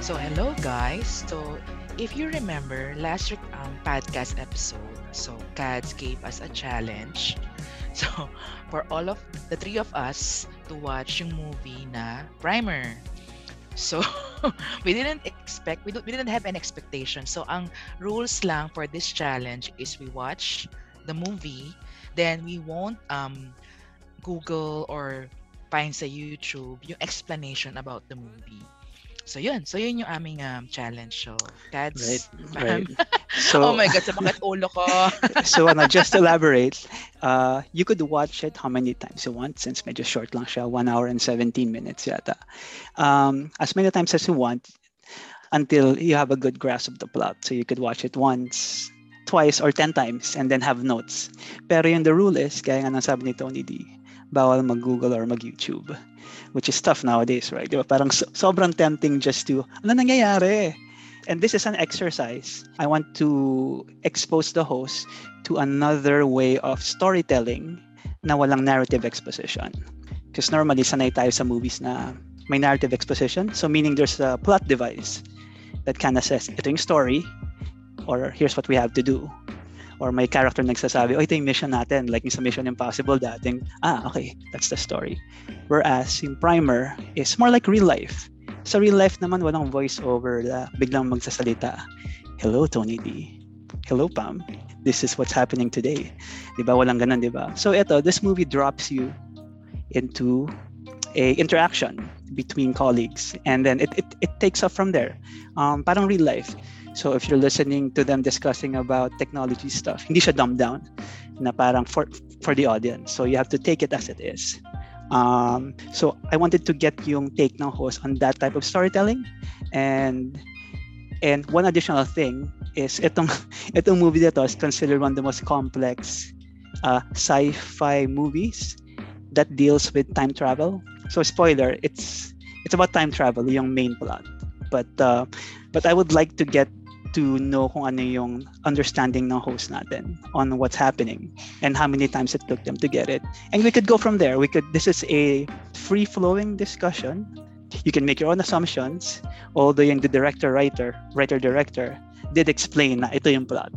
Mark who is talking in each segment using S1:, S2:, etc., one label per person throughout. S1: So hello guys. So if you remember last rec- um, podcast episode, so Cads gave us a challenge. So for all of the three of us to watch yung movie na Primer. So we didn't expect we, do, we didn't have an expectation. So ang rules lang for this challenge is we watch the movie, then we won't um Google or find sa YouTube yung explanation about the movie. So yun, so yun yung aming um, challenge. So, Cads.
S2: Right.
S1: oh
S2: So,
S1: my God, sa bakit ulo ko.
S2: so ano, just to elaborate, uh, you could watch it how many times you want since medyo short lang siya, 1 hour and 17 minutes yata. Um, as many times as you want until you have a good grasp of the plot. So you could watch it once, twice, or 10 times and then have notes. Pero yun, the rule is, kaya nga nang sabi ni Tony D, bawal mag-Google or mag-YouTube. Which is tough nowadays, right? Di ba? Parang so- sobrang tempting just to, ano nangyayari? And this is an exercise. I want to expose the host to another way of storytelling na walang narrative exposition. Because normally, sanay tayo sa movies na may narrative exposition. So meaning there's a plot device that kind of says, ito yung story, or here's what we have to do. Or may character nagsasabi, oh, ito yung mission natin. Like yung sa Mission Impossible dating, ah, okay, that's the story. Whereas yung primer is more like real life. Sa real life naman, walang voiceover na biglang magsasalita. Hello, Tony D. Hello, Pam this is what's happening today. 'Di ba? Walang ganun, 'di ba? So ito, this movie drops you into a interaction between colleagues and then it, it, it takes off from there. Um, parang real life. So if you're listening to them discussing about technology stuff, hindi siya dumbed down na parang for, for the audience. So you have to take it as it is. Um, so I wanted to get yung take ng host on that type of storytelling and and one additional thing is itong itong movie na to is considered one of the most complex uh, sci-fi movies that deals with time travel. So spoiler, it's it's about time travel yung main plot. But uh, but I would like to get to know kung ano yung understanding ng host natin on what's happening and how many times it took them to get it. And we could go from there. We could this is a free-flowing discussion. You can make your own assumptions, although yung the director writer, writer director did explain na ito yung plot.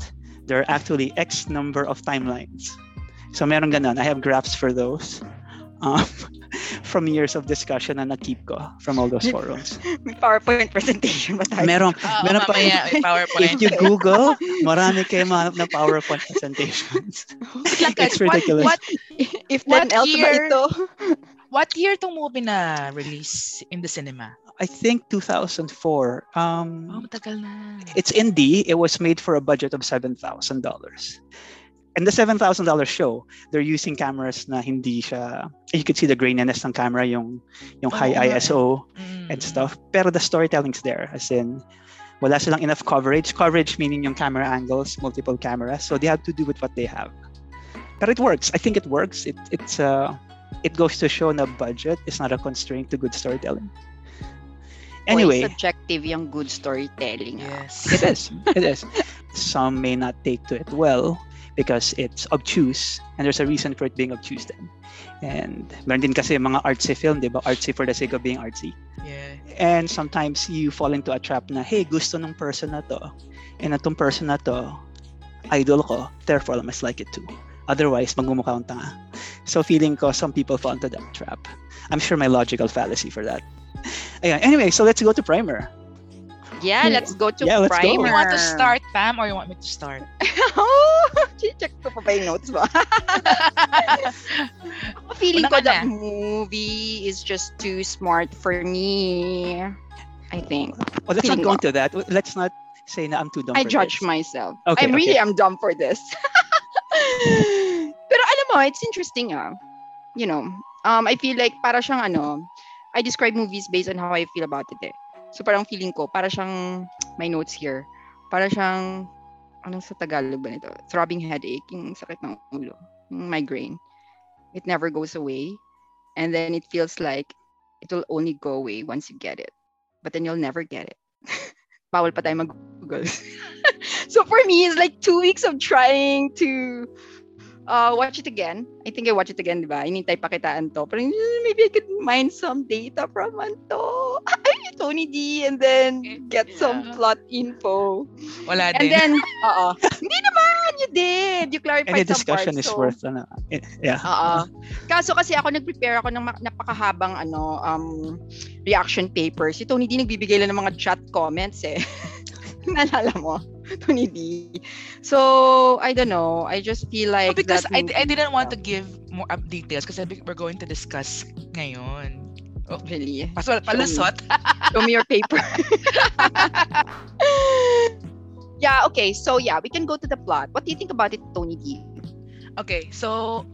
S2: There are actually X number of timelines. So meron ganun. I have graphs for those. Um, from years of discussion na na-keep ko from all those forums.
S3: May PowerPoint presentation ba tayo?
S2: Meron,
S1: Oo,
S2: meron pa
S1: Ah, mamaya, may PowerPoint.
S2: if you Google, marami kayo mahanap na PowerPoint presentations.
S1: Like,
S2: It's ridiculous.
S1: What,
S3: If
S1: What
S3: 10L ba
S1: year?
S3: ito?
S1: what, what year tong movie na release in the cinema?
S2: I think 2004.
S1: Oh,
S2: Um,
S1: matagal na.
S2: it's indie. It was made for a budget of $7,000. And the $7,000 show, they're using cameras na hindi siya, you could see the graininess ng camera, yung, yung
S1: Oo
S2: high
S1: nga eh.
S2: ISO
S1: Mm.
S2: and stuff. Pero the storytelling's there, as in, wala silang enough coverage. Coverage meaning yung camera angles, multiple cameras. So they have to do with what they have. But it works. I think it works. It, it's uh, it goes to show na budget is not a constraint to good storytelling. Anyway,
S3: Always subjective yung good storytelling. ah.
S1: Yes.
S2: it is. It is. Some may not take to it well because it's obtuse and there's a reason for it being obtuse then. And meron din kasi mga artsy film, di ba? Artsy for the sake of being artsy.
S1: Yeah.
S2: And sometimes you fall into a trap na, hey, gusto ng person na to. And itong person na to, idol ko, therefore I must like it too. Otherwise, magmumukha akong tanga. So feeling ko, some people fall into that trap. I'm sure my logical fallacy for that. Ayan. Anyway, so let's go to primer.
S3: Yeah, let's go to
S2: Yeah, let's go.
S3: primer.
S1: You want to start, Pam, or you want me to start?
S3: oh, check ko pa ba yung notes ba? Ako feeling
S1: Una
S3: ko
S1: ka
S3: the
S1: na.
S3: movie is just too smart for me. I think.
S2: Well, let's not
S3: Feeling
S2: go into that. Let's not say na I'm too dumb
S3: I
S2: for
S3: judge
S2: this.
S3: myself.
S2: Okay,
S3: I'm really I'm dumb for this. Pero alam mo, it's interesting ah. You know, um I feel like para siyang ano, I describe movies based on how I feel about it eh. So parang feeling ko, para siyang my notes here. Para siyang anong sa Tagalog ba nito? Throbbing headache, yung sakit ng ulo, yung migraine. It never goes away. And then it feels like it will only go away once you get it. But then you'll never get it. Bawal pa tayo
S2: Mm.
S3: mag-Google. so for me, it's like two weeks of trying to uh, watch it again. I think I watch it again, di ba? Inintay pakitaan to. Pero eh, maybe I could mine some data from Anto. Ay, ni Tony D and then get some
S1: Yeah.
S3: plot info.
S1: Wala
S3: And
S1: din.
S3: then, oo. Hindi naman, you did. You clarified
S2: Any
S3: some
S2: discussion
S3: parts,
S2: is
S3: so-
S2: worth, ano, eh, yeah.
S3: Oo. Ah. Kaso kasi ako nag-prepare ako ng ma- napakahabang ano um reaction paper. Si Tony D nagbibigay lang ng mga chat comments eh. Naalala mo? Tony D. So, I don't know. I just feel like
S1: Oh, because
S3: that
S1: I, I
S3: movie-
S1: didn't want to give more up details kasi we- we're going to discuss ngayon.
S3: Really?
S1: Paswal, palusot.
S3: Show me your paper. yeah, okay. So, yeah, we can go to the plot. What do you think about it, Tony D?
S1: Okay, so,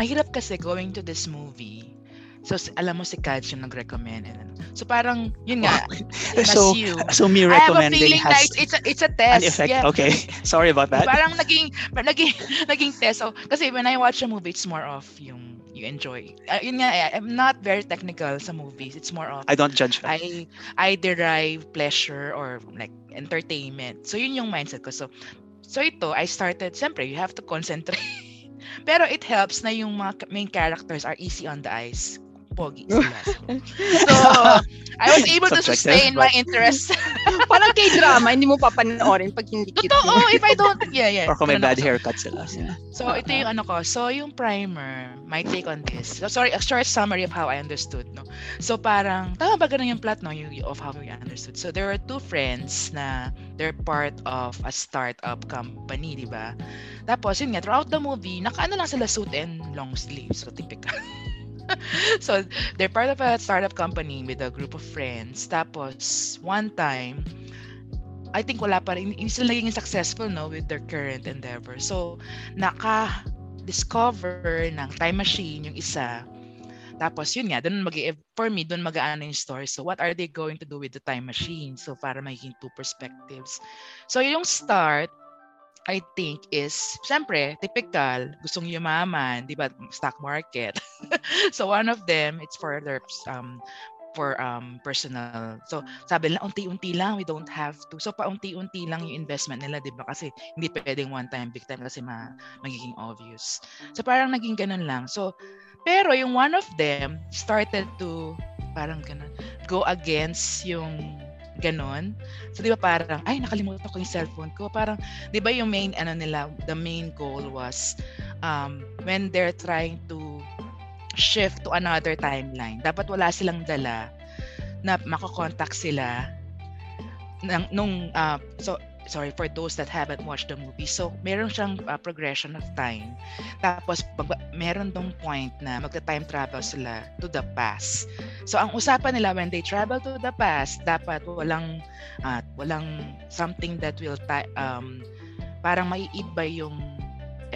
S1: mahirap kasi going to this movie. So, si- alam mo si Katz yung nag-recommend. and ano. So, parang, yun nga, that's
S2: so,
S1: you.
S2: so me
S1: I have a
S2: recommending
S1: feeling na
S2: has
S1: it's, it's, a, it's a
S2: an
S1: test.
S2: effect.
S1: Yeah.
S2: Okay, sorry about that.
S1: Parang naging, parang naging, naging test. So, kasi when I watch a movie, it's more of yung you enjoy. Ah, yun nga, eh, I'm not very technical sa movies. It's more of
S2: I don't judge. her.
S1: I I derive pleasure or like entertainment. So yun yung mindset ko. So so ito, I started, siyempre, you have to concentrate. Pero it helps na yung mga ka- main characters are easy on the eyes. Pogi sila. So, I was able to
S2: Subjective,
S1: sustain my
S2: but-
S1: interest.
S3: Parang kay drama, hindi mo papanoorin pag hindi cute.
S1: Totoo, if I don't, yeah, yeah. Ano
S2: Or kung may
S1: Ganun ako.
S2: bad haircut sila. Yeah.
S1: So, ito yung ano ko. So, yung primer, my take on this. So, sorry, a short summary of how I understood, no? So, parang, tama ba ganun yung plot, no? You, you- of how we understood. So, there were two friends na they're part of a startup company, di ba? Tapos, yun nga, throughout the movie, nakaano lang sila suit and long sleeves. So, typical. so, they're part of a startup company with a group of friends. Tapos, one time, I think wala pa rin, hindi sila naging successful, no, with their current endeavor. So, naka-discover ng time machine yung isa. Tapos yun nga, doon mag for me, doon mag-aano yung story. So what are they going to do with the time machine? So para magiging two perspectives. So yung start, I think is, syempre, typical, gustong yumaman, di ba, stock market. so one of them, it's for their um, for um personal. So sabi nila unti-unti lang, we don't have to. So paunti-unti lang yung investment nila, 'di ba? Kasi hindi pwedeng one time big time kasi ma magiging obvious. So parang naging ganun lang. So pero yung one of them started to parang ganun go against yung ganun. So 'di ba parang ay nakalimutan ko yung cellphone ko. Parang 'di ba yung main ano nila, the main goal was um when they're trying to shift to another timeline. Dapat wala silang dala na makakontakt sila ng nung ah, so sorry for those that haven't watched the movie. So, meron siyang ah, progression of time. Tapos pag, meron dong point na magta-time travel sila to the past. So, ang usapan nila when they travel to the past, dapat walang ah, walang something that will ti- um parang maiid ba yung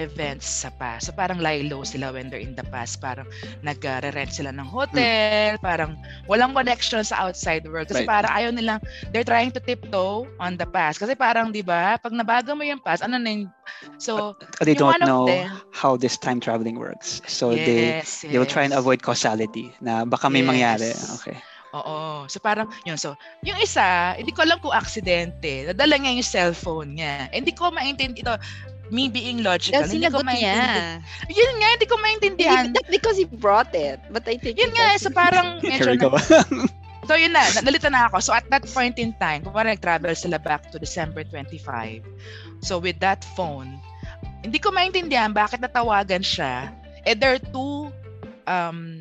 S1: events sa past. So parang lilo sila when they're in the past. Parang nag-rent sila ng hotel. Parang walang connection sa outside world. Kasi
S2: Right.
S1: parang ayaw nilang, they're trying to tiptoe on the past. Kasi parang, di ba, pag nabago mo yung past, ano na yun? So,
S2: They
S1: yung ano
S2: don't
S1: one of
S2: know
S1: them-
S2: how this time traveling works. So they
S1: yes,
S2: they will try and
S1: yes.
S2: avoid causality na baka may mangyari.
S1: Yes.
S2: Okay.
S1: Oo. So parang yun. So yung isa, hindi ko alam kung aksidente. Nadala niya yung cellphone niya. Hindi ko maintindihan ito. Me being logical. hindi
S3: Dahil
S1: ko
S3: sinagot
S1: maintindihan.
S3: niya.
S1: Yun nga, hindi ko maintindihan.
S3: That's because he brought it. But I think
S1: Yun
S3: it
S1: nga,
S3: was-
S1: so parang
S2: Here
S1: medyo
S2: we
S1: na,
S2: go.
S1: So yun na, nalito na ako. So at that point in time, kung nag-travel sila back to December 25. So with that phone, hindi ko maintindihan bakit natawagan siya. Eh there are two, um,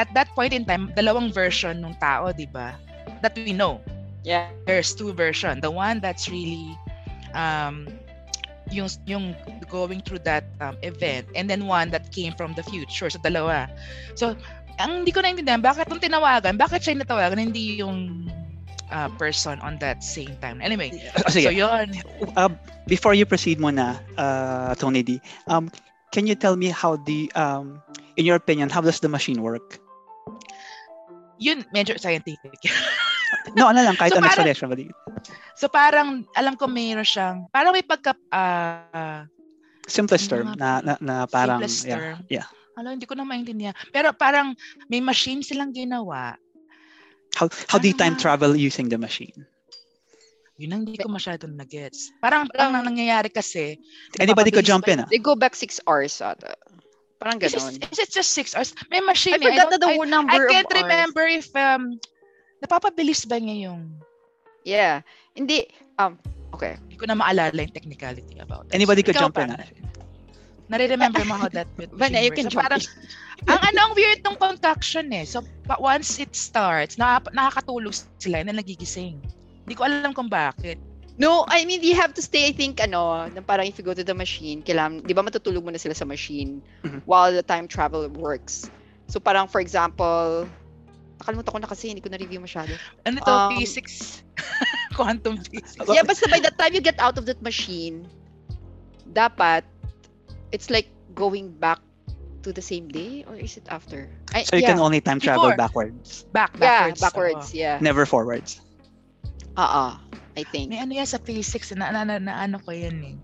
S1: at that point in time, dalawang version ng tao, di ba? That we know.
S3: Yeah.
S1: There's two version. The one that's really, um, yung, yung going through that um, event and then one that came from the future. So dalawa. So ang hindi ko naintindihan, bakit nung tinawagan, bakit siya yung natawagan, hindi yung uh, person on that same time. Anyway,
S2: Oh, sige.
S1: so yun.
S2: Uh, before you proceed muna, uh, Tony D, um, can you tell me how the, um, in your opinion, how does the machine work?
S1: Yun, medyo scientific.
S2: No, ano lang, kahit
S1: So
S2: so, an
S1: parang-
S2: explanation. but
S1: so parang, alam ko mayroon siyang, parang may pagka, ah,
S2: Simplest term
S1: Mga-
S2: na, na, na parang,
S1: simplest
S2: yeah.
S1: term.
S2: yeah.
S1: Alam, hindi ko na maintindihan. Pero parang may machine silang ginawa.
S2: How, how do you time
S1: Parang-
S2: travel using the machine?
S1: Yun ang hindi ko masyadong nag-gets. Parang, parang ang nangyayari kasi,
S2: Anybody could
S1: Mapabilis
S2: jump
S1: pa
S2: in. ah.
S3: They go back six hours ata. Parang
S1: is it,
S3: ganon.
S1: is it just six hours? May machine. eh.
S3: I forgot
S1: don't-
S3: na the
S1: I-
S3: whole number
S1: I can't
S3: of hours.
S1: remember if um Napapabilis ba niya yung...
S3: Yeah. Hindi, um, okay.
S1: Hindi ko na maalala yung technicality about that.
S2: Anybody
S1: So,
S2: could
S1: ikaw,
S2: jump in. ah.
S1: Pana, Nare-remember mo how that with
S3: But you
S1: Dreamers. Oh,
S3: can
S1: So,
S3: jump
S1: parang, ang ano, ang weird ng contraction eh. So, pa- once it starts, na, nakakatulog sila na nagigising. Hindi ko alam kung bakit.
S3: No, I mean, you have to stay, I think, ano, na parang if you go to the machine, kailangan, di ba matutulog muna sila sa machine
S2: Mhm.
S3: while the time travel works. So parang, for example, nakalimutan ko na kasi, hindi ko na-review masyado.
S1: Ano to?
S3: Um,
S1: physics. Quantum physics.
S3: Yeah, basta by the time you get out of that machine, dapat, it's like going back to the same day or is it after? I,
S2: So you
S3: yeah.
S2: can only time travel
S1: Before.
S2: backwards,
S1: Back,
S3: yeah,
S1: backwards.
S3: backwards, yeah.
S2: never forwards.
S3: Ah, ah, I think.
S1: May ano yan sa physics, na, na, na, na ano ko yan eh.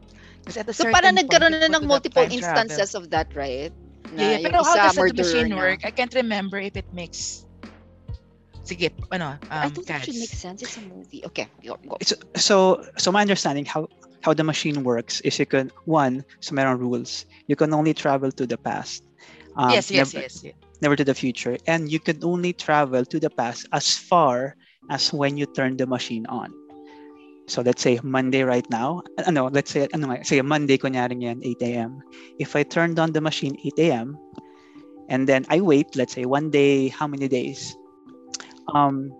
S1: Kasi at a
S3: So
S1: certain
S3: parang
S1: point,
S3: nagkaroon
S1: you go
S3: na ng
S1: to the
S3: multiple
S1: time travel.
S3: instances of that, right?
S1: Yeah, yeah.
S3: Na yung
S1: Pero how
S3: isa
S1: does the
S3: murderer
S1: machine
S3: na.
S1: work? I can't remember if it makes... Sige, ano, um,
S3: I think it
S1: Cads.
S3: should make sense. It's a movie. Okay, go, go.
S2: It's, so so my understanding how how the machine works is you can one so merong rules. You can only travel to the past. Um,
S1: yes, yes,
S2: never,
S1: yes, yes.
S2: Never to the future, and you can only travel to the past as far as when you turn the machine on. So let's say Monday right now. uh, Ano, let's say ano nga, say Monday kunyari yan 8 a.m. If I turned on the machine 8 a.m. and then I wait, let's say one day, how many days? Um,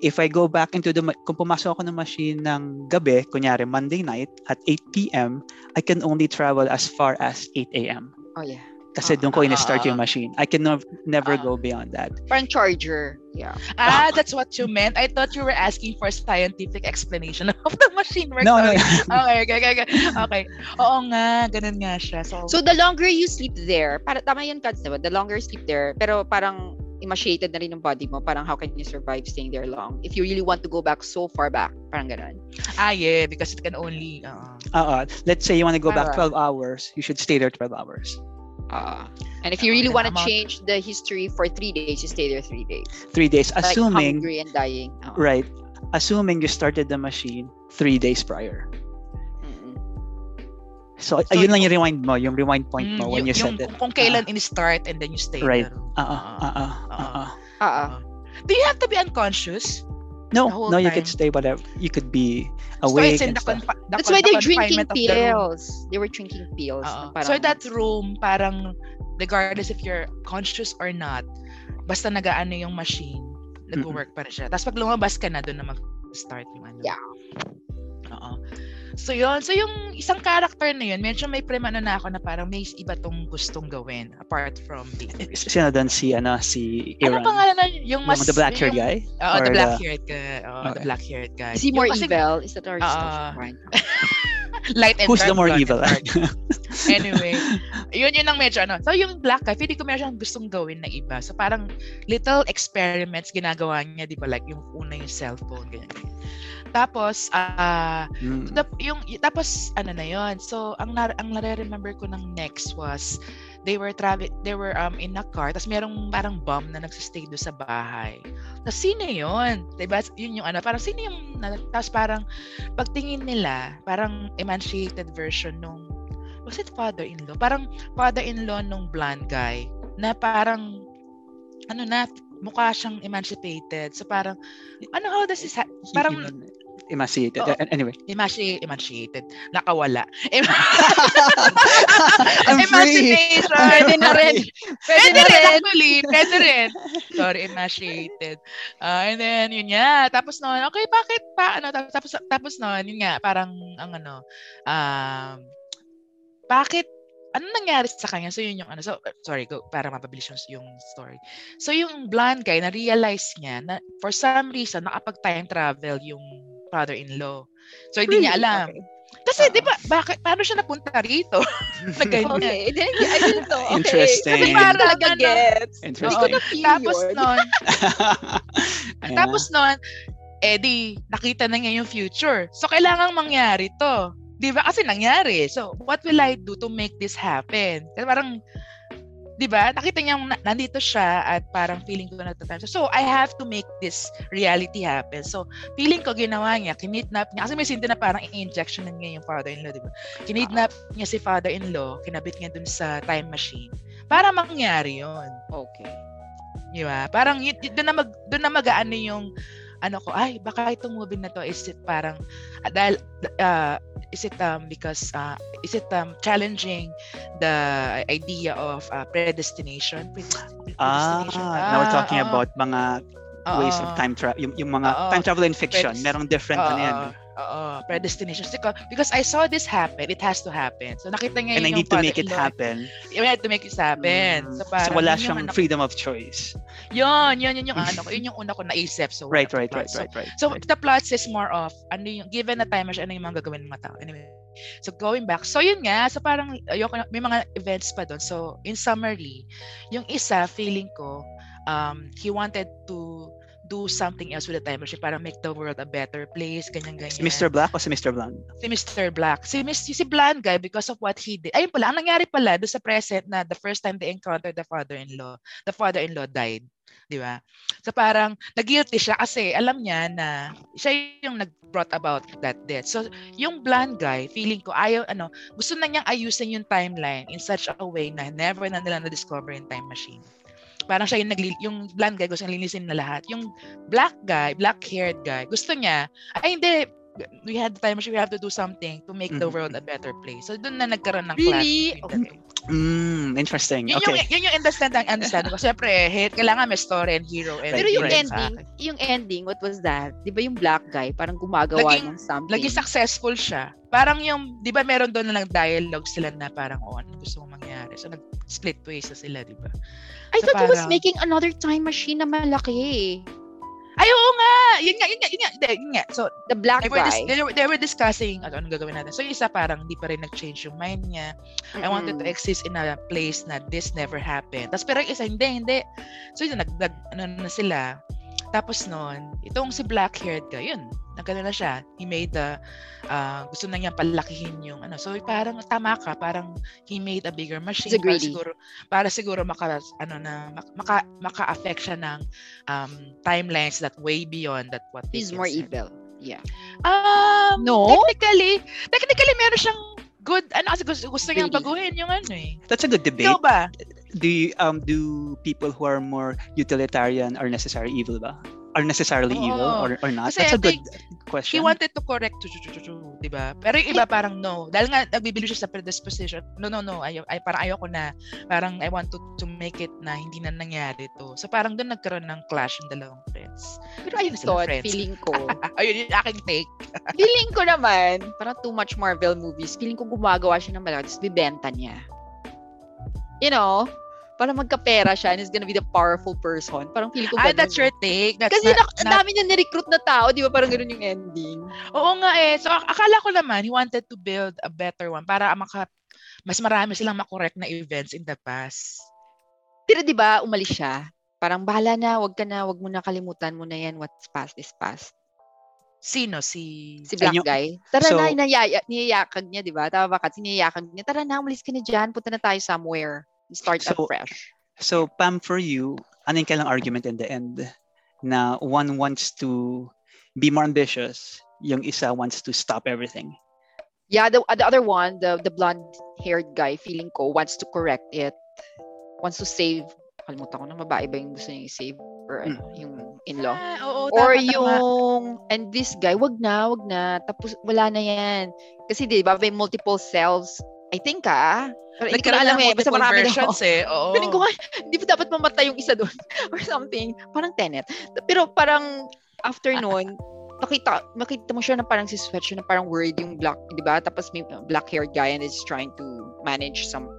S2: if I go back into the ma- kung pumasok ako ng machine ng gabi, kunyari Monday night at 8 p.m., I can only travel as far as 8 a.m.
S3: Oh, yeah.
S2: Kasi
S3: Ah,
S2: doon ko
S3: ah,
S2: in-start
S3: ah,
S2: yung machine. I can nev- never
S1: Ah.
S2: go beyond that.
S3: Parang charger. Yeah.
S1: Ah, that's what you meant. I thought you were asking for a scientific explanation of the machine work.
S2: No, no.
S1: Sorry. Okay, okay, okay, okay. Okay. Oo nga, ganun nga siya. So,
S3: So, the longer you sleep there, para, tama yun, Kads, diba? The longer you sleep there, pero parang emaciated na rin yung body mo. Parang how can you survive staying there long? If you really want to go back so far back, parang ganun.
S1: ah, yeah, because it can only, oo.
S2: Uh, let's say you want to go back
S3: Tara.
S2: 12 hours, you should stay there 12 hours.
S3: Ah. and if you
S1: Tama,
S3: really want to
S1: Oh, tama.
S3: change the history for three days, you stay there three days.
S2: Three days,
S3: Like,
S2: assuming,
S3: hungry and dying. Ah.
S2: right, assuming you started the machine three days prior.
S3: Mm-mm.
S2: So,
S1: So,
S2: ayun lang yung rewind mo, yung rewind point
S1: Mm,
S2: mo when
S1: yung-
S2: you
S1: yung Ah,
S2: said that.
S1: Kung, kung kailan in-start and then you stay
S2: Right.
S1: there.
S2: Uh, uh, uh, uh, uh, uh.
S3: Ah, ah.
S1: Do you have to be unconscious? The
S2: No,
S1: whole
S2: no, you could
S1: time.
S2: stay whatever. You could be
S1: so
S2: awake
S1: it's in
S2: and
S1: the,
S2: stuff.
S1: confi- the
S3: That's
S1: con-
S3: why
S1: the
S3: they're drinking
S1: confinement of the room.
S3: pills. They were drinking pills.
S1: Oo.
S3: na
S1: So
S3: parang-
S1: that room, parang regardless if you're conscious or not, basta nagaano yung machine, nag-work pa rin siya. Tapos pag lumabas ka na, doon na mag-start yung ano.
S3: Yeah.
S1: Oo. So yun, so yung isang character na yun, medyo may premano na ako na parang may iba tong gustong gawin apart from the...
S2: Sino doon si, ano, si
S1: Ano
S2: Aaron?
S1: pangalan na yun? yung
S2: Yung
S1: mas...
S2: the black-haired
S1: yung-
S2: guy?
S1: Oo, the
S2: Or the-
S1: black-haired guy. Oo, the
S2: Okay.
S1: black-haired guy.
S3: Is he
S1: Yung
S3: more
S1: kasi
S3: evil? Is that our discussion
S1: Ah.
S3: point?
S1: Light and
S2: Who's the
S1: dark,
S2: more
S1: dark and
S2: evil?
S1: dark. Anyway, yun yun ang medyo ano. So yung black guy, feeling ko meron siyang gustong gawin na iba. So parang little experiments ginagawa niya, di ba? Like yung una yung cellphone, ganyan. ganyan. Tapos, ah,
S2: Mm.
S1: tap- yung, y- tapos ano na yun. So ang, nar- ang nare-remember ko ng next was, they were travel they were um in a car tapos merong parang bum na nagsistay doon sa bahay tapos sino yun diba yun yung ano parang sino yung na- tapos parang pagtingin nila parang emancipated version nung was it father-in-law parang father-in-law nung blonde guy na parang ano na mukha siyang emancipated so parang ano how does this ha-
S2: He-
S1: parang Oh.
S2: even Emaciated.
S1: Oo.
S2: A- Anyway.
S1: emaci- emaciated nakawala Em-
S2: I'm free!
S1: emancipation
S3: Pwede na rin.
S1: Pwede
S3: Pwede na
S1: rin,
S3: rin.
S1: actually. Pwede rin. Sorry, emaciated. Ah, and then, yun nga. Tapos noon, okay, bakit pa? Ano, tap- tapos, tapos noon, yun nga, parang, ang ano, um, bakit, ano nangyari sa kanya? So, yun yung ano. So, uh, sorry, go, para mapabilis yung, yung story. So, yung blonde guy, na-realize niya na for some reason, nakapag-time travel yung father-in-law. So, hindi niya
S3: Really?
S1: alam.
S3: Okay.
S1: Kasi,
S3: Ah.
S1: di ba, bakit, paano siya napunta rito? na ganyan.
S3: Okay. I didn't, I didn't know. Okay.
S2: Interesting.
S3: Kasi parang talaga
S1: Ano?
S3: gets. Hindi ko
S2: Interesting.
S3: na-feel
S1: Tapos
S3: yun.
S1: noon,
S2: Yeah.
S1: Tapos noon, eh di, nakita na niya yung future. So, kailangang mangyari to. Di ba? Kasi nangyari. So, what will I do to make this happen? Kasi parang, di ba? Nakita niya na, nandito siya at parang feeling ko nagtatime. So, I have to make this reality happen. So, feeling ko ginawa niya, kinidnap niya. Kasi may scene din na parang injection na niya yung father-in-law, di ba? Kinidnap niya si father-in-law, kinabit niya dun sa time machine. Para mangyari yon
S3: Okay.
S1: Di ba? Parang yun, doon na mag doon na mag-aano yung ano ko, ay baka itong movie na to is it parang ah, dahil ah, is it um because uh, is it um challenging the idea of ah, predestination? Pre- pre-
S2: Ah,
S1: predestination?
S2: now we're talking
S1: oo.
S2: about mga ways of
S1: ah, Oo.
S2: time travel. Yung, yung mga
S1: Oo.
S2: time travel in fiction,
S1: Pwede-
S2: merong different ano yan.
S1: Oo, Oo, predestination. Siko- Because I saw this happen, it has to happen. So nakita niya
S2: And I
S1: yun yung
S2: need to make it
S1: father-in-law.
S2: happen.
S1: I need to make it happen.
S2: Mm.
S1: So,
S2: So
S1: parang yun
S2: wala
S1: yung
S2: siyang
S1: ano-
S2: freedom of choice.
S1: Yun, yun, yun yung ano ko. Yun yung una ko naisip. So,
S2: Right,
S1: wala
S2: right,
S1: pa plot.
S2: right,
S1: So,
S2: right, right.
S1: So
S2: right.
S1: the plots is more of ano yung given na time rush ano yung mga gagawin ng mga tao. Anyway. So going back. So yun nga, so parang ayoko na- may mga events pa doon. So in summary, yung isa feeling ko um he wanted to do something else with the time machine para make the world a better place, ganyan ganyan.
S2: Si Mr. Black o si Mr. Blonde?
S1: si Mr. Black. Si Miss si Bland guy because of what he did. Ayun pala, ang nangyari pala do sa present na the first time they encountered the father-in-law, the father-in-law died, 'di ba? So parang nag-guilty siya kasi alam niya na siya yung nag-brought about that death. So yung Bland guy, feeling ko ayaw ano, gusto na niyang ayusin yung timeline in such a way na never na nila na-discover yung time machine. Parang siya yung, nagli- yung blonde guy gusto niyang linisin na lahat. Yung black guy, black-haired guy, gusto niya, ay hindi, we had the time machine, we have to do something to make the
S2: Mhm.
S1: world a better place. So doon na nagkaroon ng
S3: Really?
S1: clash. between the two.
S2: Mm, interesting.
S1: Yun,
S2: okay.
S1: yung, yun yung understand ang understand ko. Siyempre, hate, kailangan may story and hero. And
S2: Right,
S3: Pero yung
S2: right.
S3: ending, yung ending, what was that? Di ba yung black guy, parang gumagawa
S1: Laging-
S3: ng something.
S1: Lagi successful siya. Parang yung, di ba meron doon na nag-dialogue sila na parang, oh, ano gusto mong mangyari? So, nag-split ways na sila, di ba?
S3: I
S1: So
S3: thought he was
S1: parang-
S3: making another time machine na malaki eh.
S1: Ay, oo nga! Yun nga, yun nga, yun nga. Hindi, yun nga. So,
S3: The black
S1: they were, dis-
S3: guy.
S1: they, were, they were discussing ano, anong gagawin natin. So, yung isa parang di pa rin nag-change yung mind niya. I wanted to
S3: Mm-mm.
S1: exist in a place na this never happened. Tapos, pero yung isa, hindi, hindi. So, yun, nag, nag, ano na sila. Tapos noon, itong si black-haired guy, yun, nagkano na siya. He made the, ah, gusto na niya palakihin yung ano. So, parang tama ka, parang he made a bigger machine.
S3: He's a
S1: para
S3: greedy.
S1: siguro, para siguro maka, ano na, mak- maka, maka-affect siya ng um, timelines that way beyond that what they
S3: He's
S1: can
S3: more
S1: set.
S3: evil. Yeah.
S1: Um,
S3: No?
S1: Technically, technically meron siyang good, ano kasi gusto, gusto niyang
S3: Really?
S1: baguhin yung ano eh.
S2: That's a good debate.
S1: Ikaw ba?
S2: Do you, um do people who are more utilitarian are necessarily evil ba? Are necessarily
S1: Oo.
S2: evil or, or not?
S1: Kasi
S2: That's
S1: I
S2: a good
S1: think she
S2: question.
S1: wanted to correct to, to, to, to, di ba? Pero yung iba parang no. Dahil nga nagbibili siya sa predisposition. No, no, no. Ayaw, ay, parang ayoko na. Parang I want to, to make it na hindi na nangyari to. So parang doon nagkaroon ng clash yung dalawang friends.
S3: Pero I
S1: Hindi na sila
S3: thought,
S1: friends.
S3: feeling ko,
S1: Ah, ayun yung aking take.
S3: feeling ko naman, parang too much Marvel movies, feeling ko gumagawa siya ng malaki, tapos bibenta niya. You know? Parang magkapera siya and is gonna be the powerful person. Parang feeling ko
S1: Ah,
S3: ganun.
S1: that's your take. That's
S3: Kasi
S1: not-
S3: na, ang dami niya nirecruit na tao, di ba? Parang ganun yung ending.
S1: Oo nga eh. So ak- akala ko naman he wanted to build a better one para maka mas marami silang makorek na events in the past.
S3: Pero di ba, umalis siya. Parang bahala na, wag ka na, wag mo na kalimutan mo na yan. What's past is past.
S1: Sino si
S3: Si Black
S2: Ayun.
S3: Guy. Tara
S2: So-
S3: na, niyaya, niyayakag niya, di ba? Tama ba ka? Siniyayakag niya. Tara na, umalis ka na dyan. Punta na tayo somewhere. Start up
S2: So,
S3: fresh.
S2: So, Pam, for you, anong kailang argument in the end na one wants to be more ambitious, yung isa wants to stop everything.
S3: Yeah, the, the other one, the the blonde-haired guy, feeling ko, wants to correct it. Wants to save. Kalimutan ko na, babae ba yung gusto niya i-save? Or ano, yung in-law?
S1: Ah, oo,
S3: Or
S1: tama, tama.
S3: yung, and this guy, wag na, wag na. Tapos, wala na yan. Kasi di ba, may multiple selves. I think ah. Pero hindi ko na
S1: Nagkaroon
S3: alam
S1: ng
S3: eh. Basta
S1: multiple
S3: marami na
S1: versions eh. Oo.
S3: Feeling ko nga, hindi pa dapat mamatay yung isa doon. Or something. Parang tenet. Pero parang, after
S1: Ah.
S3: nun, nakita, makita mo siya na parang si Sweat siya na parang worried yung black, di ba? Tapos may black-haired guy and is trying to manage some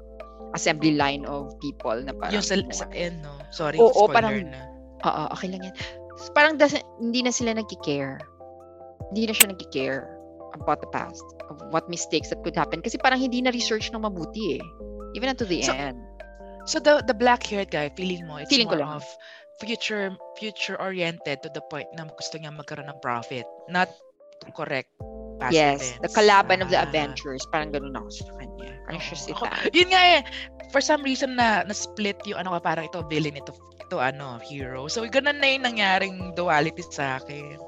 S3: assembly line of people na parang
S1: yung sa, sa end, no? Sorry,
S3: Oo,
S1: spoiler
S3: parang-
S1: na.
S3: Oo, okay lang yan. So, parang doesn't, hindi na sila nagki-care. Hindi na siya nagki-care about the past, of what mistakes that could happen. Kasi parang hindi na research ng mabuti eh. Even until the
S1: So,
S3: end.
S1: So the the black-haired guy, feeling mo, it's
S3: Feeling ko
S1: more
S3: lang.
S1: of future future oriented to the point na gusto niya magkaroon ng profit, not correct past
S3: Yes,
S1: events.
S3: the kalaban of the
S1: Ah.
S3: adventures. Parang ganun ako sa kanya. Parang siya
S1: Oo.
S3: si
S1: Ako-
S3: Tad.
S1: Yun nga eh, for some reason na na-split yung ano ka parang ito villain ito to ano, hero. So, ganun na yung nangyaring duality sa akin.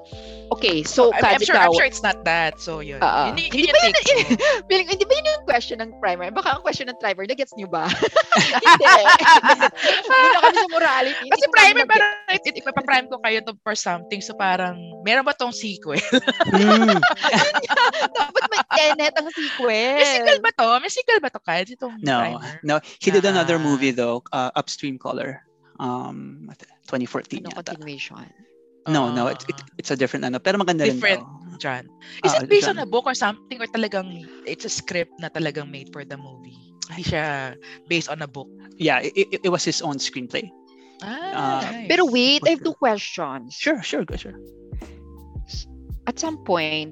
S3: Okay, so
S1: I'm, I'm
S3: Kads
S1: sure,
S3: ikaw,
S1: I'm sure it's not that. So, yun.
S3: Ah, ah.
S1: Yun, yun,
S3: Hindi
S1: yung
S3: ba yun-
S1: take ko.
S3: Feeling- hindi ba yun yung question ng primer? Baka ang question ng primer, na-gets niyo ba? hindi. Hindi na kami sa morality.
S1: Kasi
S3: Hindi
S1: primer,
S3: ko kami nag-
S1: parang it, it, ipapaprime ko kayo to for something. So, parang, meron ba tong sequel?
S2: Mm.
S3: Dapat may tenet ang sequel.
S1: May sequel ba to? May sequel ba to, Kyle? Itong
S2: No,
S1: primer?
S2: no. He did another
S1: Ah.
S2: movie though, uh, Upstream Color, um, 2014.
S3: Ano
S2: yata.
S3: continuation?
S2: No, no, it,
S1: Ah.
S2: it, it's a different ano. Pero maganda
S1: Different.
S2: rin. daw.
S1: John. Is
S2: Ah,
S1: it based on a
S2: genre.
S1: book or something or talagang it's a script na talagang made for the movie? Hindi siya based on a book.
S2: Yeah, it, it, it was his own screenplay. Ah,
S1: Ah, nice.
S3: Pero wait, I have two questions.
S2: Sure, sure, go sure.
S3: At some point,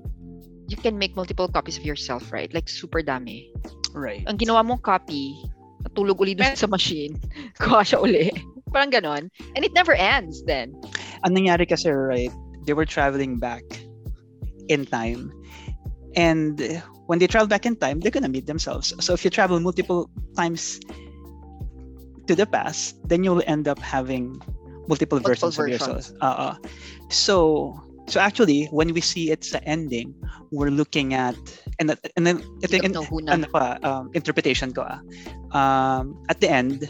S3: you can make multiple copies of yourself, right? Like, super dami.
S2: Right.
S3: Ang ginawa mong copy, natulog uli dun
S1: Pero-
S3: sa machine. Kuha siya uli. Parang ganon. And it never ends then.
S2: ang nangyari kasi, right, they were traveling back in time. And when they travel back in time, they're gonna meet themselves. So if you travel multiple times to the past, then you'll end up having multiple,
S3: Multiple
S2: versions, of yourself. Uh, so so actually, when we see it's the ending, we're looking at and and then I think
S3: Hindi ka nahuhuna.
S2: ano pa, um, interpretation ko ah. Um, at the end,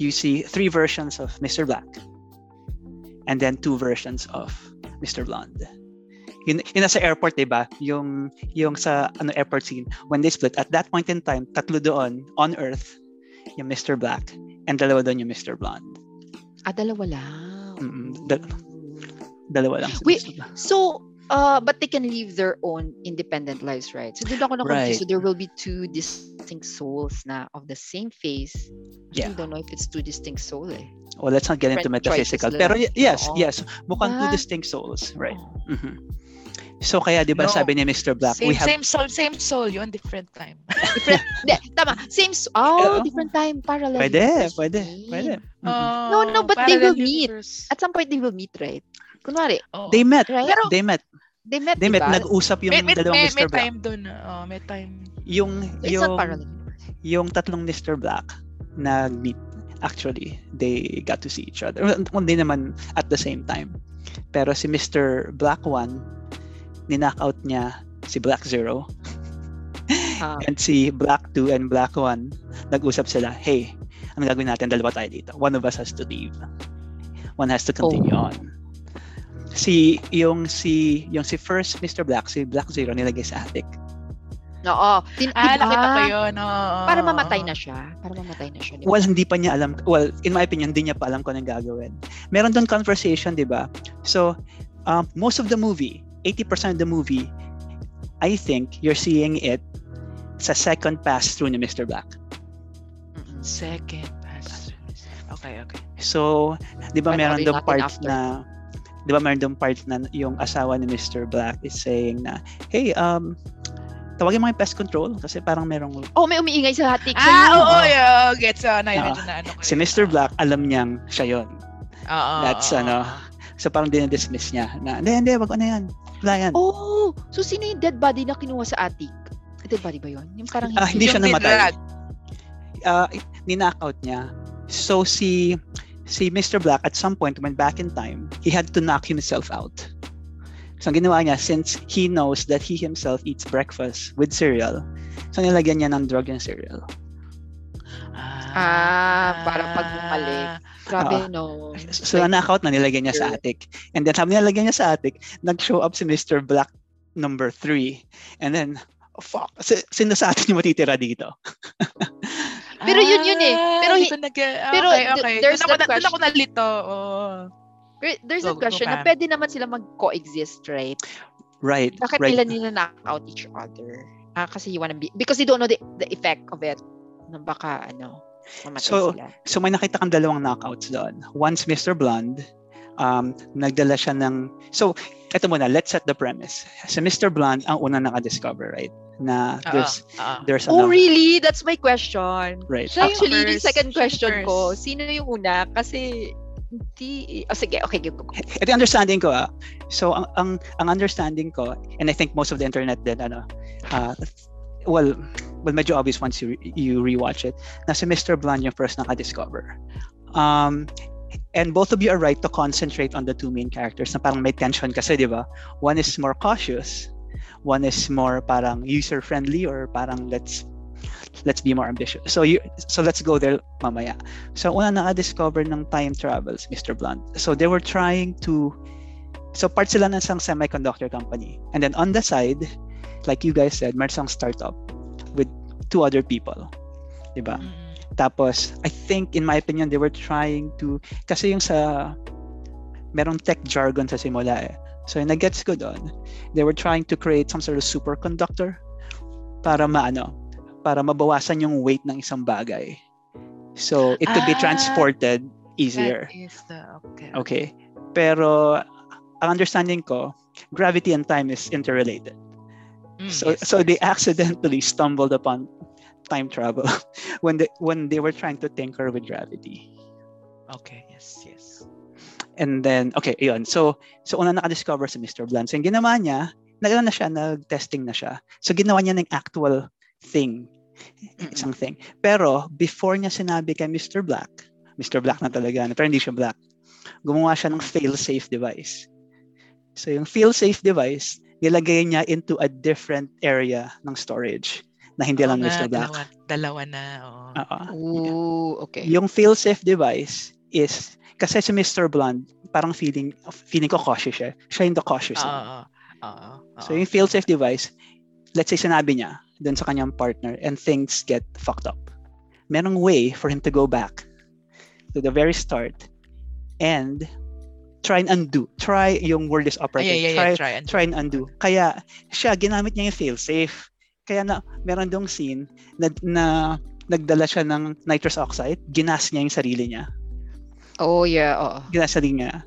S2: you see three versions of Mr. Black and then two versions of Mr. Blonde. Yun, yun nasa airport, di ba? Yung, yung sa ano, airport scene. When they split, at that point in time, tatlo doon, on Earth, yung Mr. Black and dalawa doon yung Mr. Blonde.
S3: Ah, dalawa lang.
S2: Mm, dal- Dalawa lang si
S3: Wait,
S2: Mr. Blonde.
S3: So, uh, but they can live their own independent lives, right? So, dun ako na
S2: Right.
S3: So, there will be two distinct souls na of the same face. I
S2: Yeah.
S3: still don't know if it's two distinct souls eh.
S2: Well, oh, let's not get into
S3: different choices
S2: metaphysical.
S3: lang.
S2: Pero y- yes,
S3: Oo.
S2: yes. Mukhang two
S3: Ah.
S2: distinct souls. Right. Mhm. So kaya, di ba,
S1: No.
S2: sabi ni Mr. Black,
S1: same,
S2: we have...
S1: same soul, same soul. Yun, different time.
S3: Hindi, tama. Same, s- oh,
S2: Oo.
S3: different time, parallel.
S2: Pwede,
S3: universe
S2: pwede,
S3: din.
S2: pwede. Mhm.
S1: Oh,
S3: no, but they
S1: parallel
S3: will meet.
S1: universe.
S3: At some point, they will meet, right? Kunwari,
S1: Oo.
S2: They met.
S3: Right?
S2: Pero, they met.
S3: they met,
S2: They met.
S3: diba?
S2: Nag-usap yung
S1: may, may,
S2: dalawang
S1: may,
S2: Mr.
S1: may
S2: Black.
S1: time dun. Oh, may time.
S2: Yung,
S3: It's
S2: yung,
S3: not parallel universe.
S2: yung tatlong Mr. Black nag-meet. Actually, they got to see each other. Well, Hindi naman at the same time. Pero si Mr. Black 1, ninockout niya si Black Zero.
S3: Ah.
S1: Um,
S2: and si Black 2 and Black 1, nag-usap sila, hey, ano gagawin natin? Dalawa tayo dito. One of us has to leave. One has to continue
S3: Oh.
S2: on. Si, yung si, yung si first Mr. Black, si Black Zero, nilagay sa attic.
S3: Oo. Tin-
S1: Ah,
S3: diba?
S1: nakita ko yun. oo.
S3: Para mamatay na siya. Para mamatay na siya. diba?
S2: Well, hindi pa niya alam. Well, in my opinion, hindi niya pa alam kung anong gagawin. Meron doon conversation, di ba? So, um, most of the movie, 80% of the movie, I think you're seeing it sa second pass through ni Mr. Black.
S3: Mm-mm.
S1: Second pass. Okay, okay.
S2: So, 'di ba meron
S3: Panoorin
S2: dong
S3: natin
S2: part
S3: after.
S2: na 'di ba meron dong part na yung asawa ni Mr. Black is saying na, "Hey, um tawagin mo yung pest control kasi parang merong
S3: Oh, may umiingay sa hatik.
S1: Ah, oo,
S2: oo.
S1: oo, yeah, oo, gets on.
S2: Oo.
S1: Medyo na
S3: Oh,
S1: ano ko
S2: Ah, si
S1: yun.
S2: Mr. Black alam niyang siya 'yon."
S1: Oo,
S2: That's,
S1: oo,
S2: ano,
S1: oo.
S2: So parang dinidismiss niya na, "Hindi, hindi, wag ano 'yan." Wala yan.
S3: Oh, so sino yung dead body na kinuha sa attic? Dead body ba yun? Yung parang
S2: Ah, hindi
S1: Yung
S2: siya namatay.
S1: tinrag.
S2: uh, ninockout niya. So si si Mr. Black at some point went back in time. He had to knock himself out. So ang ginawa niya, since he knows that he himself eats breakfast with cereal, so nilagyan niya ng drug yung cereal.
S3: Ah, para pag bumalik.
S1: ah.
S3: Grabe, no.
S2: So nanakaut na nilagyan niya sa attic. And then sabi nilagyan niya sa attic, nag-show up si Mr. Black number 3. And then, oh, fuck, si- sino sa atin yung matitira dito?
S3: Pero yun yun eh. Pero
S1: hindi
S3: hi-
S1: ko nag- ah,
S3: pero
S1: okay,
S3: th-
S1: okay.
S3: there's
S1: Doon ako,
S3: that
S1: na- doon ako
S3: question.
S1: nalito. oo.
S3: Great, There's
S1: Go-
S3: a
S1: go,
S3: question na
S1: Pam.
S3: pwede naman sila mag-coexist, right?
S2: Right,
S3: Bakit
S2: right.
S3: nila nila knock out each other? Ah, kasi you wanna be, because they don't know the, the effect of it. Na baka, ano, mamatay
S2: So,
S3: sila.
S2: So may nakita kang dalawang knockouts doon. Once Mr. Blonde, um, nagdala siya ng... So, eto muna, let's set the premise. So Mr. Blonde ang unang nakadiscover, right? Na
S1: Oo,
S2: there's,
S1: oo.
S2: there's ano,
S3: Oh, really? That's my question.
S2: right.
S1: Siya yung
S3: Actually, yung
S1: first.
S3: second
S1: Siya yung
S3: question ko,
S1: first.
S3: sino yung una? Kasi, hindi, oh, sige, okay, go, go, go.
S2: Ito yung understanding ko ah. So ang, ang ang understanding ko and I think most of the internet din ano ah, well well medyo obvious once you you rewatch it na si Mr. Blonde yung first naka-discover. Um And both of you are right to concentrate on the two main characters na parang may tension kasi, di ba? One is more cautious. One is more parang user-friendly or parang let's let's be more ambitious. So you so let's go there mamaya. So una na discover ng time travels, Mr. Blunt. So they were trying to so part sila ng isang semiconductor company. And then on the side, like you guys said, meron isang startup with two other people. Diba?
S1: Mm.
S2: Tapos, I think, in my opinion, they were trying to, kasi yung sa, merong tech jargon sa simula eh. So, yung nag-gets ko doon, they were trying to create some sort of superconductor para maano, para mabawasan yung weight ng isang bagay. So, it could be
S1: Ah.
S2: transported easier.
S1: That is the okay.
S2: Okay. Pero, ang understanding ko, gravity and time is interrelated.
S1: Mm,
S2: So,
S1: yes,
S2: so
S1: yes,
S2: they
S1: yes.
S2: accidentally stumbled upon time travel when they when they were trying to tinker with gravity.
S1: Okay, yes, yes.
S2: And then, okay, yun. So, so una nakadiscover si Mr. Blunt. So, yung ginawa niya, nag na siya, nag-testing na siya. So, ginawa niya ng actual thing,
S1: Mm-mm.
S2: isang thing. Pero, before niya sinabi kay Mr. Black, Mr. Black na talaga, ano, pero hindi siya black, gumawa siya ng fail-safe device. So, yung fail-safe device, nilagay niya into a different area ng storage na
S1: Oo
S2: hindi lang
S1: nga,
S2: Mr. Black.
S1: Ah, Dalawa, dalawa na. oo.
S2: Oo.
S3: Ooh, okay.
S2: Yung fail-safe device is kasi si Mr. Blonde, parang feeling feeling ko cautious siya. Siya yung the cautious.
S1: Oo.
S2: one.
S1: oo, oo,
S2: so
S1: oo.
S2: yung fail-safe device, let's say sinabi niya dun sa kanyang partner and things get fucked up. Merong way for him to go back to the very start and try and undo. Try yung word is
S1: Ah,
S2: operative.
S1: yeah, yeah, yeah,
S2: try,
S1: try and
S2: try and undo. Kaya siya ginamit niya yung fail-safe. Kaya na meron dong scene na, na nagdala siya ng nitrous oxide, ginas niya yung sarili niya.
S3: Oh, yeah. Oo.
S2: Ginas sarili niya.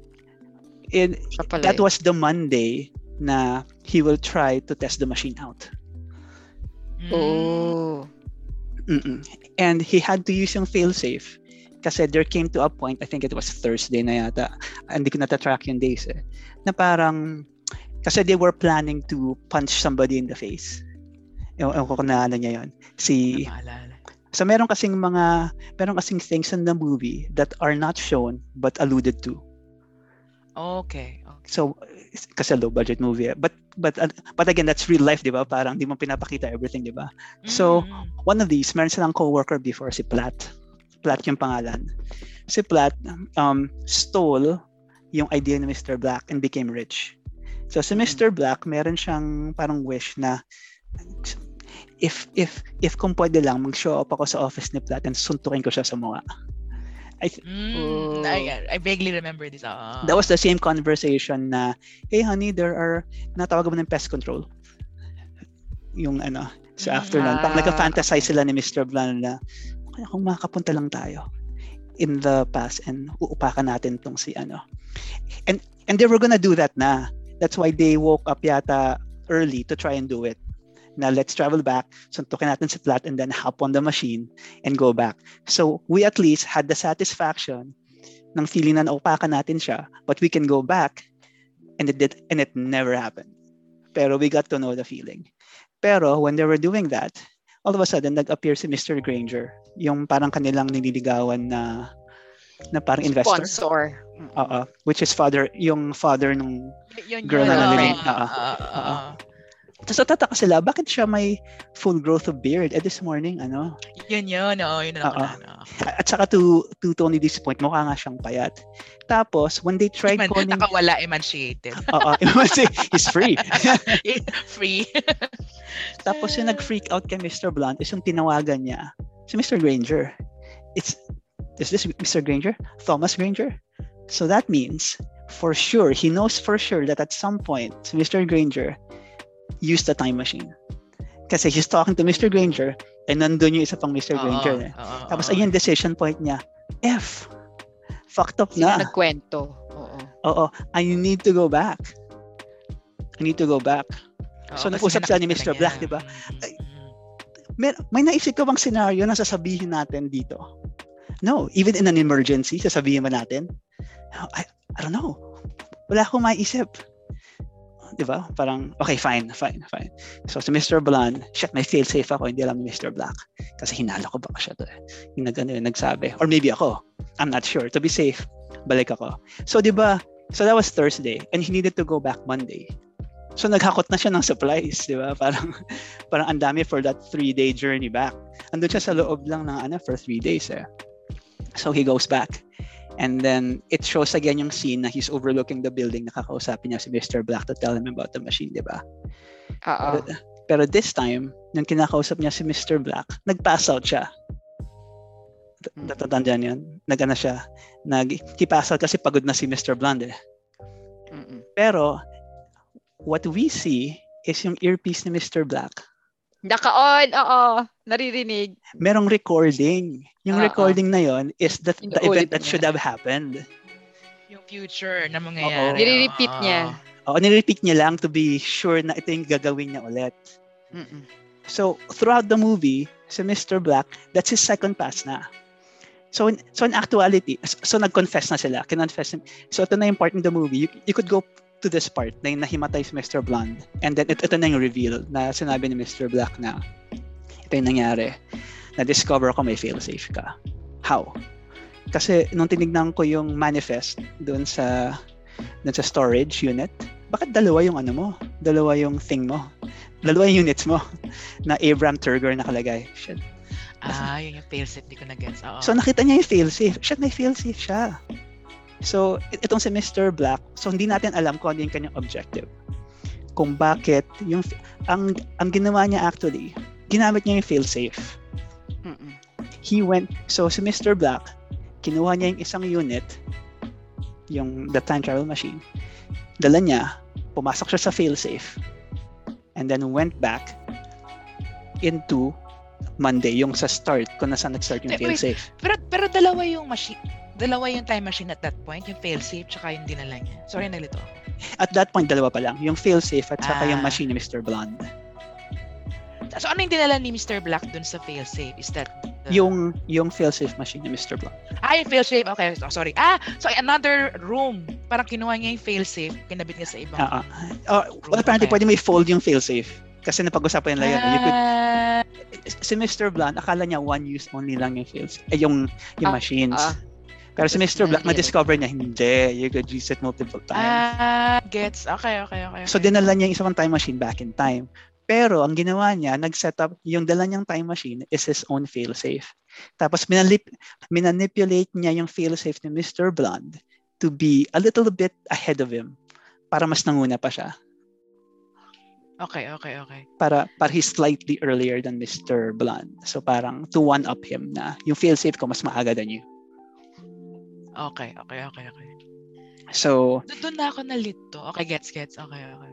S2: And
S3: Siya pala.
S2: that
S3: eh.
S2: was the Monday na he will try to test the machine out.
S1: Mm,
S3: Oh.
S2: Mm-mm. And he had to use yung fail-safe kasi there came to a point, I think it was Thursday na yata, hindi ko natatrack yung days eh, na parang, kasi they were planning to punch somebody in the face. Ewan ewan ko kung naalala niya yun.
S1: hindi
S2: Si,
S1: ko maalala.
S2: so meron kasing mga, meron kasing things in the movie that are not shown but alluded to.
S1: Okay. okay.
S2: So, kasi low budget movie eh. But, but, but again, that's real life, di ba? Parang di mo pinapakita everything, di ba? So,
S1: Mm, mm.
S2: one of these, meron silang coworker before, si Platt. Platt yung pangalan. Si Platt um, stole yung idea ni Mr. Black and became rich. So si
S1: Mm.
S2: Mr. Black, meron siyang parang wish na if if if kung pwede lang mag-show up ako sa office ni Platt and suntukin ko siya sa mukha.
S1: Mm,
S3: Oh.
S1: I, I vaguely remember this. oo.
S2: That was the same conversation na hey honey, there are natawag mo ng pest control. Yung ano, sa after nun. Parang
S3: Ah,
S2: nagka-fantasize sila ni Mr. Blan na kaya kung makapunta lang tayo in the past and uupakan natin tong si ano. And and they were gonna do that na. That's why they woke up yata early to try and do it. Na let's travel back, suntukin natin si Plat and then hop on the machine and go back. So we at least had the satisfaction ng feeling na naupakan natin siya but we can go back and it did and it never happened. Pero we got to know the feeling. Pero when they were doing that, all of a sudden nag-appear si Mr. Granger, yung parang kanilang nililigawan na na parang investor.
S3: Sponsor.
S2: Oo, which is father, yung father nung
S1: Y- yun
S2: girl
S1: yun,
S3: na
S1: oo,
S3: nalilin-
S1: oo,
S2: oo,
S1: oo,
S2: oo. Tapos natataka sila, bakit siya may full growth of beard? Eh, this morning, ano?
S1: Yun yun, oo, yun ano. ang
S2: Oo.
S1: nakulaan, oo.
S2: At saka to, to Tony disappoint, mukha nga siyang payat. Tapos, when they tried
S1: Eman-
S2: calling...
S1: nakawala, emaciated.
S2: Oo, kasi he's free.
S1: Eh, Free.
S2: Tapos yung nag-freak out kay Mr. Blunt is yung tinawagan niya si Mr. Granger. It's, is this Mr. Granger? Thomas Granger? So that means, for sure, he knows for sure that at some point, si Mr. Granger used the time machine. Kasi he's talking to Mr. Granger and nandun yung isa pang Mr.
S1: Oo,
S2: Granger. eh.
S1: oo,
S2: Tapos
S1: oo.
S2: ayun yung decision point niya. F! Fucked up
S3: Sila
S2: na.
S3: nagkwento. Oo.
S2: Oo. I need to go back. I need to go back.
S1: Oo,
S2: so
S1: kasi
S2: nag-usap sila ni
S1: nakita
S2: Mr. Black,
S1: niya.
S2: di ba?
S1: Mm,
S2: Ay,
S1: mm, mm.
S2: may, may naisip ka bang scenario na sasabihin natin dito? No, even in an emergency, sasabihin ba natin? I, I don't know. Wala akong maisip. Di ba? Parang, okay, fine, fine, fine. So, si Mr. Blonde, shit, may feel safe ako, hindi alam ni Mr. Black. Kasi hinala ko baka siya to eh. Yung nag, ano, yun, nagsabi. Or maybe ako. I'm not sure. To be safe, balik ako. So, di ba, so that was Thursday and he needed to go back Monday. So, naghakot na siya ng supplies, di ba? Parang, parang ang dami for that three-day journey back. Andun siya sa loob lang ng ano for three days eh. So, he goes back. And then, it shows again yung scene na he's overlooking the building. Nakakausapin niya si Mr. Black to tell him about the machine, di ba? Pero,
S3: Oo.
S2: pero this time, nung kinakausap niya si Mr. Black, nag-pass out siya. T-
S3: Mm.
S2: Natatandaan yun? Nag-ano siya? Nag-pass out kasi pagod na si Mr. Blonde eh.
S3: Mm-mm.
S2: Pero, what we see is yung earpiece ni Mr. Black.
S3: Naka-on, oo. Naririnig.
S2: Merong recording. Yung
S3: Oo.
S2: recording na yon is the, the
S3: Inuulit
S2: event that
S3: niya.
S2: should have happened.
S1: Yung future na mangyayari.
S2: Oo.
S3: Nire-repeat
S1: Oo.
S3: niya.
S2: Oo, nirepeat niya lang to be sure na ito yung gagawin niya ulit.
S3: Mm-mm.
S2: So throughout the movie, si Mr. Black, that's his second pass na. So in, so in actuality, so, so nag-confess na sila, kinonfess him. So ito na yung part in the movie, you, you could go to this part na yung nahimatay si Mr. Blonde. And then ito, ito na yung reveal na sinabi ni Mr. Black na ito yung nangyari. Na-discover ko may failsafe ka. How? Kasi nung tinignan ko yung manifest doon sa doon sa storage unit, bakit dalawa yung ano mo? Dalawa yung thing mo? Dalawa yung units mo? na Abraham Turger nakalagay. Shit.
S1: Ah, yun yung failsafe. Di ko na-gets. Oo.
S2: So nakita niya yung failsafe. Shit, may failsafe siya. So it- itong si Mr. Black, so hindi natin alam kung ano yung kanyang objective. Kung bakit yung ang ang ginawa niya actually, ginamit niya yung failsafe.
S3: Mm-mm.
S2: He went so si Mr. Black, kinuha niya yung isang unit, yung the time travel machine. Dala niya, pumasok siya sa failsafe. And then went back into Monday, yung sa start, kung nasaan nag-start yung
S1: Wait, wait.
S2: failsafe.
S1: Pero, pero dalawa yung machine. Dalawa yung time machine at that point. Yung failsafe tsaka yung dinala niya. Sorry, nalito. ako.
S2: At that point, dalawa pa lang. Yung failsafe at saka yung
S1: Ah.
S2: machine ni Mr. Blonde.
S1: So, ano yung dinala ni Mr. Black dun sa failsafe? Is that the-
S2: Yung, yung failsafe machine ni Mr. Blonde.
S1: Ah, yung failsafe. Okay, so- sorry. Ah, so another room. Parang kinuha niya yung failsafe, kinabit niya sa ibang
S2: Ah, ah. Oh, well, apparently,
S1: Okay.
S2: pwede may fold yung failsafe. Kasi napag-usapan nila yun. You could,
S1: Ah,
S2: si Mr. Blonde, akala niya one use only lang yung failsafe. Eh, yung, yung
S3: Ah,
S2: machines.
S3: ah.
S2: Pero si Mr. Black,
S3: Nandito.
S2: na-discover niya, hindi, you could use it multiple times.
S1: ah, gets. Okay, okay, okay.
S2: So
S1: okay.
S2: dinala niya yung isang time machine back in time. Pero ang ginawa niya, nag-set up, yung dala niyang time machine is his own failsafe. Tapos minalip, minanipulate niya yung failsafe ni Mr. Blonde to be a little bit ahead of him para mas nanguna pa siya.
S1: Okay, okay, okay.
S2: Para, para he's slightly earlier than Mr. Blonde. So parang to one-up him na yung failsafe ko mas maaga than you.
S1: Okay, okay, okay, okay.
S2: So,
S1: Do- Doon na ako nalito. Okay, gets, gets. Okay, okay.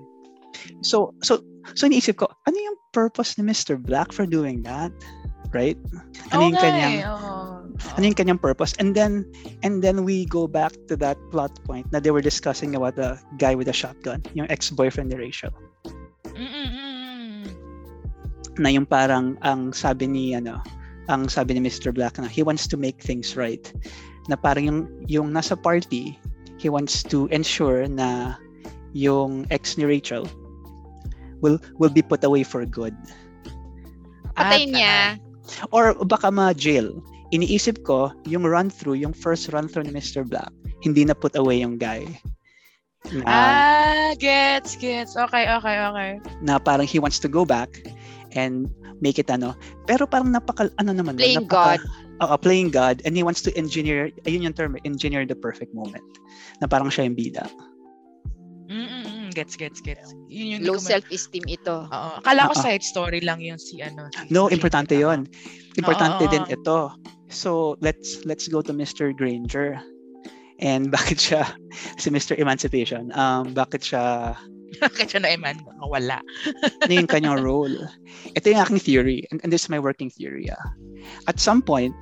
S2: so, so, so iniisip ko, ano yung purpose ni Mr. Black for doing that? Right?
S1: Oo
S2: Ano yung
S1: nga eh,
S2: kanyang,
S1: oo.
S2: ano yung kanyang purpose and then and then we go back to that plot point na they were discussing about the guy with the shotgun yung ex-boyfriend ni Rachel
S1: Mm, mm, mm, mm.
S2: na yung parang ang sabi ni ano ang sabi ni Mr. Black na he wants to make things right na parang yung yung nasa party he wants to ensure na yung ex ni Rachel will will be put away for good
S1: Ah,
S3: Patay niya.
S2: or baka ma-jail. Iniisip ko, yung run-through, yung first run-through ni Mr. Black, hindi na put away yung guy. Na,
S1: Ah, gets, gets. Okay, okay, okay.
S2: na parang he wants to go back and make it ano. Pero parang napaka, ano naman. no,
S3: Playing
S2: napaka, God. Oo, playing God. And he wants to engineer, ayun yung term, engineer the perfect moment. Na parang siya yung bida.
S1: Mm, mm, mm. Gets, gets, gets. Yun yung di
S3: Low
S1: ko ma-
S3: self-esteem ito.
S1: Oo. Akala ko
S2: Oo.
S1: side story lang yung si ano. Si
S2: Ah, No,
S1: si-
S2: importante yon. Importante
S1: Oo.
S2: din ito. So, let's let's go to Mr. Granger. And bakit siya si Mr. Emancipation? Um, bakit siya
S1: Bakit siya na-eman? Wala.
S2: ano yung kanyang role? Ito yung aking theory and, and this is my working theory. ah. At some point,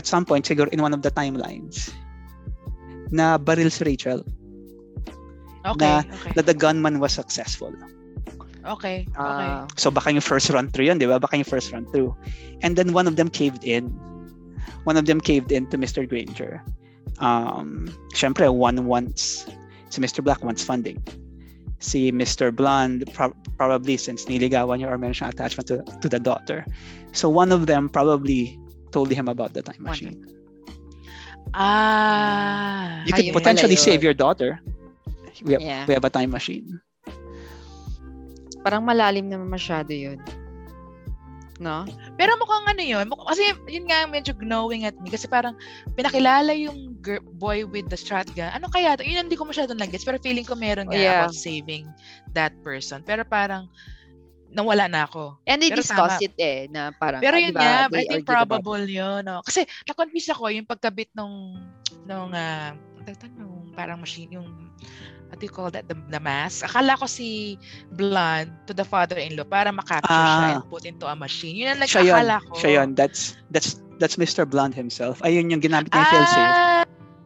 S2: at some point siguro in one of the timelines na baril si Rachel
S1: Okay,
S2: Na-
S1: okay.
S2: that the gunman was successful.
S1: Okay, okay.
S3: Ah.
S2: So baka yung first run through yun, di ba? Baka yung first run through. And then one of them caved in. One of them caved in to Mr. Granger. Um, Siyempre, one wants, si Mr. Black wants funding. Si Mr. Blonde, prob- probably since niligawan niya or meron siyang attachment to, to the
S3: Ah,
S2: daughter. So one of them probably told him about the time
S1: One
S2: machine.
S1: Ah.
S2: You could
S3: Ayun pala
S2: potentially
S3: yun.
S2: save your daughter. We have,
S3: Yeah.
S2: we have a time machine.
S3: Parang malalim naman masyado yun. No?
S1: Pero mukhang ano yun, mukhang, kasi yun nga medyo gnawing at me kasi parang pinakilala yung gir- boy with the shotgun. Ano kaya? to? Yun hindi ko masyadong nag-gets pero feeling ko meron nga
S3: Yeah.
S1: about saving that person. Pero parang nawala na ako.
S3: And they
S1: Pero tama.
S3: discuss it eh, na parang,
S1: Pero
S3: ah,
S1: yun
S3: di ba,
S1: nga, I
S3: they
S1: think
S3: argue about it.
S1: probable yun. No? Kasi na-confuse ako yung pagkabit nung, nung, ah, ang tawag doon, nung parang machine, yung, what do you call that, the, the mask. Akala ko si Blonde to the father-in-law para makapture siya
S2: Ah.
S1: and put into a machine. Yun ang
S2: Siya yun.
S1: nag-akala ko.
S2: Siya
S3: Oh.
S2: yun. That's, that's, that's Mr. Blonde himself. Ayun yung ginamit niya yung failsafe.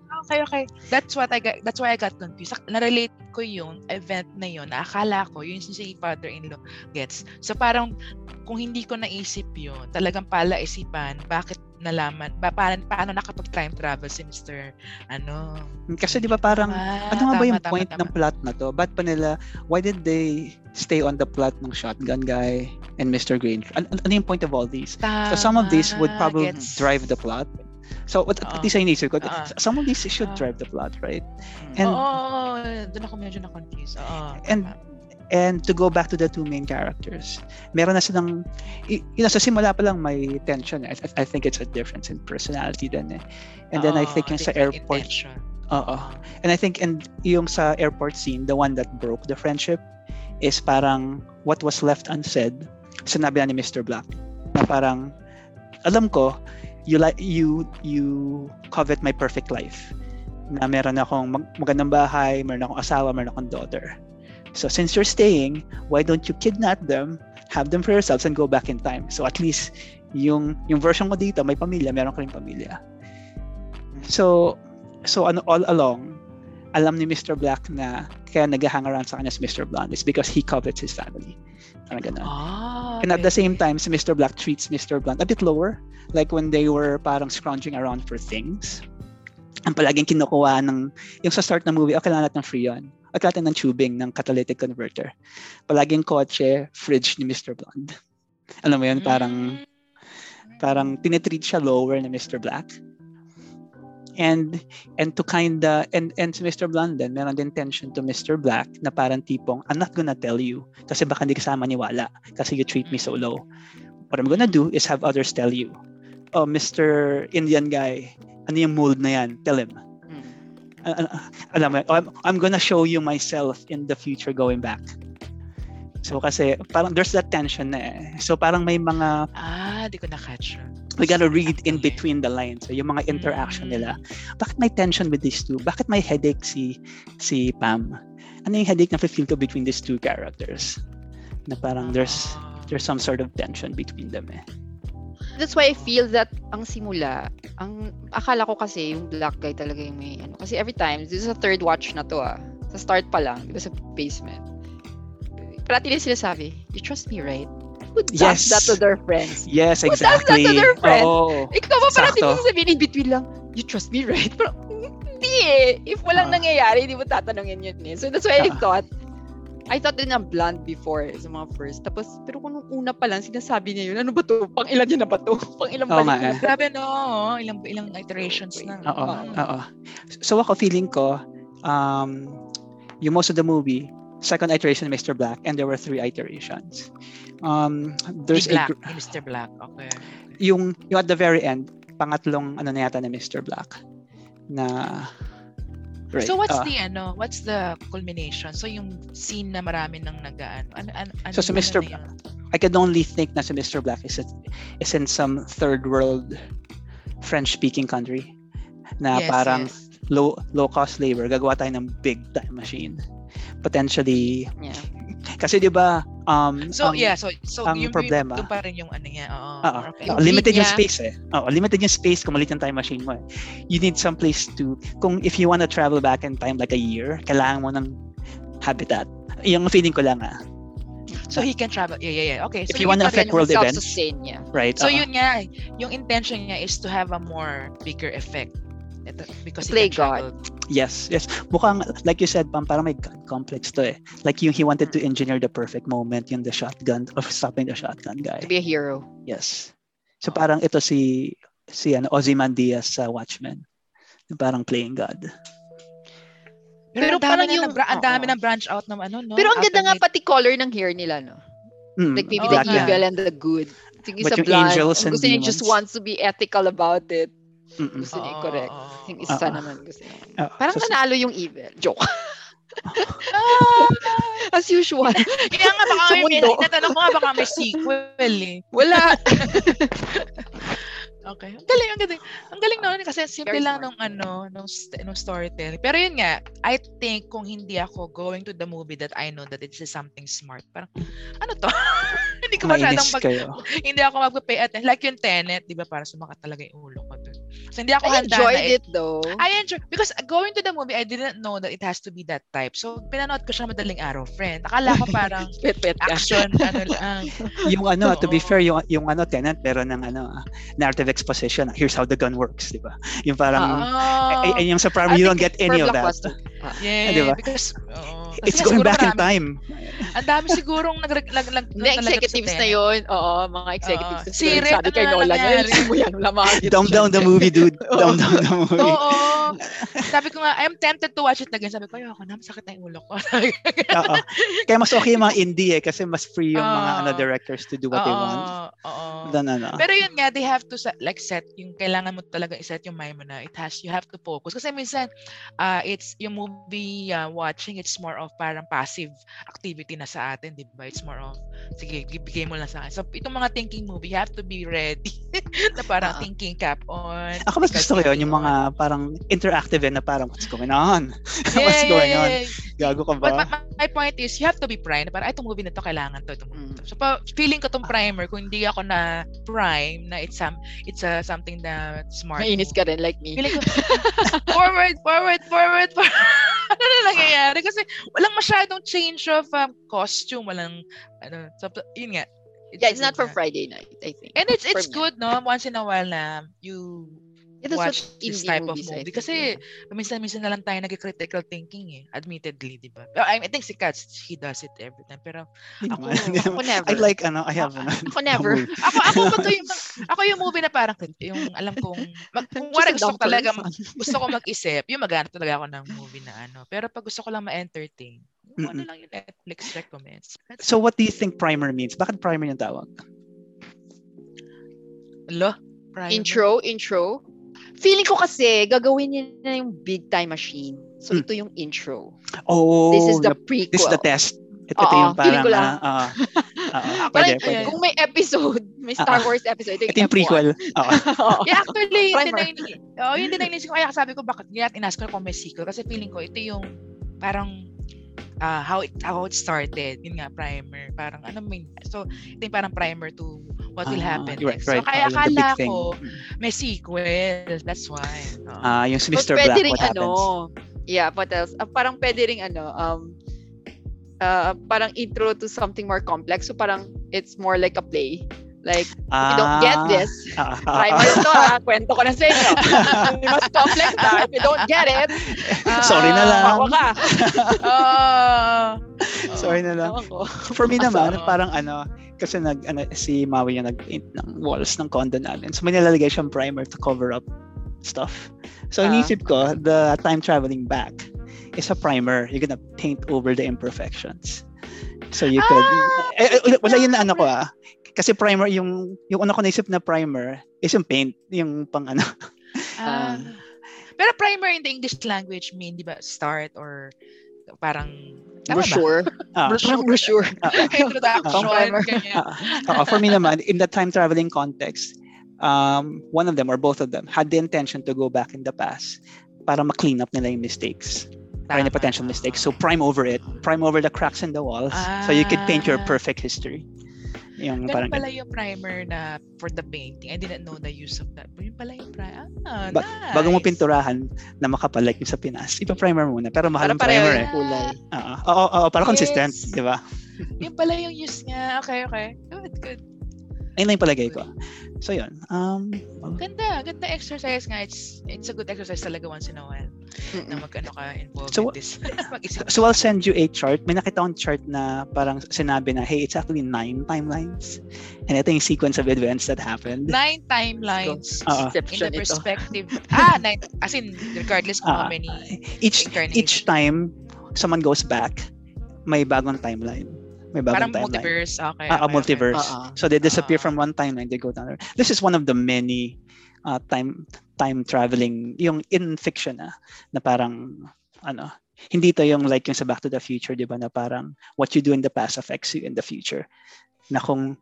S1: Ah, okay, okay. That's what I got, that's why I got confused. Ak- Narelate ko yung event na yun. Akala ko, yun si father-in-law gets. So parang, kung hindi ko naisip yun, talagang pala isipan, bakit nalaman, ba, paano, paano nakapag-time travel si Mr. Ano?
S2: Kasi di ba parang,
S1: Ah,
S2: ano nga ba
S1: tama,
S2: yung
S1: tama,
S2: point
S1: tama.
S2: ng plot na to? Ba't pa nila, why did they stay on the plot ng Shotgun Guy and Mr. Granger? An- an- ano yung point of all these? So some of these would
S1: Tama,
S2: probably
S1: Ah, gets. Oh.
S2: drive the plot. So what
S1: Oo.
S2: at least ay naisip ko,
S1: Oo.
S2: some of these should
S1: Oo.
S2: drive the plot, right?
S1: Ah. Oo,
S2: And
S1: oh, doon ako medyo na-confuse. Oo.
S2: And-
S1: tama.
S2: and to go back to the two main characters, meron na silang, y- you know, sa simula pa lang may tension. I, I- I think it's a difference in personality din eh. And then I
S1: Oo,
S2: think yung sa
S1: different
S2: airport, Oh,
S1: intention.
S2: oo. And I think and yung sa airport scene, the one that broke the friendship is parang what was left unsaid sinabi na ni Mr. Black na parang alam ko you like you you covet my perfect life na meron akong mag- magandang bahay, meron akong asawa, meron akong daughter. So since you're staying, why don't you kidnap them, have them for yourselves and go back in time. So at least yung yung version mo dito may pamilya, meron ka ring pamilya. So so ano all along alam ni Mr. Black na kaya nag-hang around sa kanya si Mr. Blonde is because he covets his family. Parang ganun.
S1: Ah,
S2: And at the
S1: okay.
S2: same time, si Mr. Black treats Mr. Blunt a bit lower. Like when they were parang scrounging around for things. Ang palaging kinukuha ng, yung sa start ng movie, oh, kailangan natin ng freon. O kailangan natin ng tubing ng catalytic converter. Palaging kotse, fridge ni Mr. Blonde. Alam mo yun, parang,
S1: Mm.
S2: parang tinitreat siya lower ni Mr. Black. And and to kinda and and si Mr. Blonde din, meron din tension to Mr. Black na parang tipong I'm not gonna tell you kasi baka hindi kasama niwala kasi you treat me so low what I'm gonna do is have others tell you, oh, Mr. Indian guy, ano yung mold na yan? Tell him.
S3: Mm.
S2: A- a- alam mo, I'm, I'm gonna show you myself in the future going back. So kasi parang there's that tension na eh. So parang may mga,
S1: Ah, di ko na-catch yun.
S2: we gotta read in
S1: Okay.
S2: between the lines. So yung mga
S3: Mm.
S2: interaction nila. Bakit may tension with these two? Bakit may headache si, si Pam? Ano yung headache na feel ko between these two characters? Na parang there's,
S1: Ah.
S2: there's some sort of tension between them eh.
S3: That's why I feel that ang simula, ang akala ko kasi yung black guy talaga yung may ano. Kasi every time, this is a third watch na to ah. Sa start pa lang, di ba sa basement. Parati nila sinasabi, you trust me, right? Who does
S2: Yes.
S3: that to their friends?
S2: Yes,
S3: Who does that to
S2: exactly.
S3: their friend?
S2: Oo.
S3: Ikaw ba parati
S2: Sakto.
S3: mo sasabihin in between lang, you trust me, right? Pero hindi eh. If
S2: Ah.
S3: walang nangyayari, hindi mo tatanungin yun eh. So that's why I
S2: Ah.
S3: thought, I thought din ang blonde before eh, sa mga first. Tapos, pero kung nung una pa lang, sinasabi niya yun, ano ba to? Pang ilan yun na ba to? Pang ilang
S2: Oo
S3: balik
S2: nga
S3: na
S2: eh.
S1: Grabe no, oh. ilang ilang iterations na.
S2: Oo.
S3: Oh.
S1: Mm.
S2: Oo. So ako feeling ko um yung most of the movie second iteration Mr. Black and there were three iterations. Um there's
S1: Ni Black,
S2: a gr-
S1: ni Mr. Black. Okay.
S2: yung yung at the very end pangatlong ano na yata ni Mr. Black na Right.
S1: So what's
S2: ah.
S1: the ano, what's the culmination? So yung scene na marami nang nagaano. Ano, ano, ano
S2: So, so
S1: yun,
S2: Mr.
S1: ano yun?
S2: I can only think na si Mr. Black is, at- is in some third world French speaking country na
S1: Yes,
S2: parang
S1: yes.
S2: low low cost labor gagawa tayo ng big time machine potentially
S3: Yeah.
S2: kasi 'di ba um
S1: So
S2: ang-
S1: yeah, so so
S2: ang
S1: yung
S2: problema-
S1: Doon pa rin yung ano niya. Oo.
S2: Oo.
S1: okay.
S2: Oo,
S3: Yung
S2: Oh, limited yung
S3: niya.
S2: space eh. Oo, limited yung space kung maliit yung time machine mo eh. You need some place to, kung if you wanna travel back in time like a year, kailangan mo ng habitat. Yung feeling ko lang ah,
S1: So he can travel. Yeah, yeah, yeah. Okay. So
S2: If you ah,
S1: yun
S2: wanna
S1: pa rin
S2: affect world
S1: yung-
S2: events.
S3: Self-sustain niya.
S2: right?
S1: So
S2: Oo.
S1: yun nga, eh. yung intention niya is to have a more bigger effect. Ito, because
S3: Play
S1: he can travel.
S2: Yes, yes. Mukhang, like you said, Pam, parang may gun complex to eh. Like yung he wanted
S1: Mm.
S2: to engineer the perfect moment, yung the shotgun, of stopping the shotgun
S3: To
S2: guy.
S3: be a hero.
S2: Yes. So parang ito si, si ano, Ozymandias sa Watchmen. Parang playing God.
S1: Pero, ang
S3: Pero
S1: dami
S3: parang
S1: na
S3: yung-
S1: nabra- ang dami
S3: oo.
S1: ng branch out ng ano, no?
S3: Pero ang ganda nga
S1: Alternate-
S3: pati color ng hair nila, no?
S2: Mm,
S3: Like maybe
S2: black
S3: the
S1: yan.
S3: evil and the good. Yung
S2: But
S3: isa
S2: yung
S3: blonde.
S2: angels
S3: ang
S2: and
S3: gusto niya just
S2: demons.
S3: wants to be ethical about it.
S2: Mm-mm.
S3: Gusto niya
S1: Oo,
S3: correct.
S1: oo, oo.
S3: Yung isa
S2: Oo.
S3: naman gusto niya.
S2: Oo,
S3: Parang
S2: Ah. so-
S3: nanalo yung evil. Joke.
S1: Ah!
S3: As usual.
S1: Kaya nga baka
S3: Sa
S1: may,
S3: mundo.
S1: natanong ko nga baka may sequel eh.
S3: Wala.
S1: Okay. Ang galing, ang galing. Ang galing naman kasi simple
S3: Very
S1: lang nung
S3: smart.
S1: ano, nung, st- nung storytelling. Pero yun nga, I think kung hindi ako going to the movie that I know that it's something smart, parang ano to? hindi ko masyadong
S2: Mainis
S1: pag,
S2: kayo.
S1: hindi ako magpe-pay attention. Like yung Tenet, di ba? Para sumakat talaga yung ulo ko dun. So hindi ako
S3: I
S1: handa na
S3: enjoyed it though.
S1: I enjoy because going to the movie, I didn't know that it has to be that type. So pinanood ko siya madaling araw, friend. Akala ko parang
S3: Pet-pet ka.
S1: action, ano lang.
S2: Yung ano, to be
S1: Oo.
S2: fair, yung, yung ano, tenant, meron ng ano, ah, narrative exposition. Here's how the gun works, di ba? Yung parang, ay, Oh. ay, yung sa prom,
S3: I
S2: you don't get
S3: think it's
S2: any
S3: for
S2: of that.
S3: blockbuster.
S1: Oh, yeah,
S2: di ba?
S1: because oo. Kasi
S2: It's
S1: nga siguro
S2: going back in
S1: marami-
S2: time.
S1: Ang dami sigurong nag nag nag
S3: Hindi, executives na yun. Oo, mga
S1: Oo.
S3: executives. na
S1: Si Rick,
S3: sabi kay
S1: ano na
S3: Nolan,
S1: nangyari?
S3: ayusin mo yan, wala makakita
S2: Dumb
S3: siya.
S2: down the movie, dude. Dumb down the
S1: Oo.
S2: movie.
S1: Sabi ko nga, I'm tempted to watch it again. Sabi ko, ayoko na, masakit na yung ulo ko.
S2: Oo. Kaya mas okay yung mga indie eh, kasi mas free yung mga
S1: Oo.
S2: ano, directors to do what they want.
S1: Oo.
S2: Than ano.
S1: Pero yun nga, they have to set- like set yung kailangan mo talaga i-set yung mind mo na it has you have to focus kasi minsan ah, it's yung movie ah, watching it's more of parang passive activity na sa atin, di ba? It's more of sige, bigay mo lang sa akin. So itong mga thinking movie, you have to be ready na parang
S3: Ah.
S1: thinking cap on.
S2: Ako mas gusto ko yun, yung
S1: thinking
S2: mga parang interactive eh, na parang what's going on?
S1: on. Yeah,
S2: what's going
S1: yeah,
S2: on?
S1: yeah, yeah.
S2: Gago ka
S1: But
S2: ba?
S1: my, my point is, you have to be primed. Parang, ay, itong movie na to, kailangan to. Itong movie na
S2: Mm.
S1: to. So, pa, feeling ko
S2: Ah.
S1: tong primer, kung hindi ako na prime, na it's, some, it's a, something na smart.
S3: Nainis ka rin, like me.
S1: Feeling ko, forward, forward, forward, forward. ano na nangyayari? Kasi walang masyadong change of um, costume. Walang, ano, so, yun nga.
S3: Yeah, it's not for
S1: good na.
S3: Friday night, I think.
S1: And it's
S3: for
S1: it's
S3: me.
S1: good, no? Once in a while na you
S3: It is what
S1: watch this
S3: indie
S1: type of
S3: movies, I
S1: movie.
S3: think, eh.
S1: Kasi minsan-minsan na lang tayo nag-critical thinking eh. Admittedly, di ba? Well, I, I think si Katz, he does it every time. Pero
S2: Ako,
S3: Ako never.
S2: I like ano, I have
S1: Ah,
S2: ano.
S3: Ako never.
S1: ako, ako, pa to yung, ako yung movie na parang yung alam kong, mag, kung wala
S3: Just
S1: gusto
S3: a
S1: ko
S3: dumb
S1: talaga,
S3: person.
S1: gusto ko mag-isip, yung maghanap talaga ako ng movie na ano. Pero pag gusto ko lang ma-entertain, yung ano
S2: Mm-mm.
S1: lang yung Netflix recommends. That's
S2: So what do you think primer means? Bakit primer yung tawag?
S1: lo, primer.
S3: Intro, intro. Feeling ko kasi, gagawin niya na yung big time machine. So,
S2: Mm.
S3: ito yung intro.
S2: Oh,
S3: This is the prequel.
S2: this is the test. Ito, ito
S3: Oo,
S2: yung parang,
S3: feeling ko lang.
S2: ah, ah, ah, ah, pwede,
S3: Parang,
S2: pwede.
S3: kung may episode, may
S2: Ah,
S3: Star
S2: ah.
S3: Wars episode,
S2: Ito
S3: ito
S2: yung
S3: yung F1.
S2: prequel. Oo.
S3: Oo.
S1: Yeah, actually, yun din
S3: Primer.
S1: na ini- Oo, yun din na inisip ko. Kaya sabi ko, bakit nga inask ko kung may sequel? Kasi feeling ko, ito yung parang ah, how it how it started. Yun nga, primer. Parang ano main. So, ito yung parang primer to what will
S2: Ah,
S1: happen
S2: right,
S1: next.
S2: right.
S1: So, kaya
S2: Ah, yung the
S1: akala
S2: big thing.
S1: ko, may sequel. That's why. Oh. Oo.
S2: Ah, yung
S3: But
S2: Mr.
S3: pwede
S2: Black,
S3: ring
S2: what
S3: ano,
S2: happens?
S3: yeah, what else? Ah, parang pwede ring ano, um, ah, parang intro to something more complex. So parang it's more like a play. Like, if you don't get this,
S2: Ah, ah,
S3: try
S2: ah,
S3: mo ito ah, kwento ko na sa inyo. Mas complex ah, if you don't get it,
S1: Ah, Oh.
S2: Sorry na lang.
S3: bawa ka.
S1: Ah.
S2: Sorry na lang.
S3: Ewan ko.
S2: For me naman,
S1: Oo.
S2: parang ano, kasi nag, ano, si Maui yung nag-paint ng walls ng condo namin. So may nilalagay siyang primer to cover up stuff. So
S3: Ah.
S2: inisip ko, the time traveling back is a primer. You're gonna paint over the imperfections. So you could, eh, eh, wala- wala yun na ano ko ah. Kasi primer, yung, yung una ko naisip na primer is yung paint, yung pang ano.
S1: Ah. pero primer in the English language mean, di ba, start or parang tama ba?
S3: Brochure.
S2: ah,
S3: Brochure. Brochure.
S2: ah, ah.
S1: Introduction.
S3: Primer.
S1: ganyan.
S2: Ah, ah, for me naman, in the time traveling context, um, one of them or both of them had the intention to go back in the past para ma-clean up nila yung mistakes or any
S1: Tama.
S2: potential mistakes. So prime over it, prime over the cracks in the walls so you could paint your
S1: Ah.
S2: perfect history. Yung
S1: Ganun
S2: parang
S1: pala yung primer na for the painting. I didn't know the use of that. Yun pala yung primer. Ah,
S2: Ba-
S1: nice.
S2: bago mo pinturahan na makapalag yung sa Pinas, ipa-primer muna. Pero mahal
S3: Para
S2: ang
S3: pareho
S2: primer eh.
S3: yung kulay.
S2: Oo, oo, oo, para consistent,
S1: Yes.
S2: di ba?
S1: Yun pala yung use niya. Okay, okay. Good, good.
S2: Ayun lang yung palagay ko. So yun. Um,
S1: Ganda. Ganda exercise nga. It's, it's a good exercise talaga once in a while. na mag-ano ka involved
S2: So,
S1: in this. Mag-isip
S2: So I'll send you a chart. May nakita akong chart na parang sinabi na, hey, it's actually nine timelines. And ito yung sequence of events that happened.
S4: Nine timelines
S2: Oo.
S4: in the
S5: Inception ito.
S4: perspective. ah, nine.
S1: As in, regardless kung how
S2: Ah,
S1: many
S2: Each,
S1: incarnations.
S2: each time someone goes back, may bagong timeline. May
S1: Parang
S2: bagong timeline.
S1: multiverse. Okay.
S2: Ah, ah,
S1: okay,
S2: multiverse.
S5: Ah, ah.
S2: So they disappear
S1: Ah.
S2: from one timeline, they go to another. This is one of the many uh, time time traveling yung in fiction ah, na parang ano, hindi to yung like yung sa Back to the Future, 'di ba, na parang what you do in the past affects you in the future. Na kung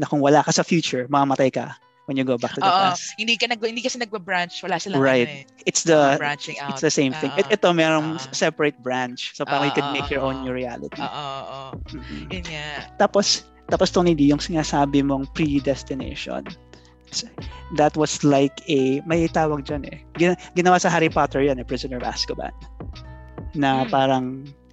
S2: na kung wala ka sa future, mamamatay ka when you go back to the
S1: Oo,
S2: past.
S1: hindi ka nag hindi kasi nagba-branch, wala silang
S2: Right.
S1: ano eh,
S2: It's the
S1: branching out.
S2: it's the same thing.
S1: Ah, ah.
S2: It, ito merong
S1: Ah, ah.
S2: separate branch. So parang you
S1: Ah,
S2: can
S1: ah,
S2: make your
S1: ah,
S2: own new reality.
S1: Oo, oo, oo.
S2: Mhm.
S1: Yun nga.
S2: Tapos, tapos Tony D, yung sinasabi mong predestination. That was like a, may tawag dyan eh. Gina, ginawa sa Harry Potter yan eh, Prisoner of Azkaban. Na
S4: Hmm.
S2: parang,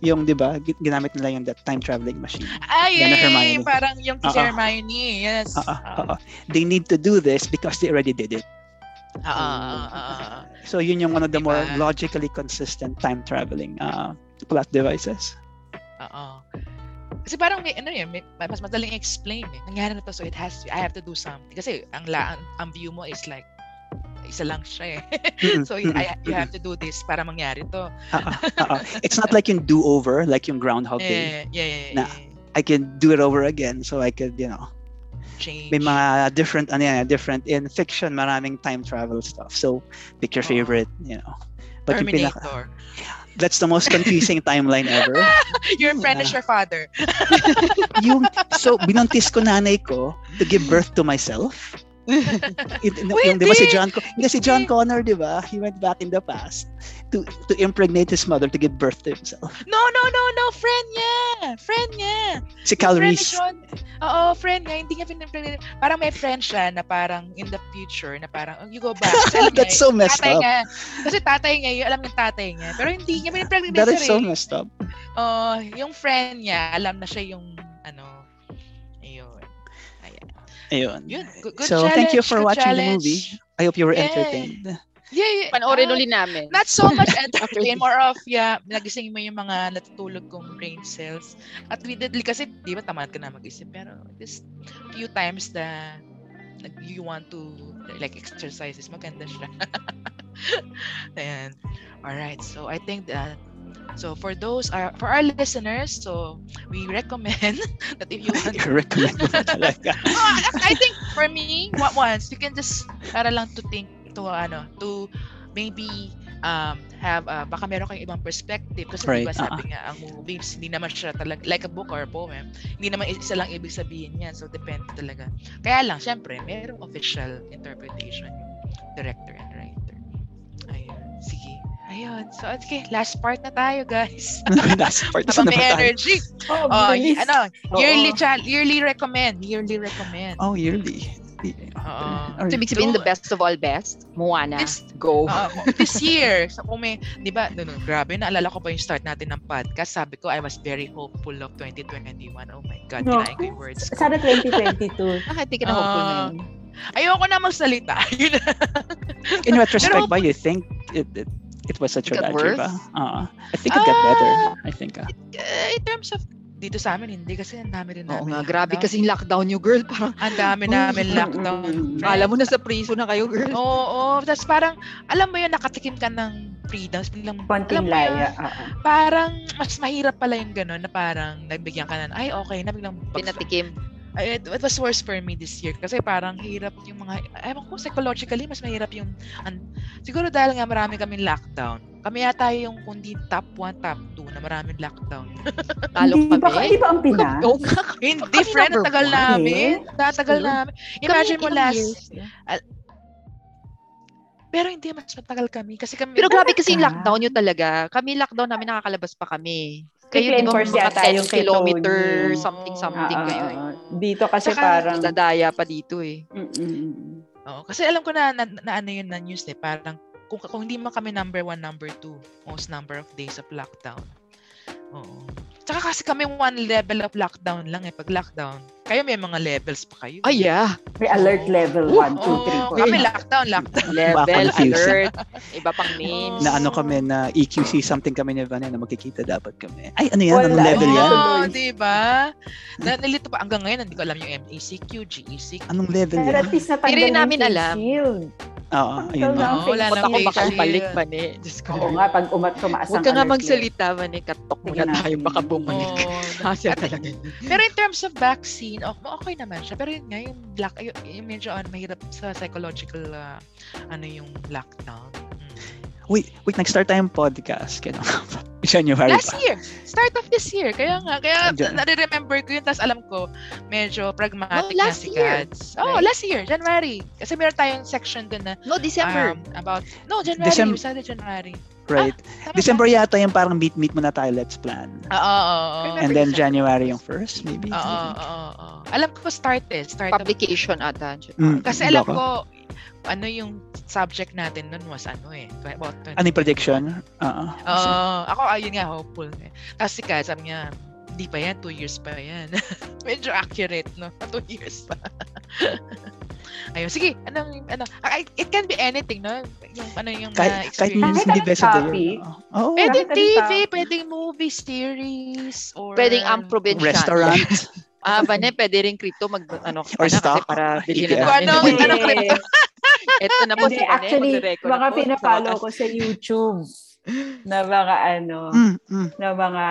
S2: yung di ba, gi- ginamit nila yung that time traveling machine.
S4: Ay, yeah,
S1: eh,
S2: Yan ang Hermione.
S4: parang yung kay
S2: Oo.
S4: Hermione. Yes.
S2: Oo,
S1: Ah.
S2: oo. They need to do this because they already did it.
S1: Oo,
S2: ah.
S1: oo, oo, oo.
S2: So yun yung one of the more
S1: ah, Diba?
S2: logically consistent time traveling uh, plot devices.
S1: Oo. Kasi parang may, ano yun, may, mas madaling explain eh. Nangyari na to, so it has to, I have to do something. Kasi ang, la, ang, ang view mo is like, isa lang siya eh.
S2: Mm-mm,
S1: so
S2: mm-mm,
S1: I, you
S2: mm-mm.
S1: have to do this para mangyari to.
S2: Oo, oo. It's not like yung do-over, like yung Groundhog Day.
S1: Eh, yeah, yeah, yeah.
S2: Na-
S1: yeah.
S2: I can do it over again so I could, you know,
S1: Change.
S2: may mga different ano yan, different in fiction maraming time travel stuff so pick your
S1: Oo.
S2: favorite you know but yung pinaka
S1: Terminator.
S2: that's the most confusing timeline ever
S1: Your friend is your father.
S2: yung so binuntis ko nanay ko to give birth to myself It, yung, di ba si John Co- hindi si John Connor di ba he went back in the past to to impregnate his mother to give birth to himself
S1: No, no, no, no. Friend niya. Friend niya.
S2: si Cal
S1: Friend ni
S2: Reese
S1: John. Oo, friend niya. Hindi niya pinag Parang may friend siya na parang in the future na parang oh, you go back. Kasi alam
S2: that's
S1: niya, eh.
S2: so messed
S1: tatay
S2: up
S1: Niya, kasi tatay niya, yun, alam ng tatay niya. Pero hindi niya pinag-pregnant
S2: that
S1: yung
S2: is so
S1: sarili.
S2: messed up
S1: Oh, yung friend niya, alam na siya yung ano, ayun. Ayan.
S2: ayun
S1: Yun, good, good
S2: so thank you
S1: challenge,
S2: for
S1: good
S2: watching
S1: challenge.
S2: the movie I hope you were
S1: Yeah.
S2: entertained
S1: Yeah, yeah.
S5: Panoorin
S1: Ah,
S5: uli
S3: eh.
S5: namin.
S1: Not so much entertain, more of, yeah, nagising mo yung mga natutulog kong brain cells. At we did, kasi di ba tamad ka na mag-isip, pero this few times na like, you want to like exercises, maganda siya. Ayan. Alright, so I think that So for those are for our listeners, so we recommend that if you want
S2: I recommend mo talaga
S1: Ah, I think for me, what once you can just para lang to think to ano to maybe um have uh, baka meron kayong ibang perspective kasi
S2: Right, ah,
S1: diba sabi nga ang movies hindi naman siya talaga like a book or a poem hindi naman isa lang ibig sabihin niyan so depende talaga kaya lang syempre merong official interpretation yung director and writer ayun sige ayun so okay last part na tayo guys
S2: Last part na
S1: Habang may
S2: naman tayo.
S1: energy
S4: Oh,
S1: oh y- ano
S2: Oo.
S1: yearly chal- yearly recommend yearly recommend
S2: Oh, yearly.
S1: Oo.
S2: Alright.
S5: So, ibig sabihin, the best of all best, Oh. Moana.
S1: This-
S5: Go.
S1: Ah, this year, sa kung may, di ba, no, no, grabe, naalala ko pa yung start natin ng podcast. Sabi ko, I was very hopeful of 2021. Oh my God,
S6: No.
S1: kinain ko yung words ko.
S6: Sana 2022.
S5: Bakit di ka na hopeful
S1: Ah.
S5: ngayon?
S1: Ayoko na magsalita. Yun na.
S2: In retrospect,
S1: Pero-
S2: ba you think it it, it was such
S5: It
S2: a
S5: got
S2: bad year
S5: worse?
S2: ba? Uh, I think it got better. I think. ah.
S1: Eh, in terms of, dito sa amin, hindi kasi ang dami rin
S5: Oo
S1: namin.
S5: nga, grabe
S1: lockdown.
S2: Ah.
S5: kasing lockdown yung girl. Parang,
S1: Ang dami namin lockdown.
S5: alam mo na sa prison na kayo, girl.
S1: Oo, oo. Tapos parang, alam mo yun, nakatikim ka ng freedom. Bilang, alam mo
S6: Konting
S1: yun,
S6: laya. ah, ah.
S1: Parang, mas mahirap pala yung gano'n na parang nagbigyan ka na, ay, okay, na biglang bagsak.
S5: Pinatikim.
S1: Ay, it, it was worse for me this year kasi parang hirap yung mga ewan ko psychologically mas mahirap yung an, siguro dahil nga marami kaming lockdown kami yata yung kundi top 1 top 2 na maraming lockdown
S5: Talo
S6: Hindi ba,
S5: kami.
S6: hindi ba ang Pina?
S5: Oo nga,
S1: hindi friend ang
S5: number
S1: tagal
S5: one,
S1: namin tatagal
S5: Sure.
S1: namin imagine mo
S5: Kami, ilang years?
S1: last pero hindi mas matagal kami kasi kami
S5: Pero grabe kasi yung
S6: Ah.
S5: lockdown yun talaga. Kami lockdown namin nakakalabas pa kami.
S6: Kayo,
S5: Kayo di ba
S6: enforce
S5: mga
S6: yata
S5: 10
S6: yung kay
S5: kilometer
S6: Tony.
S5: something
S6: Ah,
S5: something
S6: ah,
S5: kayo.
S6: ah, ah. Dito kasi
S1: Tsaka,
S6: parang...
S5: Dadaya pa dito eh.
S6: Mm, mm, mm.
S1: Oo, kasi alam ko na, na, na ano yun na news eh, parang kung, kung hindi man kami number one, number two, most number of days of lockdown. Oo. Tsaka Saka kasi kami one level of lockdown lang eh, pag lockdown. Kayo may mga levels pa kayo.
S5: Oh, yeah.
S6: May alert level 1, 2, 3,
S1: Oo, kami lockdown, lockdown.
S5: Level,
S2: confusing.
S5: alert, iba pang names.
S2: na ano kami na EQC something kami ni Vanna na magkikita dapat kami. Ay, ano yan? Anong
S6: Wala.
S2: level yan?
S1: Oo,
S6: Tuloy.
S1: di ba? Na, nalito pa hanggang ngayon, hindi ko alam yung MECQ, GECQ.
S2: Anong level
S6: Pero
S2: yan?
S6: at least natanggal
S5: Hindi rin
S6: na yung
S5: namin
S6: face
S5: alam.
S6: shield.
S2: Oo, ayun
S6: Wala.
S2: na.
S1: Oo, wala
S5: Ba't
S1: nang
S5: ako
S1: facial.
S5: makakabalik pa ni? Diyos ko.
S6: Oo nga, pag umat tumaas
S5: Huwag ka nga
S6: alert
S5: magsalita man eh. Katok
S6: Sige
S5: muna
S6: na.
S5: tayo. Baka bumalik.
S1: Oo.
S5: Kasi
S1: At-
S5: talaga.
S1: Pero in terms of vaccine, oh, okay naman siya. Pero yun nga, yung, black, yung, yung medyo ah, mahirap sa psychological, ah, ano yung lockdown. Mm.
S2: Wait, wait, nag-start tayong podcast. Kaya January
S1: Last
S2: pa.
S1: year, start of this year. Kaya nga, kaya
S2: Jan-
S1: nare-remember ko yun. Tapos alam ko, medyo pragmatic
S5: Oh,
S1: na
S5: last
S1: si
S5: year.
S1: Gads. Oh,
S5: Right.
S1: last year, January. Kasi meron tayong section dun na
S5: No, December.
S1: um,
S6: Ah,
S1: about, no, January.
S2: Decem-
S1: December. Saturday, January.
S2: Right.
S1: Tama ba?
S2: December yata yung parang meet-meet muna tayo, let's plan.
S1: Oo, oo, oo.
S2: And
S1: Oo,
S2: then January yung first, maybe.
S1: oo, oo, oo. Alam ko start eh. Start of
S5: Publication ata.
S2: Mm,
S1: Kasi alam
S2: baka.
S1: ko, ano yung subject natin nun was ano eh. tw- About 20.
S2: Ano yung prediction? Oo.
S1: Oo. ako, ayun nga, hopeful. Eh. Tapos si Kat, sabi niya, hindi pa yan, two years pa yan. Medyo accurate, no? Two years pa. Ayun, sige, anong, ano, ah, it- it can be anything, no? Yung, ano yung
S2: kahit, kahit
S1: na-experience.
S2: hindi
S6: Kahit
S2: best
S6: anong
S2: of the
S6: topic.
S2: year. Oo. Oo.
S1: Pwedeng
S6: kahit anong
S1: TV,
S6: topic.
S1: pwedeng movie series, or...
S5: Pwedeng ang
S6: um,
S5: probinsya.
S2: Restaurant.
S5: Ah, ba na, pwede rin crypto mag, ano, ka
S2: Or
S5: na, kasi
S2: stock.
S5: para bilhin
S2: ETL.
S5: na namin.
S1: Ano?
S6: Hindi.
S1: Anong crypto?
S5: Ito na po
S6: Hindi,
S5: si Bane,
S6: actually,
S5: magre-record
S6: mga
S5: po.
S6: pinapalo ko sa YouTube na mga ano,
S2: Mm, mm.
S6: na mga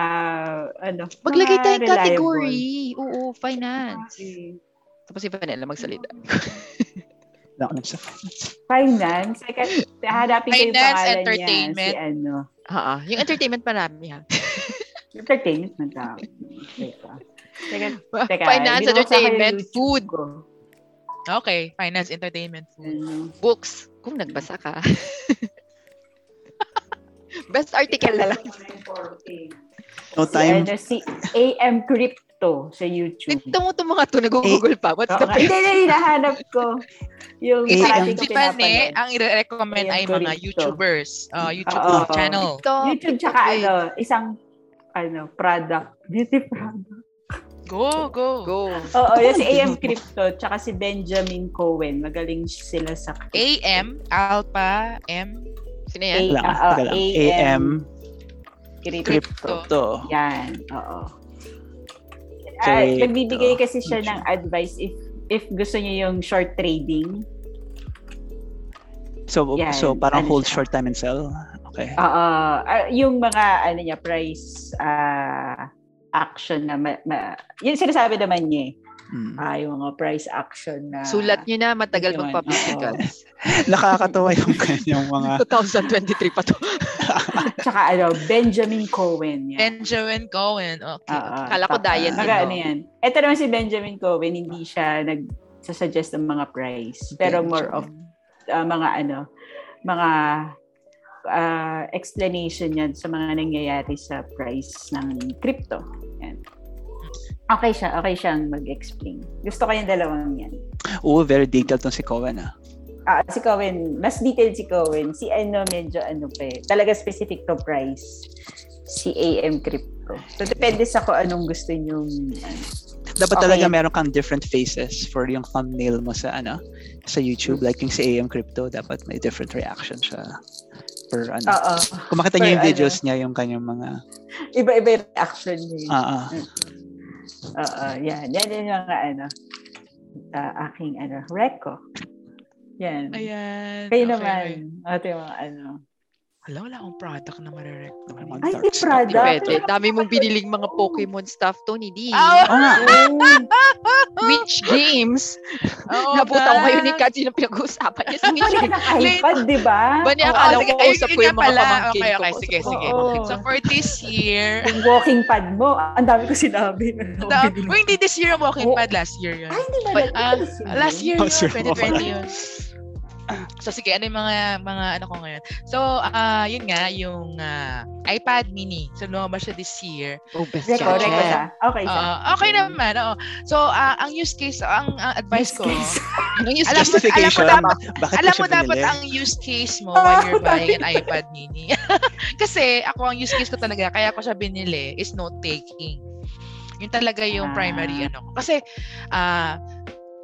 S6: ano,
S5: Maglagay
S6: mga
S5: tayong
S6: reliable. Ah,
S5: category. Oo, finance.
S6: Okay.
S5: Tapos si Vanilla magsalita.
S2: Wala ako nagsa-
S6: Finance. Ay, kasi hanapin ko yung
S4: Finance,
S6: pangalan
S4: entertainment.
S6: niya. Si ano.
S5: Oo. Yung entertainment marami ha.
S6: Entertainment man tawag. Teka. Teka, teka.
S5: finance,
S6: binuksan ko yung
S5: entertainment,
S6: YouTube
S5: food,
S6: ko.
S1: Okay, finance, entertainment, food.
S6: Ano.
S5: books. Kung nagbasa ka. Best article na lang.
S2: No
S6: Si
S2: time.
S6: ano, si AM Crypto sa YouTube.
S5: Tignan mo itong mga to, nag-google pa. What's
S6: Oo,
S5: the
S6: nga. Hindi,
S5: best?
S6: hindi, hinahanap ko. Yung
S2: Eh,
S6: dati
S2: ang
S6: ko
S1: Si Pan eh,
S6: pinapanood.
S1: ang i-recommend
S6: Ayan
S1: ay
S6: ko
S1: mga
S6: rito.
S1: YouTubers, uh, YouTube
S6: Oo.
S1: channel.
S3: oh,
S5: Ito.
S6: YouTube tsaka ano, isang ano, product. Beauty product.
S1: Go, go.
S5: Go.
S6: Oo, yun si AM Crypto tsaka si Benjamin Cohen. Magaling sila sa
S1: AM, Alpha, M,
S5: Sino yan?
S6: Eh,
S2: Wala ka.
S6: ah,
S2: Taga lang.
S6: AM.
S2: AM.
S6: Crypto.
S2: Crypto. to.
S6: Yan, oo.
S2: Crypto.
S6: Ay, nagbibigay kasi siya ng advice if if gusto niyo yung short trading.
S2: So,
S6: Yan,
S2: so parang
S6: ano
S2: hold
S6: siya?
S2: short time and sell. Okay.
S6: Oo, ah, yung mga ano niya price ah, action na ma, ma, yun sinasabi naman niya eh.
S2: Mm.
S6: Ah, yung mga price action na
S5: Sulat nyo na, matagal
S6: Yun.
S5: magpapublical.
S2: Nakakatawa yung kanyang mga
S5: 2023 pa to.
S6: Tsaka ano, Benjamin Cohen. Yan.
S1: Benjamin Cohen. Okay.
S6: Oo,
S5: Kala ko
S6: Ah, tama.
S5: diet
S6: Saka
S5: yun,
S6: ano
S5: no?
S6: yan. Ito naman si Benjamin Cohen, hindi siya nag-suggest ng mga price. Pero more of ah, mga ano, mga ah, explanation yan sa mga nangyayari sa price ng crypto. Yan. Okay siya. Okay siyang mag-explain. Gusto ko yung dalawang yan.
S2: Oo, very detailed tong si Cohen ah.
S6: Ah, si Cohen, mas detailed si Cohen. Si ano, medyo ano pa eh. Talaga specific to price. Si AM Crypto. So, depende sa kung anong gusto nyo.
S2: Dapat
S6: Okay.
S2: talaga meron kang different faces for yung thumbnail mo sa ano sa YouTube like yung si AM Crypto dapat may different reaction siya per ano.
S6: Oo.
S2: Kung makita niyo yung
S6: Uh, per ano.
S2: videos niya yung kanyang mga
S6: Iba-iba yung reaction niya.
S2: ah ah.
S6: Oo, yan. Yan yung mga ano. ah, aking ano, reko. Yan.
S1: Ayan.
S6: Kayo
S1: okay,
S6: naman.
S1: okay.
S6: Ate mga ano.
S1: Wala, wala akong product na marirect.
S2: Naman,
S6: Ay,
S2: dark
S6: di
S2: stock.
S6: Prada.
S5: Pwede. Dami mong biniling mga Pokemon stuff, Tony D.
S4: Ah,
S2: Oo nga.
S5: Which games?
S4: oh,
S5: Nabuta ko kayo ni Kat, sino pinag-uusapan niya sa which
S6: Wala
S5: games?
S6: ng iPad, di ba?
S5: Ba niya,
S6: Oo,
S5: akala ko
S4: sige,
S5: kausap
S4: ayun,
S5: ko
S4: yun
S5: yung mga
S4: pala.
S5: pamangkin
S4: Okay,
S5: ko.
S4: okay, sige,
S5: Kausap ko mga
S4: sige.
S5: pamangkin
S6: Oo.
S4: So for this year,
S6: Yung walking pad mo. ah, Ang dami ko sinabi.
S4: the, Uy, hindi this year ang walking
S6: Oh.
S4: pad, last year yun.
S6: Ay, hindi ba?
S5: But,
S6: Ano
S5: ah,
S6: ba yun?
S4: Last year yun,
S2: Last year,
S4: 2020
S2: okay.
S4: yun. So sige, ano yung mga mga ano ko ngayon? So ah yun nga yung ah, iPad mini. So lumabas siya this year.
S5: ko. Oh, best
S6: Reko,
S5: judge.
S6: reko siya. Okay
S1: Ah,
S6: siya. Mm.
S4: Oo, Ah, okay naman. Oo. So ah, ang use case, ang, ang advice ko,
S5: Nung yung
S4: alam mo alam mo
S2: Justification.
S4: dapat
S2: Bakit
S4: alam
S2: ko
S4: mo
S2: siya
S4: dapat
S2: pinili?
S4: ang use case mo when you're buying an iPad mini.
S1: Kasi ako ang use case ko talaga, kaya ako siya binili, is note-taking. Yun talaga yung
S6: Ah.
S1: primary ano ko. Kasi, ah,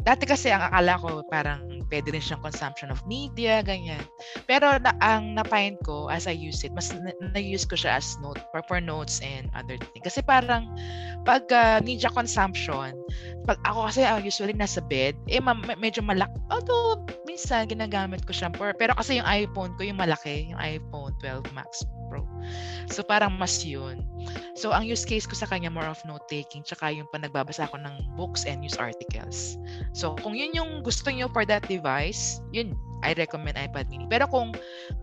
S1: dati kasi ang akala ko parang pwede rin siyang consumption of media, ganyan. Pero na, ang na-find ko as I use it, mas na- na-use ko siya as note, for, for notes and other things. Kasi parang pag ah, media consumption, pag ako kasi ah, usually nasa bed, eh ma- me- medyo malaki. Although minsan ginagamit ko siya for, pero kasi yung iPhone ko yung malaki, yung iPhone 12 Max Pro. So parang mas yun. So ang use case ko sa kanya more of note taking tsaka yung pa nagbabasa ako ng books and news articles. So kung yun yung gusto niyo for that device, yun I recommend iPad mini. Pero kung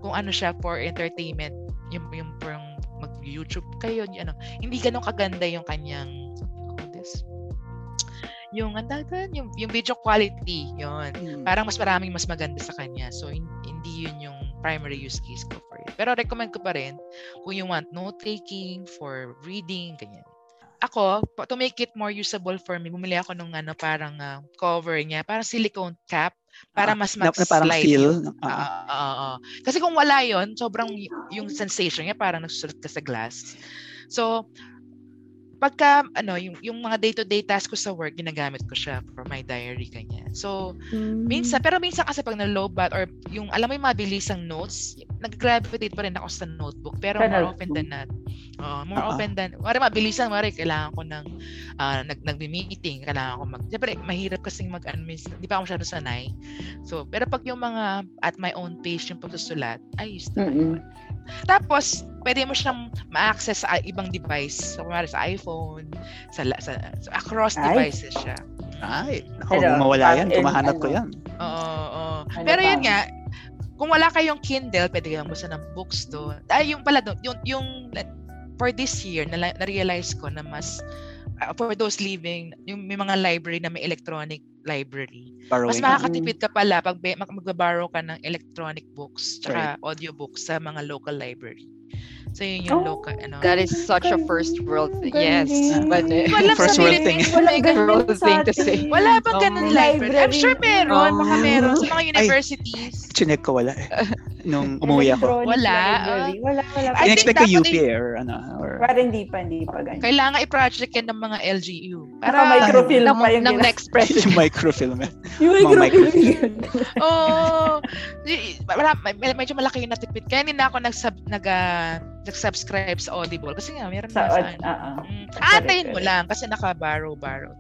S1: kung ano siya for entertainment, yung yung parang mag-YouTube kayo, yung ano, hindi ganun kaganda yung kanyang what do you call this? yung ang tawag doon, yung, yung video quality, yun. Parang mas maraming mas maganda sa kanya. So, hin- hindi yun yung primary use case ko for it. Pero recommend ko pa rin kung you want note-taking for reading, ganyan. Ako, pa- to make it more usable for me, bumili ako nung ano, parang ah, cover niya, parang silicone cap para mas
S2: Ah, na, na parang
S1: mag-slide
S2: feel.
S1: yun.
S2: no?
S1: Oo,
S2: Ah,
S1: oo, oo. Kasi kung wala yon sobrang y- yung sensation niya parang nagsusulat ka sa glass. So, pagka, ano, yung, yung mga day-to-day task ko sa work, ginagamit ko siya for my diary, kanya. So, minsan, pero minsan kasi pag na-low bat or yung, alam mo yung mabilisang notes, nag-gravitate pa rin ako sa notebook. Pero
S6: Sa
S1: more
S6: notebook.
S1: often than not, oo, more
S2: Ah, ah.
S1: often than, mara mabilisan, mara kailangan ko ng, ah, nag, nag-meeting, kailangan ko mag, siyempre, mahirap kasing mag, ano, minsan, di pa ako masyado sanay. So, pero pag yung mga at my own pace yung pagsusulat, ayos naman
S6: Mm-mm.
S1: yun. Tapos, pwede mo siyang ma-access sa ibang device. So, kumari sa iPhone, sa, la- sa, so across
S6: Ay.
S1: devices siya.
S2: Ah, Ay, naku,
S6: Pero,
S2: kung mawala yan,
S6: parang
S2: tumahanap
S6: ano,
S2: ko yan.
S1: Oo, oo.
S6: Ano
S1: Pero yun
S6: pa?
S1: nga, kung wala kayong Kindle, pwede kayong basa ng books doon. Ay, yung pala doon, yung, yung for this year, nala- na-realize ko na mas, uh, for those living, yung may mga library na may electronic library, mas
S2: Borrowing.
S1: makakatipid ka pala pag be- mag- magbaborrow ka ng electronic books tsaka audiobooks sa mga local library. So yun yung
S6: Oh,
S1: local ano.
S3: That is such a first world thing. Yes. But, eh,
S1: Walang
S2: First
S1: sa
S2: world
S1: Philippines,
S2: thing.
S1: may ganun.
S3: Girl thing to say.
S1: Wala ba ganun
S6: Oh, May
S1: library? I'm sure
S6: library.
S1: meron. Baka
S6: Oh.
S1: meron. Sa mga universities.
S2: Chinek ko wala eh. Nung umuwi ako.
S6: Electronic
S1: Wala,
S6: library. Wala, wala.
S1: I think
S2: In-expect ko
S1: dapat
S2: UP or ano. Or,
S6: Parang hindi pa, hindi pa ganyan.
S1: Kailangan i-project yan ng mga LGU.
S6: Para microfilm
S3: ng,
S6: pa yung
S3: ng
S6: gina-
S3: next president.
S2: yung microfilm. eh.
S6: Yung
S2: mga
S6: microfilm.
S1: Oo. Y- Wala, may- may- medyo malaki yung natipid. Kaya hindi na ako nag-sub, nag, ah, nag-subscribe sa Audible. Kasi nga, meron
S6: Sa, ah,
S1: na sa
S6: od-
S1: ano.
S6: oo.
S1: Mm.
S6: Correct,
S1: Aantayin mo
S6: correct.
S1: lang kasi naka-borrow-borrow.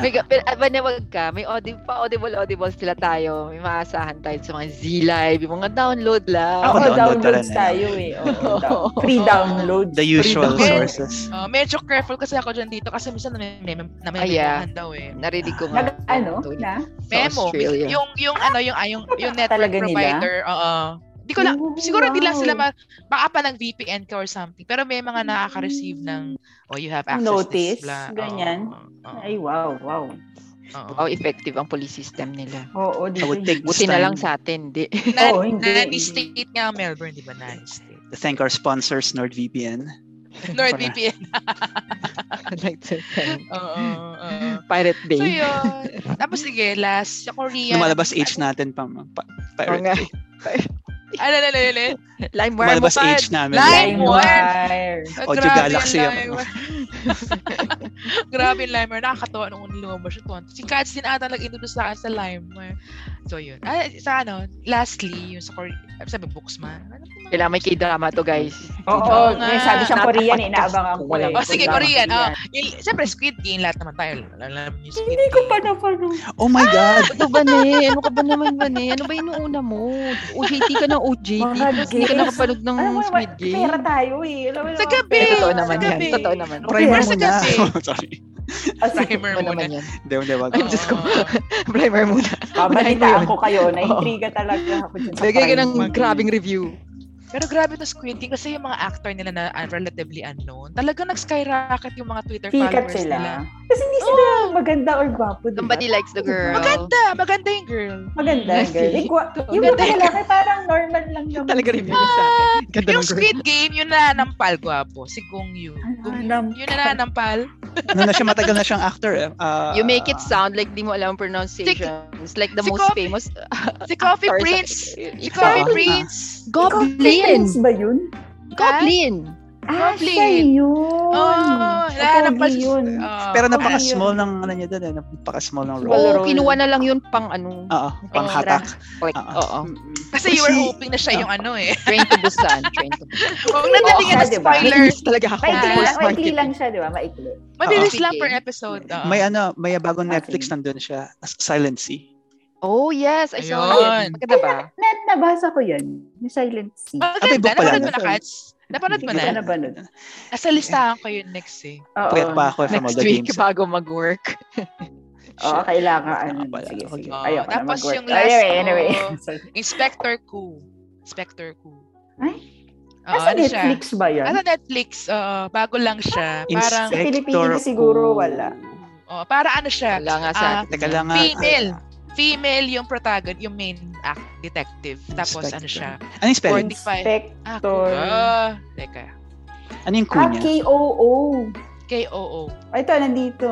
S3: May, ga- pero, ah, manawag ka, may audible, pa audible, audible sila tayo. May maasahan tayo sa mga Z-Live, yung mga download lang.
S2: Ako,
S6: Oo,
S2: download
S6: downloads
S2: ka rin eh.
S6: tayo eh. Oo, down- free download.
S2: The usual
S1: Freedom.
S2: sources.
S1: Uh, medyo careful kasi ako dyan dito kasi minsan
S6: Ah,
S1: namimembrahan
S3: Ay, yeah.
S1: daw eh.
S3: Narinig ko nga.
S6: Nag, ano,
S3: Tony,
S6: na?
S3: sa
S1: Memo.
S3: Australia.
S1: Yung, yung ano, yung, ah, yung, yung network
S6: Talaga nila?
S1: provider. Oo. Di ko lang,
S6: Oh,
S1: siguro di lang
S6: wow.
S1: sila, ma, baka pa ng VPN ka or something. Pero may mga nakaka-receive ng, oh, you have access this.
S6: Notice,
S1: blah. Oo,
S6: ganyan.
S1: oo, oo,
S6: Ay, wow, wow.
S1: oo.
S3: Wow, effective ang police system nila.
S6: Oo,
S2: I
S6: dito.
S2: would take this
S3: Buti na lang
S2: time
S3: sa atin, di.
S1: Na,
S6: Oo, hindi,
S1: nanny
S6: hindi.
S1: state nga ang Melbourne, di ba? Nanny state.
S2: to thank our sponsors, NordVPN.
S1: NordVPN.
S3: like to thank
S1: Oo. oo, oo.
S3: Pirate
S1: So
S3: Bay.
S1: yun. Tapos sige, last, sa Korea.
S2: Lumalabas age natin pa. pa, pa
S3: Oo nga.
S1: Ano, ano, ano, ano?
S3: Lime wire mo
S2: lumalabas
S3: pa.
S2: age namin.
S1: Lime wire.
S6: wire.
S2: Audio
S1: grabe
S2: Galaxy ano?
S1: yung
S2: ako.
S1: Limer. grabe yung Limer. Nakakatawa nung lumabas siya. tuwan. Si Cats din ata nag-introduce sa akin sa Limer. So, yun. Ah, sa ano, lastly, yung sa Korean, sabi, books man. Ano ba?
S3: Kailangan may k-drama to, guys.
S6: Oo,
S1: Oo nga.
S6: may sabi siyang Korean eh.
S3: Napaka-podcast
S6: Inaabangan
S3: ko,
S6: ko
S3: wala
S6: eh.
S3: ba?
S1: Oh, sige,
S6: Kailangan
S1: Korean. Oh,
S6: Korean.
S1: yung, siyempre, Squid Game. Lahat naman tayo. Alam niyo, Squid
S6: Hindi ko
S1: Game.
S6: Ano pa napanood.
S2: Oh my God!
S3: Ano ba, ne? Ano ka ba naman ba, ne? Ano ba inuuna mo? OJT ka ng OJT.
S6: Mga
S3: Hindi ka
S6: gays.
S3: nakapanood ng
S6: Alam mo, naman,
S3: Oh, Squid Game.
S6: pera tayo eh. Alam mo
S1: Sa
S6: naman,
S1: gabi!
S6: pera.
S3: Totoo naman
S6: Sa
S3: yan.
S6: gabi.
S3: Totoo naman.
S2: Primer
S1: Primer
S2: muna.
S1: kasi.
S2: Sorry.
S6: Ah, sige.
S1: Primer
S3: Totoo
S1: muna.
S3: naman yan.
S2: Hindi, hindi. Wag.
S1: Oo.
S3: Diyos ko. Primer muna.
S6: Ah,
S3: Unahin mo
S6: balitaan
S3: yun.
S6: ko kayo. Naintriga talaga ako dyan sa
S3: Lagay ka
S6: crime.
S3: ng grabing review.
S1: Pero grabe to Squid Game kasi yung mga actor nila na ah, relatively unknown, talaga nag-skyrocket yung mga Twitter followers
S6: Sikat sila.
S1: nila.
S6: Kasi hindi sila maganda or gwapo. diba?
S3: Somebody likes the girl.
S1: Maganda! Maganda yung girl.
S3: I
S6: Maganda ang girl.
S3: see.
S6: Yung, gwa- yung
S3: Maganda
S6: mga lalaki parang normal lang naman.
S3: Talaga review niya sa akin. Ganda
S1: yung
S3: ng girl.
S1: Squid Game, yun na nampal gwapo. Si Gong Yu.
S6: Ano?
S1: Gong Yu.
S6: Alam.
S1: Yun na nampal.
S2: Ano na siya, matagal na siyang actor. eh. Ah,
S3: You make it sound like di mo alam ang pronunciation. It's like the
S1: si
S3: most
S1: Coffee-
S3: famous
S1: Si Coffee
S3: actor sa-
S1: Prince. Si
S3: Ikaw,
S1: Coffee
S2: Ah.
S1: Prince. Diba?
S6: Ikaw,
S3: Goblin!
S6: ba yun?
S7: Goblin!
S6: Ah,
S3: Goblin.
S6: siya yun.
S1: Oh, nahanap pa
S6: Pogi yun.
S1: Oh,
S2: Pero
S6: okay
S2: napaka-small
S6: yun.
S2: ng ano niya doon eh. Napaka-small ng role.
S7: Oo,
S6: Roll.
S7: kinuha na lang yun pang ano.
S2: Oo, panghatak.
S7: Like,
S2: Ah,
S7: oo.
S6: Mm-mm.
S1: kasi you were
S2: Kasi-
S1: hoping na siya yung ano eh.
S7: Train to Busan. Train to Busan.
S1: Huwag na naligyan
S6: Oo,
S1: ng
S6: diba?
S1: spoiler.
S2: Nainis talaga ako.
S6: Maikli lang,
S2: Post
S6: maikli
S2: marketing.
S6: lang siya, di ba? Maikli.
S1: Mabilis
S3: Oo.
S1: lang per episode. ah. oo.
S2: May ano, may bagong
S6: Okay.
S2: Netflix nandun siya. As- Silent Sea.
S3: Oh, yes. I saw
S1: Ayun.
S3: it. Maganda ba?
S6: Na, nabasa ko yun. Yung Silent Sea.
S2: Abay,
S1: Maganda.
S2: book pala.
S1: Napanood mo na,
S2: Sorry.
S1: Kats? Napanood mo
S6: Hindi ko
S1: na?
S6: na napanood.
S1: Nasa listahan ko yun next eh.
S6: Oo.
S2: Puyat pa ako from all
S3: Next
S2: the
S3: week
S2: games.
S3: bago mag-work.
S6: Oo,
S2: Shit.
S6: kailangan.
S2: Kailangan
S6: Ano,
S2: pala.
S6: sige,
S2: Okay.
S6: sige.
S1: Oo,
S6: Ayoko na
S1: tapos
S6: mag-work. Oh,
S1: yung last
S6: anyway,
S1: ko-
S6: anyway. Sorry.
S1: Inspector Ku. Inspector Ku.
S6: Ay?
S1: Oo,
S6: Nasa
S1: ano siya?
S6: Netflix ba yun? Ah.
S1: Nasa Netflix. oo, bago lang siya. Parang,
S6: Sa Pilipinas siguro wala.
S1: oh, para ano siya?
S3: Wala nga sa
S1: Ah,
S3: atin.
S2: Teka lang nga.
S1: Female. Female yung protagonist, yung main act, detective. Tapos ano siya?
S2: Inspector. Ano yung spelling?
S1: 45.
S6: Spec.
S1: Ah,
S6: Tor.
S1: ah, teka.
S2: Ano yung
S6: Ah,
S2: kunya?
S6: K.O.O.
S1: K-O-O.
S6: Ay, Ito, nandito.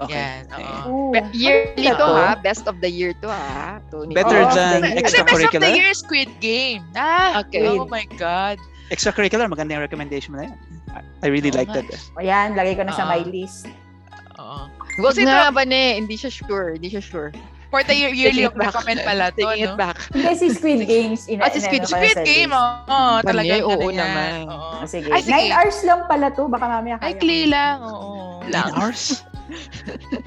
S2: Okay.
S1: Yan. oo.
S6: Oh.
S3: Be- yearly
S1: Ano
S3: to
S6: Oo.
S3: ha. Best of the year to ha. Tony.
S2: Better
S6: Oo,
S2: than
S1: Ano,
S6: okay.
S1: best of the
S2: extracurricular?
S1: year, Squid Game. Ah,
S3: Okay.
S1: Oh my God.
S2: Extracurricular, maganda yung recommendation mo na yan. I- I really
S1: Oo
S2: like
S1: nga.
S2: that. eh.
S6: Ayan, lagay ko na sa
S1: Ah.
S6: my list.
S1: Oo.
S3: Wag
S1: Kasi
S3: nga ba ne? Hindi siya sure. Hindi siya sure.
S1: For the year, yearly
S3: Taking it back.
S1: recommend pala to,
S3: Taking it
S1: no?
S3: back.
S6: Hindi, si Squid Games. Ina-
S3: Ah, si Squid-
S6: inano ko
S1: Squid
S6: sa
S1: Game, oo.
S6: list.
S1: Oh,
S3: Bane,
S1: talaga.
S3: oo
S1: yan.
S3: naman.
S1: Oo.
S6: Ah, Sige.
S1: Ay, sige.
S6: Nine hours lang pala to. Baka mamaya kaya.
S1: Ay, kli lang. Oo.
S2: Nine hours?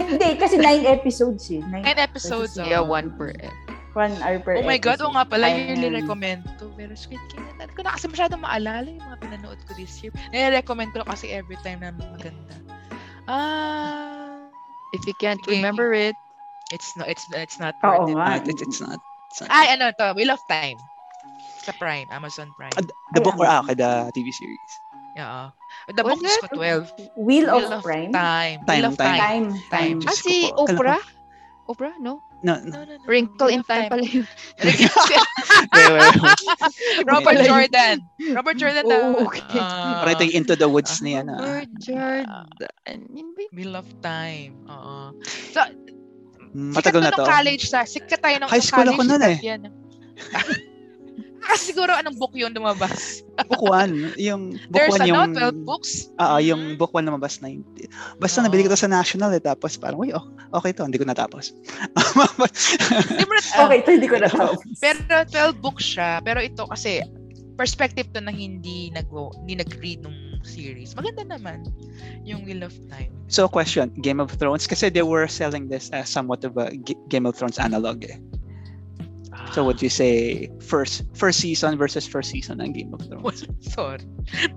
S6: Hindi, kasi nine episodes eh. Nine,
S1: Nine episodes.
S3: Yeah,
S1: oo.
S3: one per eh.
S6: one hour per
S1: Oh my God, oo
S6: episode.
S1: nga pala,
S6: Ayan.
S1: yearly recommend ko. Pero Squid Game, hindi ko na kasi masyadong maalala yung mga pinanood ko this year. Nire-recommend ko kasi every time na maganda. Ah,
S3: If you can't
S1: Sige.
S3: remember it,
S1: it's not, it's, it's not
S6: Oo
S1: worth it.
S6: nga.
S2: Ah, it- it's not. it's not-
S1: Ay, ano to, Wheel of Time. Sa Prime, Amazon Prime.
S2: Ah, the book or
S6: Ay,
S2: ah,
S6: ang-
S2: okay, the TV series.
S1: Oo. The
S3: Was
S1: book is ko 12.
S6: Wheel of
S1: Wheel of
S6: Prime.
S1: Time.
S2: Time,
S1: Wheel of
S2: time.
S1: Time.
S6: Time. Time.
S2: Diyos
S3: Ah,
S2: ko
S3: si
S2: po. Alam ko-
S3: Oprah? Oprah, no?
S2: No,
S1: No,
S2: no.
S1: no, no.
S3: Wrinkle
S1: Wheel
S3: in
S1: of
S3: Time pala yun.
S1: Ah,
S2: Wait, wait, wait.
S1: Robert
S2: Pala yun.
S1: Jordan. Robert Jordan daw.
S3: Oo, okay.
S1: Ah.
S2: Parang ito yung Into the Woods niya na.
S3: Lord Jordan. Ah. Yun ba yun?
S1: Wheel of Time. Oo.
S2: Hmm, Matagal na
S1: Sikat
S2: to.
S1: nung college na. Sikat tayo nung
S2: High
S1: nung
S2: school ako
S1: college,
S2: nun
S1: sikat
S2: eh.
S1: yan. Kasi siguro anong book yun lumabas?
S2: Book 1. Yung book
S1: There's
S2: 1
S1: ano,
S2: yung...
S1: 12 books?
S2: Ah, ah, yung book 1 lumabas na yun. Basta
S1: Oo.
S2: nabili ko to sa National eh. Tapos parang, uy, oh, okay to. Hindi ko natapos.
S1: Hindi mo na-
S6: Okay, ito hindi ko na
S1: Ah. Pero 12 books siya. Pero ito kasi perspective to na hindi nag hindi nag-read nung series. Maganda naman yung Wheel of Time.
S2: so, question. Game of Thrones. Kasi they were selling this as somewhat of a G- Game of Thrones analog eh. So, would you say first first season versus first season ng Game of Thrones?
S1: Ah, Sorry.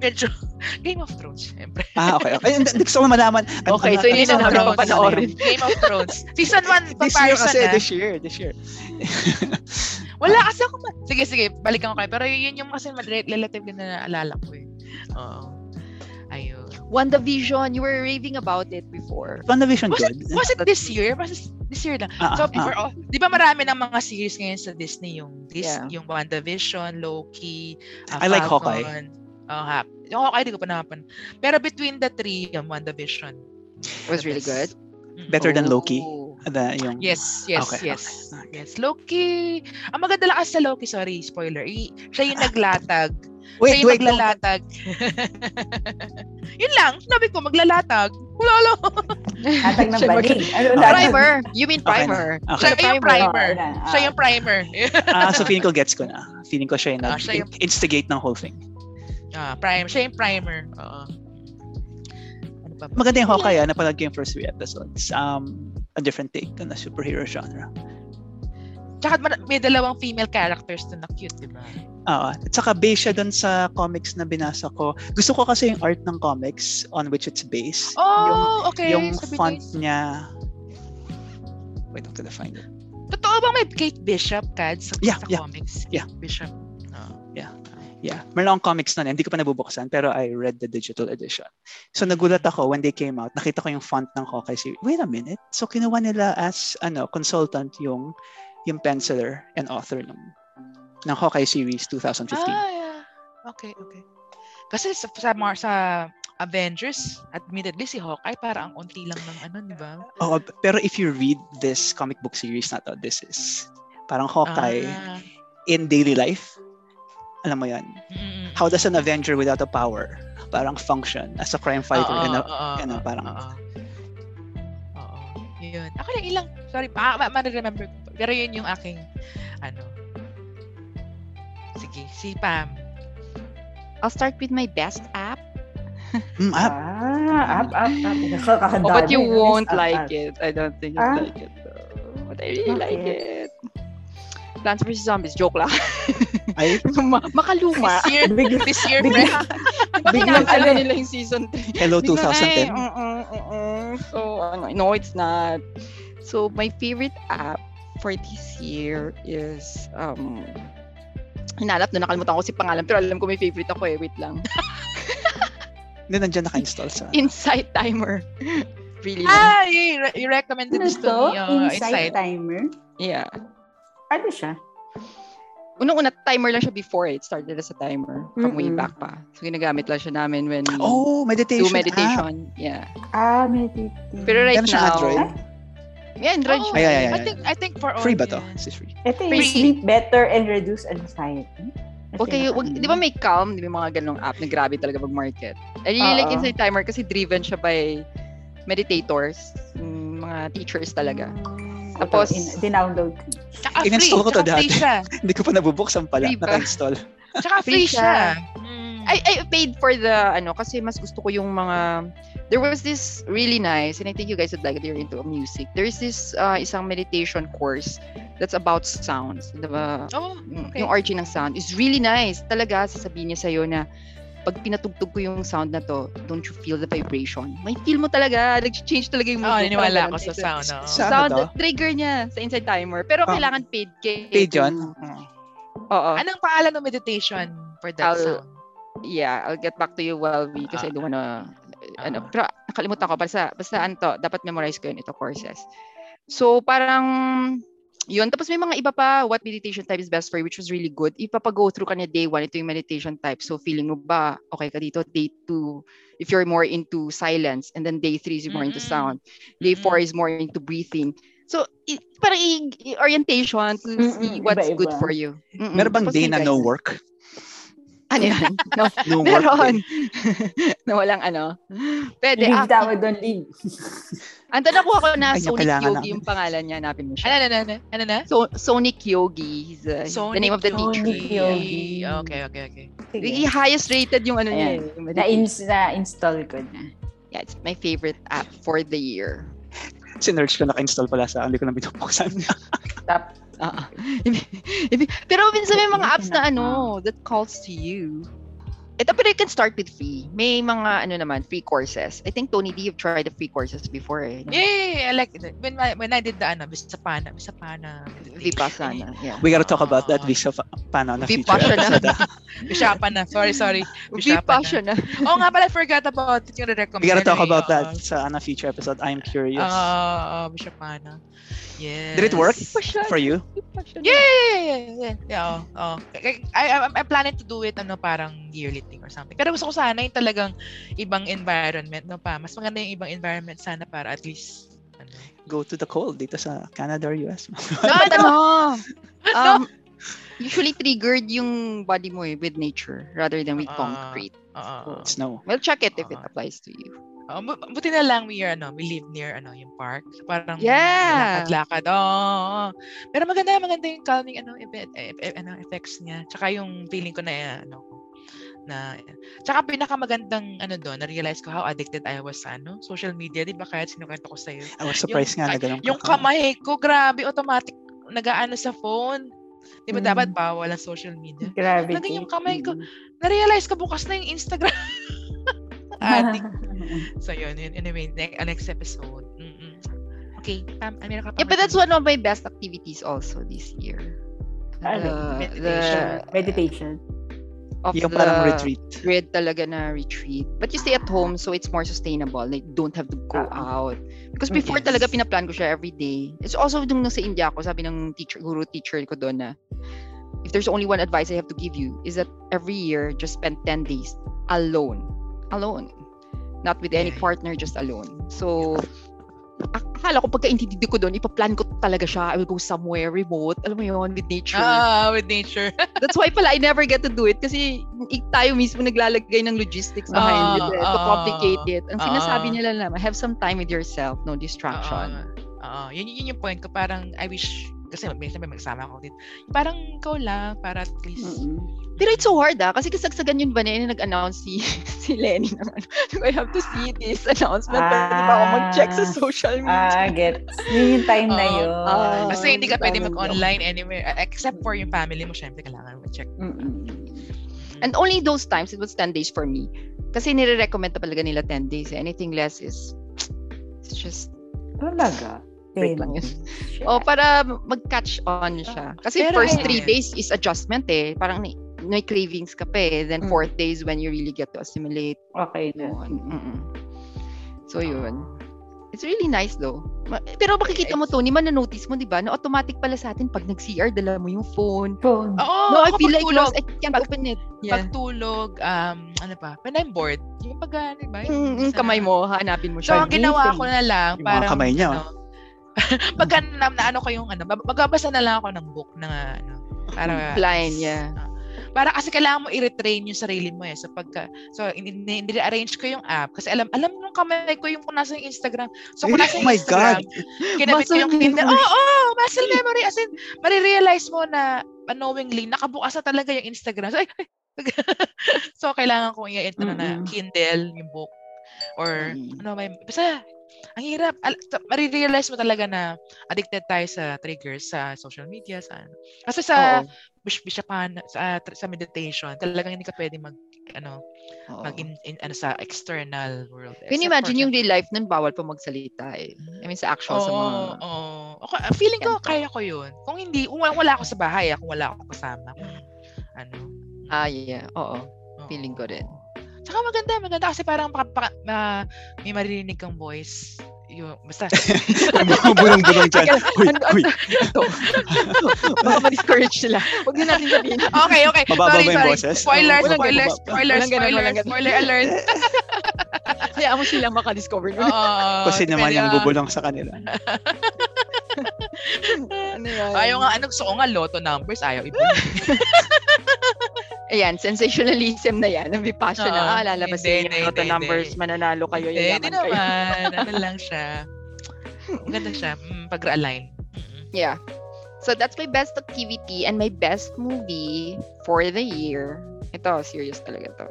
S1: Medyo Game of Thrones, syempre.
S2: Ah, okay. okay. Hindi gusto ko malaman.
S3: Okay, so hindi
S2: gusto
S3: na
S2: ko
S3: natin
S2: malaman kung ano
S3: papanoorin.
S2: yung-
S1: Game of Thrones. Season 1
S2: This year kasi,
S1: comparison. ah.
S2: this year, this year.
S1: Wala kasi ako. ma- Sige, sige. Balikan ko kayo. Pero yun yung kasi madre- relatively na naalala ko eh. Oo. Ayun.
S3: WandaVision, you were raving about it before.
S2: WandaVision
S1: Was it,
S2: good.
S1: was it this year? Was it this year lang?
S2: Ah,
S1: So,
S2: ah,
S1: for all, di ba marami ng mga series ngayon sa Disney? Yung Dis,
S3: Yeah.
S1: yung WandaVision, Loki, uh,
S2: I like
S1: Falcon.
S2: Hawkeye.
S1: Oh, hap. Yung Hawkeye, di ko pa napan. Pero between the three, yung WandaVision.
S3: was
S1: the
S3: really
S1: best. Mm.
S2: Better than Loki.
S3: Oh.
S2: ah, The, yung,
S1: Yes, yes,
S2: Okay,
S1: yes.
S2: okay.
S1: Yes, Loki. Ang maganda lang kasi sa Loki, sorry, spoiler. I, siya yung naglatag. siya
S2: Wait,
S1: yung
S2: wait lang.
S1: naglalatag. Yun lang, sabi ko, maglalatag. Lolo.
S6: Atag ng
S3: Siya mag-
S6: baling. Ano
S2: Okay.
S6: na?
S3: Primer! You mean
S2: Okay na.
S3: primer.
S2: Okay.
S1: Siya yung
S6: Oo,
S1: primer.
S6: ano, ah.
S1: Siya yung primer.
S2: Ah, so feeling ko gets ko na. Feeling ko siya yung
S1: Ah,
S2: nag-
S1: siya yung-
S2: instigate ng whole thing.
S1: ah, primer. Siya yung primer. Oo. Ano pa ba?
S2: Maganda yung Hawkeye, ah, napanood ko yung first three episodes. Um, a different take on the superhero genre.
S1: Tsaka mar- may dalawang female characters na na cute, di ba?
S2: Ah, at saka based siya dun sa comics na binasa ko. Gusto ko kasi yung art ng comics on which it's based.
S1: Oh, okay.
S2: yung
S1: Sabi ko
S2: font
S1: yun.
S2: niya. Wait, I'm gonna find it.
S1: Totoo bang may Kate Bishop, Kad, sa,
S2: Yeah,
S1: sa
S2: yeah.
S1: comics?
S2: Yeah.
S1: Bishop. Oo.
S2: Yeah. Meron akong comics na, hindi ko pa nabubuksan, pero I read the digital edition. So nagulat ako when they came out, nakita ko yung font ng Hawkeye series. Wait a minute. So kinuha nila as ano, consultant yung yung penciler and author ng ng Hawkeye series 2015.
S1: Ah, yeah. Okay, okay. Kasi sa, sa, Mar- sa Avengers, admittedly, si Hawkeye para ang unti lang ng ano, di ba?
S2: Oh, pero if you read this comic book series na to, this is parang Hawkeye
S1: Ah,
S2: in daily life. alam mo yan, how does an Avenger without a power parang function as a crime fighter
S1: Oo,
S2: and a,
S1: oo,
S2: and a
S1: oo,
S2: parang
S1: oo. Oo. Yun. Ako lang ilang, sorry, ma, ma, remember ko. pa. Pero yun yung aking, ano, sige, si Pam.
S3: I'll start with my best app.
S2: mm, ah,
S6: Ah, up, up, up.
S3: Oh,
S6: Nakakakandami.
S3: but you won't
S6: Up,
S3: like
S6: up.
S3: it. I don't think
S6: Ah?
S3: you'll like it. Though. But I really like
S6: Bakit?
S3: it. Plants vs. Zombies. Joke lang.
S2: ay,
S3: Ma- makaluma.
S1: This year,
S6: Bigla-
S1: this year,
S6: bigla-
S1: friend.
S6: biglang
S3: Alam
S6: ano,
S3: nila yung season 3.
S2: hello
S3: Bigla,
S1: eh,
S3: ay,
S2: 2010.
S3: mm-mm, mm-mm. So, ano, no, it's not. So, my favorite app for this year is, um, hinanap na nakalimutan ko si pangalan pero alam ko may favorite ako eh. Wait lang.
S2: Hindi, nandiyan naka-install sa...
S3: Insight Timer. really nice.
S1: Ah, you, you recommended
S6: Ano
S1: this to me.
S6: to?
S1: Oh,
S6: Inside
S1: inside.
S6: timer?
S3: Yeah.
S6: Ano siya?
S3: Unang-una, timer lang siya before eh. It started as a timer from way
S6: Mm-mm.
S3: back pa. So, ginagamit lang siya namin when we
S2: Oh, meditation.
S3: do Mm. meditation. Yeah.
S6: Ah, meditating.
S3: Pero right
S2: Meron siyang
S3: now,
S2: Android?
S3: yeah, Android
S1: Oh,
S2: Ay,
S3: siya.
S2: ay, ay,
S1: I
S2: ay.
S1: think, I think
S3: Oh,
S1: for all
S2: Free ba to?
S1: yun.
S2: This is free.
S6: Ito
S1: Free.
S6: yung sleep better and reduce anxiety. At
S3: Okay,
S6: yung
S3: wag,
S6: ano.
S3: di ba may Calm, di ba may mga ganong app na grabe talaga mag-market? I really like
S6: Oo.
S3: Inside Timer kasi driven siya by meditators, yung mga teachers talaga.
S6: Ito,
S3: Tapos-
S6: in- dinownload ko.
S1: Tsaka free.
S2: In-install ko to
S1: tsaka free
S2: dati.
S1: siya.
S2: Hindi ko pa nabubuksan pala.
S3: Free ba?
S2: Naka-install.
S1: Tsaka free
S3: Free
S1: siya.
S3: siya.
S1: Mm.
S3: I, I paid for the, ano, kasi mas gusto ko yung mga, there was this really nice, and I think you guys would like it, you're into music. There is this uh, isang meditation course that's about sounds. Di ba?
S1: oh,
S3: Yung-
S1: Okay.
S3: Yung origin ng sound is really nice. Talaga, sasabihin niya sa'yo na pag pinatugtog ko yung sound na to, don't you feel the vibration? May feel mo talaga. Nag-change talaga yung mood.
S1: oh,
S3: mo.
S1: niniwala ako
S3: Parang ganun.
S1: sa sound. oh.
S2: Sa
S3: Sound
S2: ano to?
S3: na trigger niya sa inside timer. Pero
S2: Ah.
S3: kailangan paid kay.
S2: Paid yun?
S3: Oo.
S1: Anong pangalan ng meditation for that
S3: I'll-
S1: sound?
S3: Yeah, I'll get back to you while we,
S6: Ah.
S3: kasi I don't wanna, ano, pero nakalimutan ko, basta, basta ano to, dapat memorize ko yun, ito courses. So, parang, yun. Tapos may mga iba pa, what meditation type is best for you, which was really good. Ipapag-go through ka niya day one, ito yung meditation type. So, feeling mo ba, okay ka dito, day two, if you're more into silence, and then day three is more into
S1: Mm-mm.
S3: sound. Day four is more into breathing. So, i- parang i- i- orientation to see
S6: Mm-mm,
S3: what's
S6: iba-iba.
S3: good for you. Mm-mm.
S2: Meron bang
S3: Mm. Tapos
S2: day na
S3: may
S2: no
S3: guidance.
S2: work?
S3: Ano yan? No,
S2: No work day.
S3: Meron. na walang ano. Pwede.
S6: Leave
S3: Ah,
S6: daw, don't leave.
S3: Anto nakuha ko na
S2: Ay, yung
S3: Sonic
S2: kailangan
S3: Yogi
S2: namin.
S3: yung pangalan niya. Hanapin mo
S1: Ano
S3: siya.
S1: na, ano na, ano na?
S3: So, Sonic Yogi. He's uh, the name of the
S1: Sonic
S3: teacher.
S6: Sonic Yogi.
S1: Okay, okay, okay.
S3: The highest rated yung ano niya.
S6: Ayan.
S3: eh, yung meditation.
S6: Na-ins- Na-install ko na.
S3: Yeah, it's my favorite app for the year.
S2: Sinerge ko naka-install pala sa hindi ko na binubuksan.
S6: Tap.
S3: Ah, ah. Ibi- ibi- Pero minsan may mga apps na ano, that calls to you. Ito, pero you can start with free. May mga ano naman, free courses. I think, Tony D, you've tried the free courses before eh.
S1: Yay! I like it. When, I- when I did the, ano, Visapana, Visapana.
S3: Vipassana. Yeah.
S2: We gotta talk about that uh,
S1: Ah.
S2: visa pa- paano na future
S3: Vipassana.
S2: episode. ah.
S1: Visapana. Sorry, sorry. Vipassana.
S3: Vipassana.
S1: Oh, nga pala, I forgot about it. Yung Ah, recommend.
S2: We gotta talk about that sa ano future episode. I'm
S1: Yes.
S2: curious.
S1: Uh, Visapana. Yes.
S2: Did it work
S3: Vipassana.
S2: for you?
S1: Yeah, yeah, yeah, yeah, yeah. yeah oh, oh. I, I, I'm- I'm planning to do it, ano, parang yearly thing or something. Pero gusto ko sana yung talagang ibang environment, no, pa. Mas maganda yung ibang environment sana para at least, ano.
S2: Go to the cold dito sa Canada or US.
S1: No,
S3: Dapat ano,
S1: no.
S3: um, usually triggered yung body mo eh, with nature rather than with
S1: Ah.
S3: concrete.
S1: Oo.
S2: Snow.
S3: Well, check it if it
S1: Ah.
S3: applies to you.
S1: Oh, bu- buti na lang we are, ano, we live near, ano, yung park. So, parang
S3: Yeah.
S1: lakad-lakad. Oo. Pero maganda, maganda yung calming, ano, event, eh, eh, ano, effects niya. Tsaka yung feeling ko na, eh, ano, na, tsaka pinakamagandang, ano doon, na-realize ko how addicted I was sa, ano, social media, di ba? Kahit sinukanta ko sa'yo.
S2: I was surprised nga na ganun.
S1: Yung
S2: ka-
S1: kamay ko, grabe, automatic, nag-ano sa phone. Di ba
S6: Mm.
S1: dapat bawal ang social media?
S6: Grabe.
S1: Laging yung kamay ko. Na-realize ko bukas na yung Instagram. Addict. So yun, yun. Anyway, next, next episode. Mm-mm. Okay, Pam, ah, meron ka pa.
S3: Yeah, but that's one of my best activities also this year. The-
S6: Ano?
S1: Meditation.
S3: Ah, the-
S6: Meditation.
S3: of
S2: Yung
S3: the
S2: parang retreat.
S3: grid talaga na retreat. But you stay at home so it's more sustainable. Like, you don't have to go
S6: Ah.
S3: out. Because
S6: Mm,
S3: before
S1: yes.
S3: talaga pinaplan ko siya every day. It's also nung nung sa India ako, sabi ng teacher, guru teacher ko doon na, if there's only one advice I have to give you is that every year, just spend 10 days alone. Alone. Not with any
S1: Yeah.
S3: partner, just alone. So, ak- akala ko pagkaintindi ko doon, ipaplan ko talaga siya. I will go somewhere remote. Alam mo yun, with nature.
S1: Ah, with nature.
S3: That's why pala I never get to do it kasi i- tayo mismo naglalagay ng logistics behind
S1: Ah,
S3: it eh, to
S1: ah,
S3: complicate it. Ang
S1: ah.
S3: sinasabi nila naman, have some time with yourself, no
S1: Oo.
S3: distraction.
S1: Oo. Yun, yun yung point ko. Parang, I wish, kasi minsan may magsama ako dito. Parang ikaw lang, para at least.
S6: Mm-mm.
S3: Pero it's so hard ah, kasi kasagsagan yun ba na yun na nag-announce si, si Lenny ng ano, I have to see this announcement pero di pa ako mag-check sa
S6: Ah.
S3: social media.
S6: Ah, get. Yun yung time na
S1: Oo.
S6: yun.
S3: Ah.
S1: Kasi hindi ka
S6: Yung
S1: pwede
S6: time na yun.
S1: mag-online anywhere. uh, Except for yung family mo, syempre, kailangan mo check.
S6: Mm-mm.
S3: And only those times, it was 10 days for me. Kasi nire-recommend na talaga nila 10 days. eh. Anything less is, it's just,
S6: Talaga.
S3: Break
S6: Damn.
S3: lang yun.
S6: Shit.
S3: oh, para mag-catch on siya. Kasi
S1: Ah, Pero eh.
S3: first
S1: ayun.
S3: three days is adjustment eh. Parang may, may cravings ka pa eh. Then
S6: Mm.
S3: fourth days when you really get to assimilate.
S6: Okay na.
S3: Yun. Mm-mm. So
S1: Ah.
S3: yun. It's really nice though. Ma- Pero makikita mo, Tony, mananotice mo, di ba? Na automatic pala sa atin pag nag-CR, dala mo yung phone.
S6: Phone.
S1: Oo, oh,
S3: no, I
S1: ako
S3: feel like
S1: pagtulog.
S3: lost. I can't
S1: Pag-
S3: open it. Yeah.
S1: Pagtulog, um, ano pa, when I'm bored, yung pag, ano ba?
S3: Mm, yung kamay mo, hanapin mo
S1: So,
S3: siya.
S1: ang ginawa
S6: Everything.
S1: ko na lang,
S2: Yung mga
S1: parang,
S2: kamay niya,
S1: ano, pagka na, na ano ko yung, ano, mag- magbabasa na lang ako ng book na, ano, para,
S3: Blind, yeah.
S1: Ah. para kasi kailangan mo i-retrain yung sarili mo eh. So pagka, so in- in- arrange ko yung app kasi alam alam nung kamay ko yung kung nasa yung Instagram. So kung nasa
S2: Oh
S1: yung
S2: my
S1: Instagram, kinabit ko
S3: Muscle
S1: yung Kindle. Oo,
S3: memory.
S1: oh, muscle memory as in marirealize mo na unknowingly nakabukas na talaga yung Instagram. So, ay, ay. so kailangan kong i-enter na
S6: Mm-mm.
S1: Kindle yung book or
S6: Mm.
S1: ano may basta ang hirap Al- ta- marirealize mo talaga na addicted tayo sa triggers sa social media sa ano. Kasi sa
S3: Oo.
S1: bish bishapan sa tr- sa meditation talagang hindi ka pwede mag ano
S3: Oo.
S1: mag in, in- ano sa external world
S3: Can you imagine yung real life nun, bawal pa magsalita eh. I mean, sa actual,
S1: Mm-hmm. Oo,
S3: sa mga...
S1: oo. Ako, ah, feeling ko, kaya ko yun. Kung hindi, kung wa- wala ako sa bahay, ah, kung wala ako kasama. Kung, ano,
S3: Ah, yeah. Oo.
S1: oo.
S3: Mm. Feeling ko rin.
S1: Tsaka maganda, maganda kasi parang makapaka, ma, may maririnig kang voice. Yung, basta,
S2: Bulong-bulong dyan. Uy,
S3: Ano- ano-
S2: uy.
S3: Ito. Baka ma-discourage sila. Huwag din natin sabihin.
S1: okay, okay.
S2: Mababa
S1: sorry,
S2: ba yung
S1: sorry.
S2: boses?
S1: Spoilers,
S2: Walang
S1: spoilers,
S2: ganun,
S1: spoilers,
S3: walang ganun,
S1: spoilers,
S3: walang ganun.
S1: spoiler alert.
S3: Hayaan mo silang makadiscover nun.
S1: Oo.
S2: Kasi naman
S1: depende,
S2: yung
S1: ah.
S2: bubulong sa kanila.
S3: ano yan?
S1: Ayaw nga, ano, gusto ko nga lotto numbers, ayaw ibigay.
S3: Ah, Ayan, sensationalism na yan. Ang bipassion
S1: Oo.
S3: na. Ah, lalabas
S1: Hindi,
S3: yung
S1: hindi,
S3: lotto
S1: hindi,
S3: numbers.
S1: hindi.
S3: Mananalo kayo.
S1: Hindi,
S3: yayaman
S1: hindi
S3: kayo.
S1: Eh, naman. ano lang siya. Ang ganda siya. Mm, pag-realign. Mm-mm.
S3: Yeah. So that's my best activity and my best movie for the year. Ito, serious talaga to.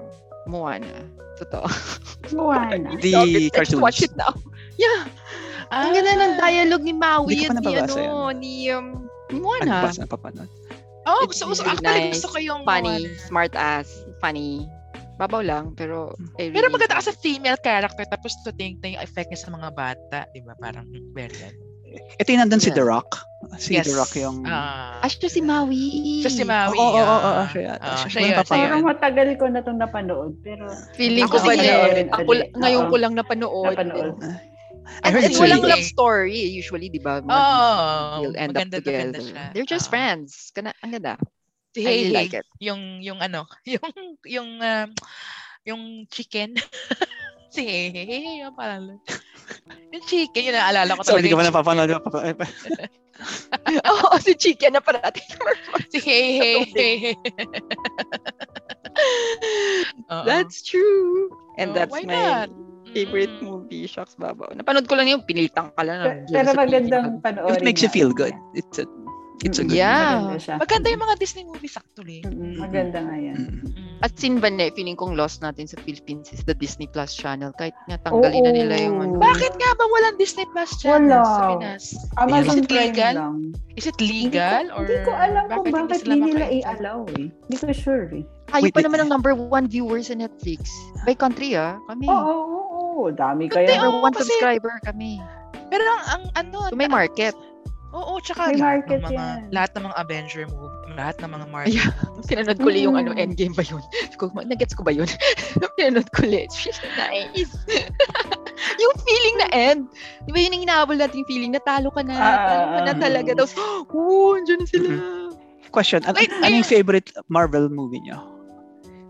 S3: Moana. Totoo.
S6: Moana.
S2: The
S3: Love it. I just watch
S2: cartoons.
S3: it now. Yeah. Ang ganda ng
S1: Ah.
S3: dialogue ni Maui
S2: Hindi ko
S3: at
S2: pa
S3: ni,
S2: nababasa
S3: ano,
S2: yan.
S3: ni, um, ni
S2: Ano
S3: Moana.
S2: ba sa napapanood?
S1: Oo,
S3: It's
S1: Oh, gusto, gusto.
S3: really
S1: Actually,
S3: nice,
S1: gusto ko yung
S3: Funny,
S1: Moana.
S3: smart ass, funny. Babaw lang, pero... I
S1: Pero
S3: really-
S1: maganda kasi female character tapos to think na yung effect niya sa mga bata, 'di ba? Parang very ano.
S2: Ito yung nandun si
S3: Yeah.
S2: The Rock. Si The Rock yung...
S1: Ah.
S3: Ah, siya si Maui.
S1: siya si Maui.
S2: Oo, oo, oo,
S1: ah.
S2: oo, siya yata.
S1: Ah, siya
S2: Siya yung
S1: yun, siya
S2: napapanood.
S6: Parang
S1: yun.
S6: matagal ko na itong napanood. Pero
S3: Feeling ko
S1: Ako
S3: ba
S1: din.
S3: yun?
S6: Ako
S3: Ako,
S6: din.
S3: ngayon ko
S6: Oo.
S3: lang napanood.
S6: napanood.
S2: I
S3: And,
S2: heard
S3: and
S2: it's
S3: walang
S2: really
S3: love story, eh, usually, di ba?
S1: Oo.
S3: They'll end
S1: Oh, maganda,
S3: up together.
S1: maganda siya.
S3: They're just
S1: Ah.
S3: friends. Kana, ang ganda.
S1: Si
S3: I really
S1: Hailey,
S3: like it.
S1: yung yung ano, yung yung um, yung chicken. si Hailey, yung parang yung chicken, yun naalala ko talaga.
S2: Sorry, hindi ko pa
S1: yung
S2: napapanood.
S3: Oo, si Chicken na parati.
S1: chicken. Si Hailey. Oo.
S3: That's true. And
S1: Oo,
S3: that's
S1: why not?
S3: my favorite
S1: Mm.
S3: movie. Shucks, babaw. Napanood ko lang yung piniltang ka lang.
S6: Pero,
S3: ng-
S6: pero
S3: sa
S6: magandang panoorin.
S2: It makes you
S6: nga.
S2: feel good. It's a, it's a good
S3: Yeah.
S6: Maganda siya.
S1: Maganda yung mga Disney movies actually.
S6: Mm, Maganda nga yan.
S2: Mm.
S1: Mm.
S3: At sin ba na, eh, feeling kong lost natin sa Philippines is the Disney Plus channel. Kahit nga tanggalin na nila yung ano.
S1: Bakit nga ba walang Disney Plus channel
S6: Wala.
S1: sa Pinas? Is
S6: Amazon
S1: it
S6: Prime
S1: legal?
S6: lang.
S1: Is it legal?
S6: hindi ko,
S1: or
S6: hindi ko alam kung
S1: hindi
S6: bakit
S1: sila
S6: hindi nila
S1: maka-
S6: i-allow eh. Hindi ko sure eh.
S3: Tayo
S2: Wait,
S3: pa
S2: wait.
S3: naman ang number one viewer sa Netflix. By country ah. Kami.
S6: Oo, oo, oo. Dami
S1: But they
S6: kaya.
S3: number
S1: Oo,
S3: one
S1: kasi-
S3: subscriber kami.
S1: Pero ang, ang ano,
S3: So may market.
S1: Oo, tsaka
S6: May
S1: lahat
S6: market
S1: ng mga,
S6: yan.
S1: lahat ng mga Avenger movie, lahat ng mga Marvel.
S3: Yeah. Pinanood ko li yung ano,
S6: Mm.
S3: endgame ba yun? Ko- Nagets ko ba yun? Pinanood ko li. Shit, Nice. yung feeling na end. Di ba yun ang inaabol natin yung feeling? Natalo ka na.
S6: Ah,
S3: talo ka na
S6: ah,
S3: talaga.
S6: ah.
S3: Tapos, oh, andyan na sila.
S2: Question, an-
S1: Wait,
S2: ano yung favorite Marvel movie nyo?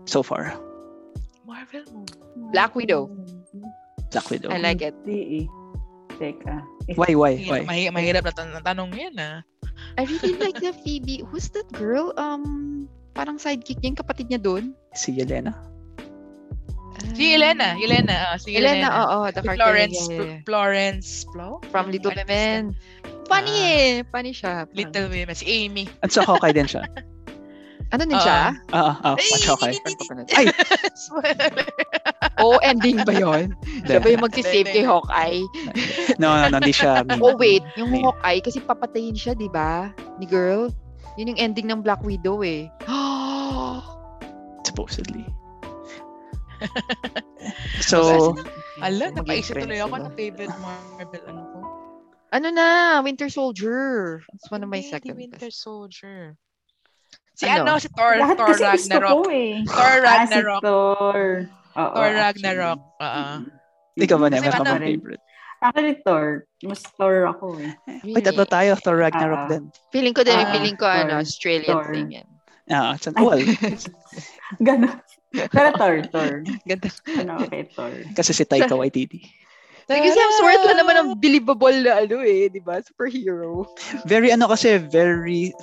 S2: So far,
S1: Marvel movie.
S3: Black Widow.
S2: Black Widow.
S3: I like it.
S6: Hindi eh. Teka.
S2: Why, why, why?
S1: Hirap, mahi- mahirap na tan- tanong yun, ah.
S3: I really like the Phoebe. Who's that girl? Um, parang sidekick niya, yung kapatid niya doon.
S2: Si Yelena.
S1: Si Elena, Elena, oh, si
S3: Ah.
S1: Elena.
S3: Elena, oo. the
S1: Si
S3: cartoon,
S1: Florence,
S3: yeah, yeah, yeah.
S1: Florence, Flo?
S3: From Little
S1: Ano
S3: Women. Funny
S1: Ah.
S3: eh. Funny siya. Parang-
S1: Little Women, si Amy.
S2: At sa Hawkeye din siya.
S3: Ano din
S1: Oo.
S3: siya? Ano
S2: Ah, ah, ah,
S1: Ay,
S2: watch Hawkeye.
S3: Hindi ko na-
S2: Ay,
S3: Oh, ending ba yun? Siya ba yung magsisave kay Hawkeye?
S2: no, no, no, hindi siya. main.
S3: Oh, wait. Yung
S2: Hindi.
S3: Hawkeye, kasi papatayin siya, di ba? Ni girl. Yun yung ending ng Black Widow eh.
S2: Supposedly.
S1: Basta
S2: so,
S1: Ala,
S3: Maging
S1: napaisip tuloy
S3: friends
S1: ako
S3: sila.
S1: ng favorite Marvel ano ko.
S3: Ano na? Winter Soldier. It's one of my
S1: Hindi,
S3: second
S1: hindi Winter
S3: best.
S1: Soldier. Si
S3: Ano?
S1: ano, si Thor,
S6: Lahat
S1: Thor
S6: kasi gusto ko
S1: Ragnarok.
S6: eh.
S1: Thor
S6: Ah, si
S1: Ragnarok.
S6: Thor. Oo,
S3: Oh,
S1: Thor
S6: actually.
S1: Ragnarok. Ah. Oo.
S2: Mm-hmm. ikaw ba na,
S1: Kasi
S2: meron ka
S1: ano
S2: bang
S6: rin?
S2: favorite?
S6: Ako rin Thor. Mas Thor ako eh.
S2: Wait, tatlo tayo, Thor Ragnarok
S6: Ah.
S2: din.
S3: Feeling ko din,
S1: Ah,
S3: feeling ko ano,
S6: Thor.
S3: Australian
S6: Thor.
S3: thing yan.
S2: Ah, it's an, well,
S6: Ganon. Pero Thor, Thor.
S3: Ganda.
S6: Ano, okay, Thor.
S2: kasi si Taika Waititi.
S3: Like, kasi ang swerte ko naman ng believable na ano eh, di ba? Superhero.
S2: Very ano kasi, very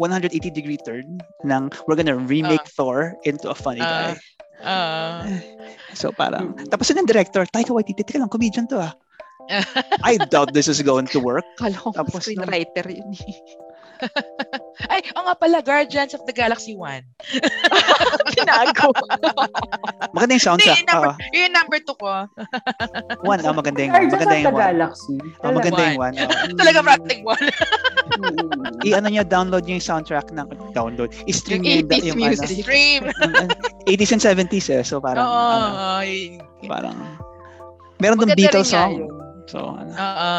S2: 180 degree turn ng we're gonna remake Thor into a funny guy.
S1: Ah. Ah.
S2: So parang, tapos yun ang director, Taika Waititi, teka lang, comedian to ah. I doubt this is going to work.
S3: Kala ko
S2: Tapos nung-
S3: screenwriter yun eh.
S1: Ay, o nga pala, Guardians of the Galaxy 1.
S3: Tinago.
S2: Maganda yung soundtrack.
S1: Hindi, number-
S2: Ah,
S1: Yun yung number 2 ko.
S2: one, ah, maganda yung one.
S6: Guardians
S2: Maganda
S6: of
S2: yung
S6: the
S2: one.
S6: Galaxy.
S2: Ah, maganda yung one. ah.
S1: Talaga practic one.
S6: Mm.
S2: I-ano niya, download niya yung soundtrack ng download. I-stream
S3: Yung
S2: niya yung,
S3: 80s
S2: yung
S3: music.
S2: ano.
S1: Stream.
S2: yung, ano, 80s and 70s eh. So parang,
S1: Oo.
S2: ano,
S1: yun.
S2: parang, meron dong
S3: Maganda rin
S2: Beatles
S3: nga
S2: song.
S3: yun.
S2: So, ano,
S1: Oo.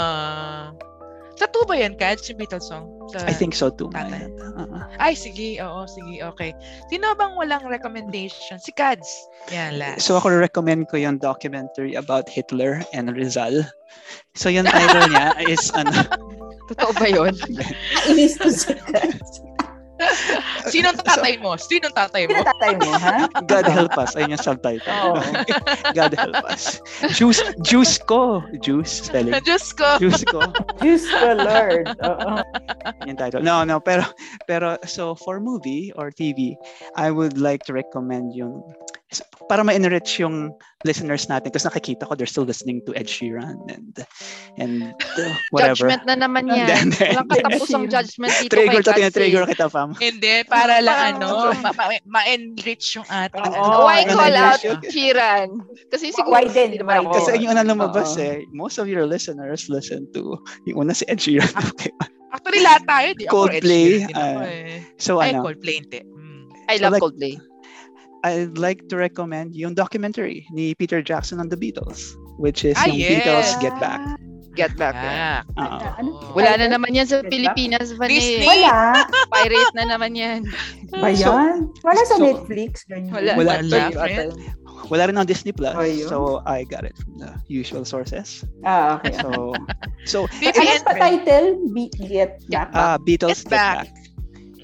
S1: Sa 2 ba yan, Kat? Yung Beatles song? Sa-
S2: I
S3: Ah,
S2: think so too.
S1: Tatay.
S2: man. Uh-uh.
S1: Ay, sige. Oo, sige. Okay. Sino bang walang recommendation? Si Kads. Yan, last.
S2: So ako recommend ko yung documentary about Hitler and Rizal. So yung title niya is ano,
S3: Totoo ba yun?
S6: Ah, Inis to si Kat.
S1: Sino ang tatay mo? Sino ang tatay mo?
S6: Pinatatay mo, ha?
S2: God Help Us. Ayun yung subtitle.
S6: Oo.
S2: God Help Us. Juice, juice ko. Juice spelling.
S1: Diyos ko.
S2: Juice ko.
S6: Diyos ko, Lord. Oo.
S2: yung title. No, no, pero pero so for movie or TV, I would like to recommend yung para ma-enrich yung listeners natin kasi nakikita ko they're still listening to Ed Sheeran and and uh, whatever.
S3: Judgment na naman yan.
S2: Then- then-
S3: Walang katapusang judgment dito
S2: Trigger
S3: kay
S2: ta
S3: Katsi.
S2: trigger kita fam.
S1: Hindi, para lang ano,
S3: Parang-
S1: ma- ma- ma-enrich yung ating
S6: Oo,
S3: Why
S2: ganun
S3: Oh, call
S2: din
S3: out
S2: siya.
S3: Kiran? Kasi siguro
S6: Why then?
S3: hindi naman ako.
S6: Why
S2: Kasi yung unang lumabas
S6: Oo.
S2: eh, most of your listeners listen to yung una si Ed Sheeran.
S3: Ah.
S2: Okay.
S1: Actually, lahat tayo. Di ako Ed
S2: Coldplay,
S1: Sheeran din ako
S2: ah,
S1: eh.
S2: So
S1: Ay,
S2: ano,
S1: Coldplay hindi. Mm.
S3: I
S2: So,
S3: love
S2: like-
S3: Coldplay.
S2: I'd like to recommend yung documentary ni Peter Jackson on the Beatles which is
S1: Ah,
S2: yung
S1: yes.
S2: Beatles Get Back.
S3: Get back.
S1: Ah,
S3: eh.
S2: Oo.
S6: Ano?
S3: Wala na naman yan sa
S6: Get Back?
S3: Pilipinas, Van eh.
S1: Disney.
S6: Wala.
S3: Pirate na naman yan.
S6: Ba yan? Wala sa
S2: So-
S6: Netflix? Ganyan.
S3: Wala.
S2: Wala.
S1: friend.
S2: Wala rin on Disney Plus.
S6: Ayun.
S2: So I got it from the usual sources.
S6: Ah, okay.
S2: So so
S6: Ano
S1: BBN
S6: pa
S1: friend.
S6: title? Be- Get Back.
S2: ah
S1: It's
S2: Beatles Get Back.
S1: back.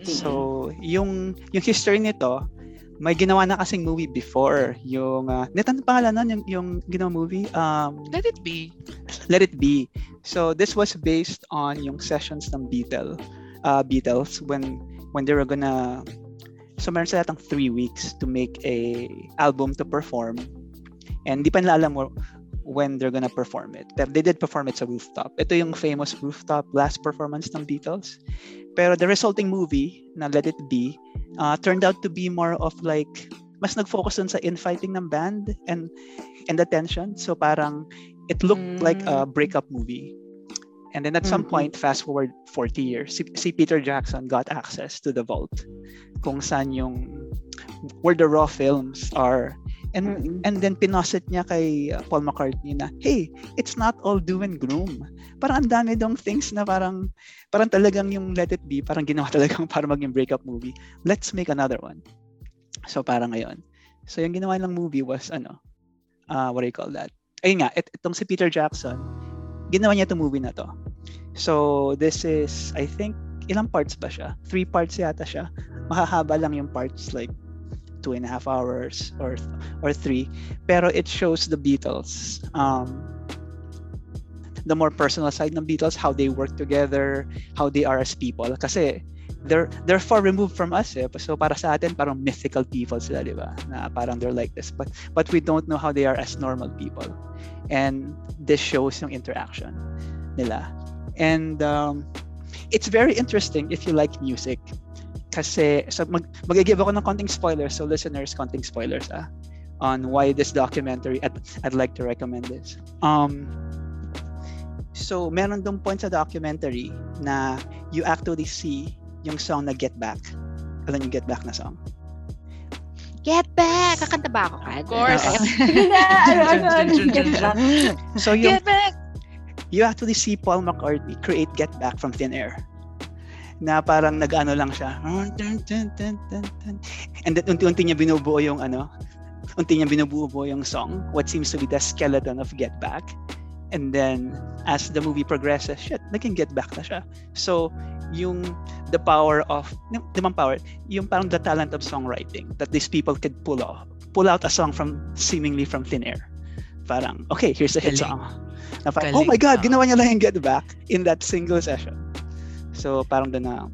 S2: So yung yung history nito may ginawa na kasing movie before yung uh, net ano pangalan nun yung, yung ginawa movie um
S1: Let it be.
S2: Let It Be. So this was based on yung sessions ng Beatle, uh, Beatles when when they were gonna so meron sila tang three weeks to make a album to perform and di pa nila alam mo when they're gonna perform it. Pero they did perform it sa rooftop. Ito yung famous rooftop last performance ng Beatles. Pero the resulting movie na Let It Be uh, turned out to be more of like mas nag-focus dun sa infighting ng band and and the tension. So parang it looked like a breakup movie. And then at some
S6: Mhm.
S2: point, fast forward 40 years, si, si Peter Jackson got access to the vault kung saan yung where the raw films are. And
S6: Mm-mm.
S2: and then pinosit niya kay uh, Paul McCartney na, hey, it's not all doom and gloom. Parang ang dami dong things na parang, parang talagang yung Let It Be, parang ginawa talagang para maging breakup movie. Let's make another one. So parang ngayon. So yung ginawa ng movie was ano, uh, what do you call that? Ayun nga, it, itong si Peter Jackson, ginawa niya itong movie na to. So this is, I think, ilang parts ba siya? Three parts yata siya. Mahahaba lang yung parts like two and a half hours or or three. Pero it shows the Beatles um, the more personal side ng Beatles, how they work together, how they are as people. Kasi they're they're far removed from us eh. So para sa atin parang mythical people sila, 'di ba? Na parang they're like this, but but we don't know how they are as normal people. And this shows yung interaction nila. And um, it's very interesting if you like music. Kasi so mag mag-give ako ng konting spoilers so listeners, konting spoilers ah on why this documentary I'd, I'd like to recommend this. Um, so meron dong point sa documentary na you actually see yung song na Get Back. Alam yung Get Back na song?
S8: Get back! Kakanta ba ako, Kat?
S1: Of course.
S2: So yung,
S1: Get back!
S2: you actually see Paul McCartney create Get Back from thin air. Na parang nag-ano lang siya. And then unti-unti niya binubuo yung ano, unti niya binubuo yung song, what seems to be the skeleton of Get Back. And then, as the movie progresses, shit, naging Get Back na siya. So, yung the power of, naman power, yung parang the talent of songwriting that these people could pull off, pull out a song from seemingly from thin air. Parang, okay, here's a hit
S9: Galing.
S2: song. Na parang, oh
S9: Galing,
S2: my God,
S9: ah.
S2: ginawa niya lang yung Get Back in that single session. So, parang doon na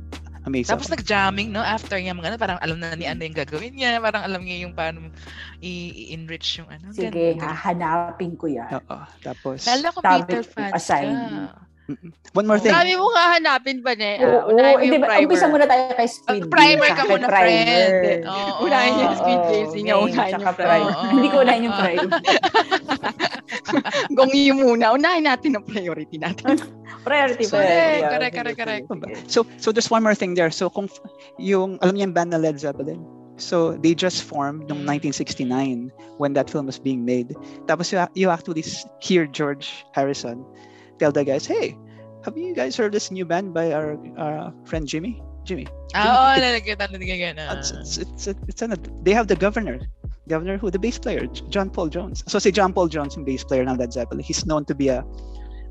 S2: amazing.
S1: Tapos nag-jamming, no? After niya, mga ano, parang alam na ni ano yung gagawin niya. Parang alam niya yung paano i- i-enrich yung ano.
S6: Sige,
S1: Ganda, ganda.
S6: hahanapin ko yan.
S2: Oo, tapos,
S1: Lalo ko
S6: Sabi
S1: Peter
S6: ko,
S1: fans
S6: assign.
S1: ka.
S2: one more thing.
S3: Dami mo nga hanapin ba, ne?
S6: Oo,
S3: Ah, unahin mo
S6: hindi
S3: yung
S6: ba?
S3: primer.
S6: Umpisa muna tayo kay Squid
S1: Ah,
S6: Game,
S1: primer ka
S6: tsaka
S1: muna, Oh,
S6: primer.
S1: friend. Oo.
S3: Unahin yung
S6: Oo,
S3: Squid Game. Sige,
S6: game,
S3: unahin
S6: tsaka
S3: yung
S6: primer.
S1: Oo.
S6: Hindi ko unahin yung primer.
S8: Gongi muna. Unahin natin ang priority natin.
S6: priority
S1: Correct,
S6: pa.
S1: correct, correct, correct.
S2: So so there's one more thing there. So kung f- yung alam niyo yung band na Led Zeppelin. So they just formed noong 1969 when that film was being made. Tapos you, you actually s- hear George Harrison tell the guys, "Hey, have you guys heard this new band by our, our friend Jimmy?" Jimmy.
S1: Ah, Oo, nalagyan, nalagyan, gano'n.
S2: It's, it's, it's, it's an, they have the governor. Governor who? The bass player, J- John Paul Jones. So si John Paul Jones, yung bass player ng Led Zeppelin, he's known to be a,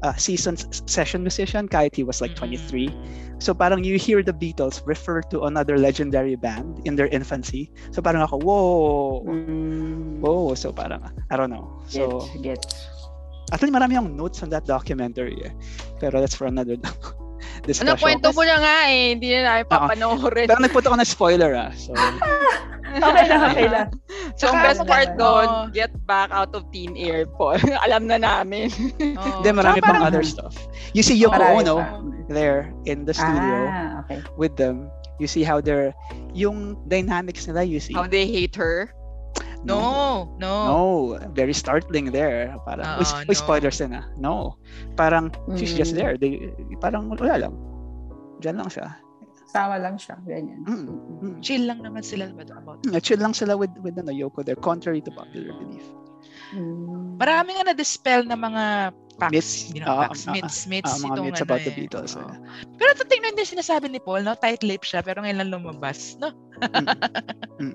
S2: a seasoned s- session musician kahit he was like 23. So parang you hear the Beatles refer to another legendary band in their infancy. So parang ako, whoa!
S6: Mm-hmm.
S2: Whoa! So parang, I don't know. Mm. So,
S6: So, get.
S2: actually marami yung notes on that documentary eh. Pero that's for another discussion.
S3: Ano, kwento mo na nga eh. Hindi na namin papanoorin.
S2: Pero nagpunta ko ng spoiler ah. So,
S6: Okay lang, okay lang.
S3: So,
S1: Tsaka
S3: ang best
S6: ano,
S3: part
S1: ano,
S3: doon,
S1: oh.
S3: get back out of thin air po. Alam na namin.
S1: Oo.
S2: then
S1: Tsaka
S2: marami pang
S1: parang-
S2: other stuff. You see Yoko
S6: Marami
S2: Ono,
S6: pa.
S2: there in the studio
S6: Ah, okay.
S2: with them, you see how they're yung dynamics nila you see.
S3: How they hate her.
S1: Oh, No, no.
S2: No, very startling there. Parang, uy,
S1: Oo, Ah,
S2: uy,
S1: no. Mm.
S2: spoilers na na. No. Parang, she's
S6: Mm.
S2: just there. They, parang, wala lang. Diyan lang siya.
S6: Sama lang siya, ganyan.
S2: Mm, mm.
S1: Chill lang naman sila about about.
S2: Mm, Chill lang sila with, with ano, Yoko there, contrary to popular belief.
S6: Mm.
S1: Maraming nga na-dispel na mga facts,
S2: Myths.
S1: you know,
S2: Ah,
S1: facts,
S2: ah, ah,
S1: myths, myths,
S2: Ah, mga
S1: itong
S2: myths
S1: ano
S2: about the
S1: eh.
S2: Beatles.
S1: Oo.
S2: eh.
S1: Pero ito tingnan din sinasabi ni Paul, no? Tight lip siya, pero ngayon lang lumabas, no?
S2: Mm.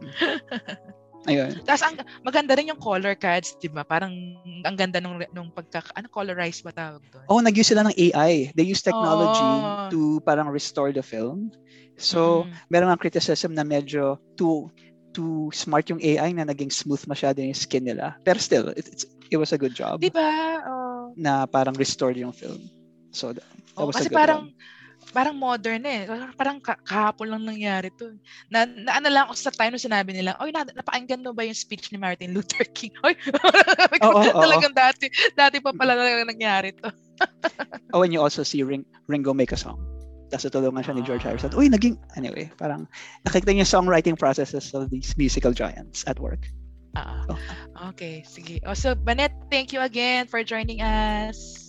S2: Ayun.
S1: Tapos ang maganda rin yung color cards, 'di ba? Parang ang ganda nung nung pagka ano colorized ba tawag doon?
S2: Oh, nag-use sila ng AI. They use technology
S1: Oo.
S2: to parang restore the film. So,
S1: Mm.
S2: meron ang criticism na medyo too too smart yung AI na naging smooth masyado yung skin nila. Pero still, it, it's, it was a good job
S1: Mm. 'di ba? Oh.
S2: na parang restored yung film. So, that, that
S1: Oh,
S2: was
S1: kasi
S2: a good
S1: parang parang modern eh. Parang ka- kahapon lang nangyari to. Na, na ano lang ako sa time nung sinabi nila, oy, na, napakinggan mo ba yung speech ni Martin Luther King? Oy,
S2: Oo, oo,
S1: talagang dati, dati pa pala talaga nangyari to.
S2: one. Oh, and you also see Ring, Ringo make a song. Tapos tutulungan siya ni George
S1: Ah.
S2: Harrison. Uy, naging, anyway, parang nakikita niyo yung songwriting processes of these musical giants at work.
S1: Ah,
S2: Oh.
S1: okay, sige. Oh, so, Banet, thank you again for joining us.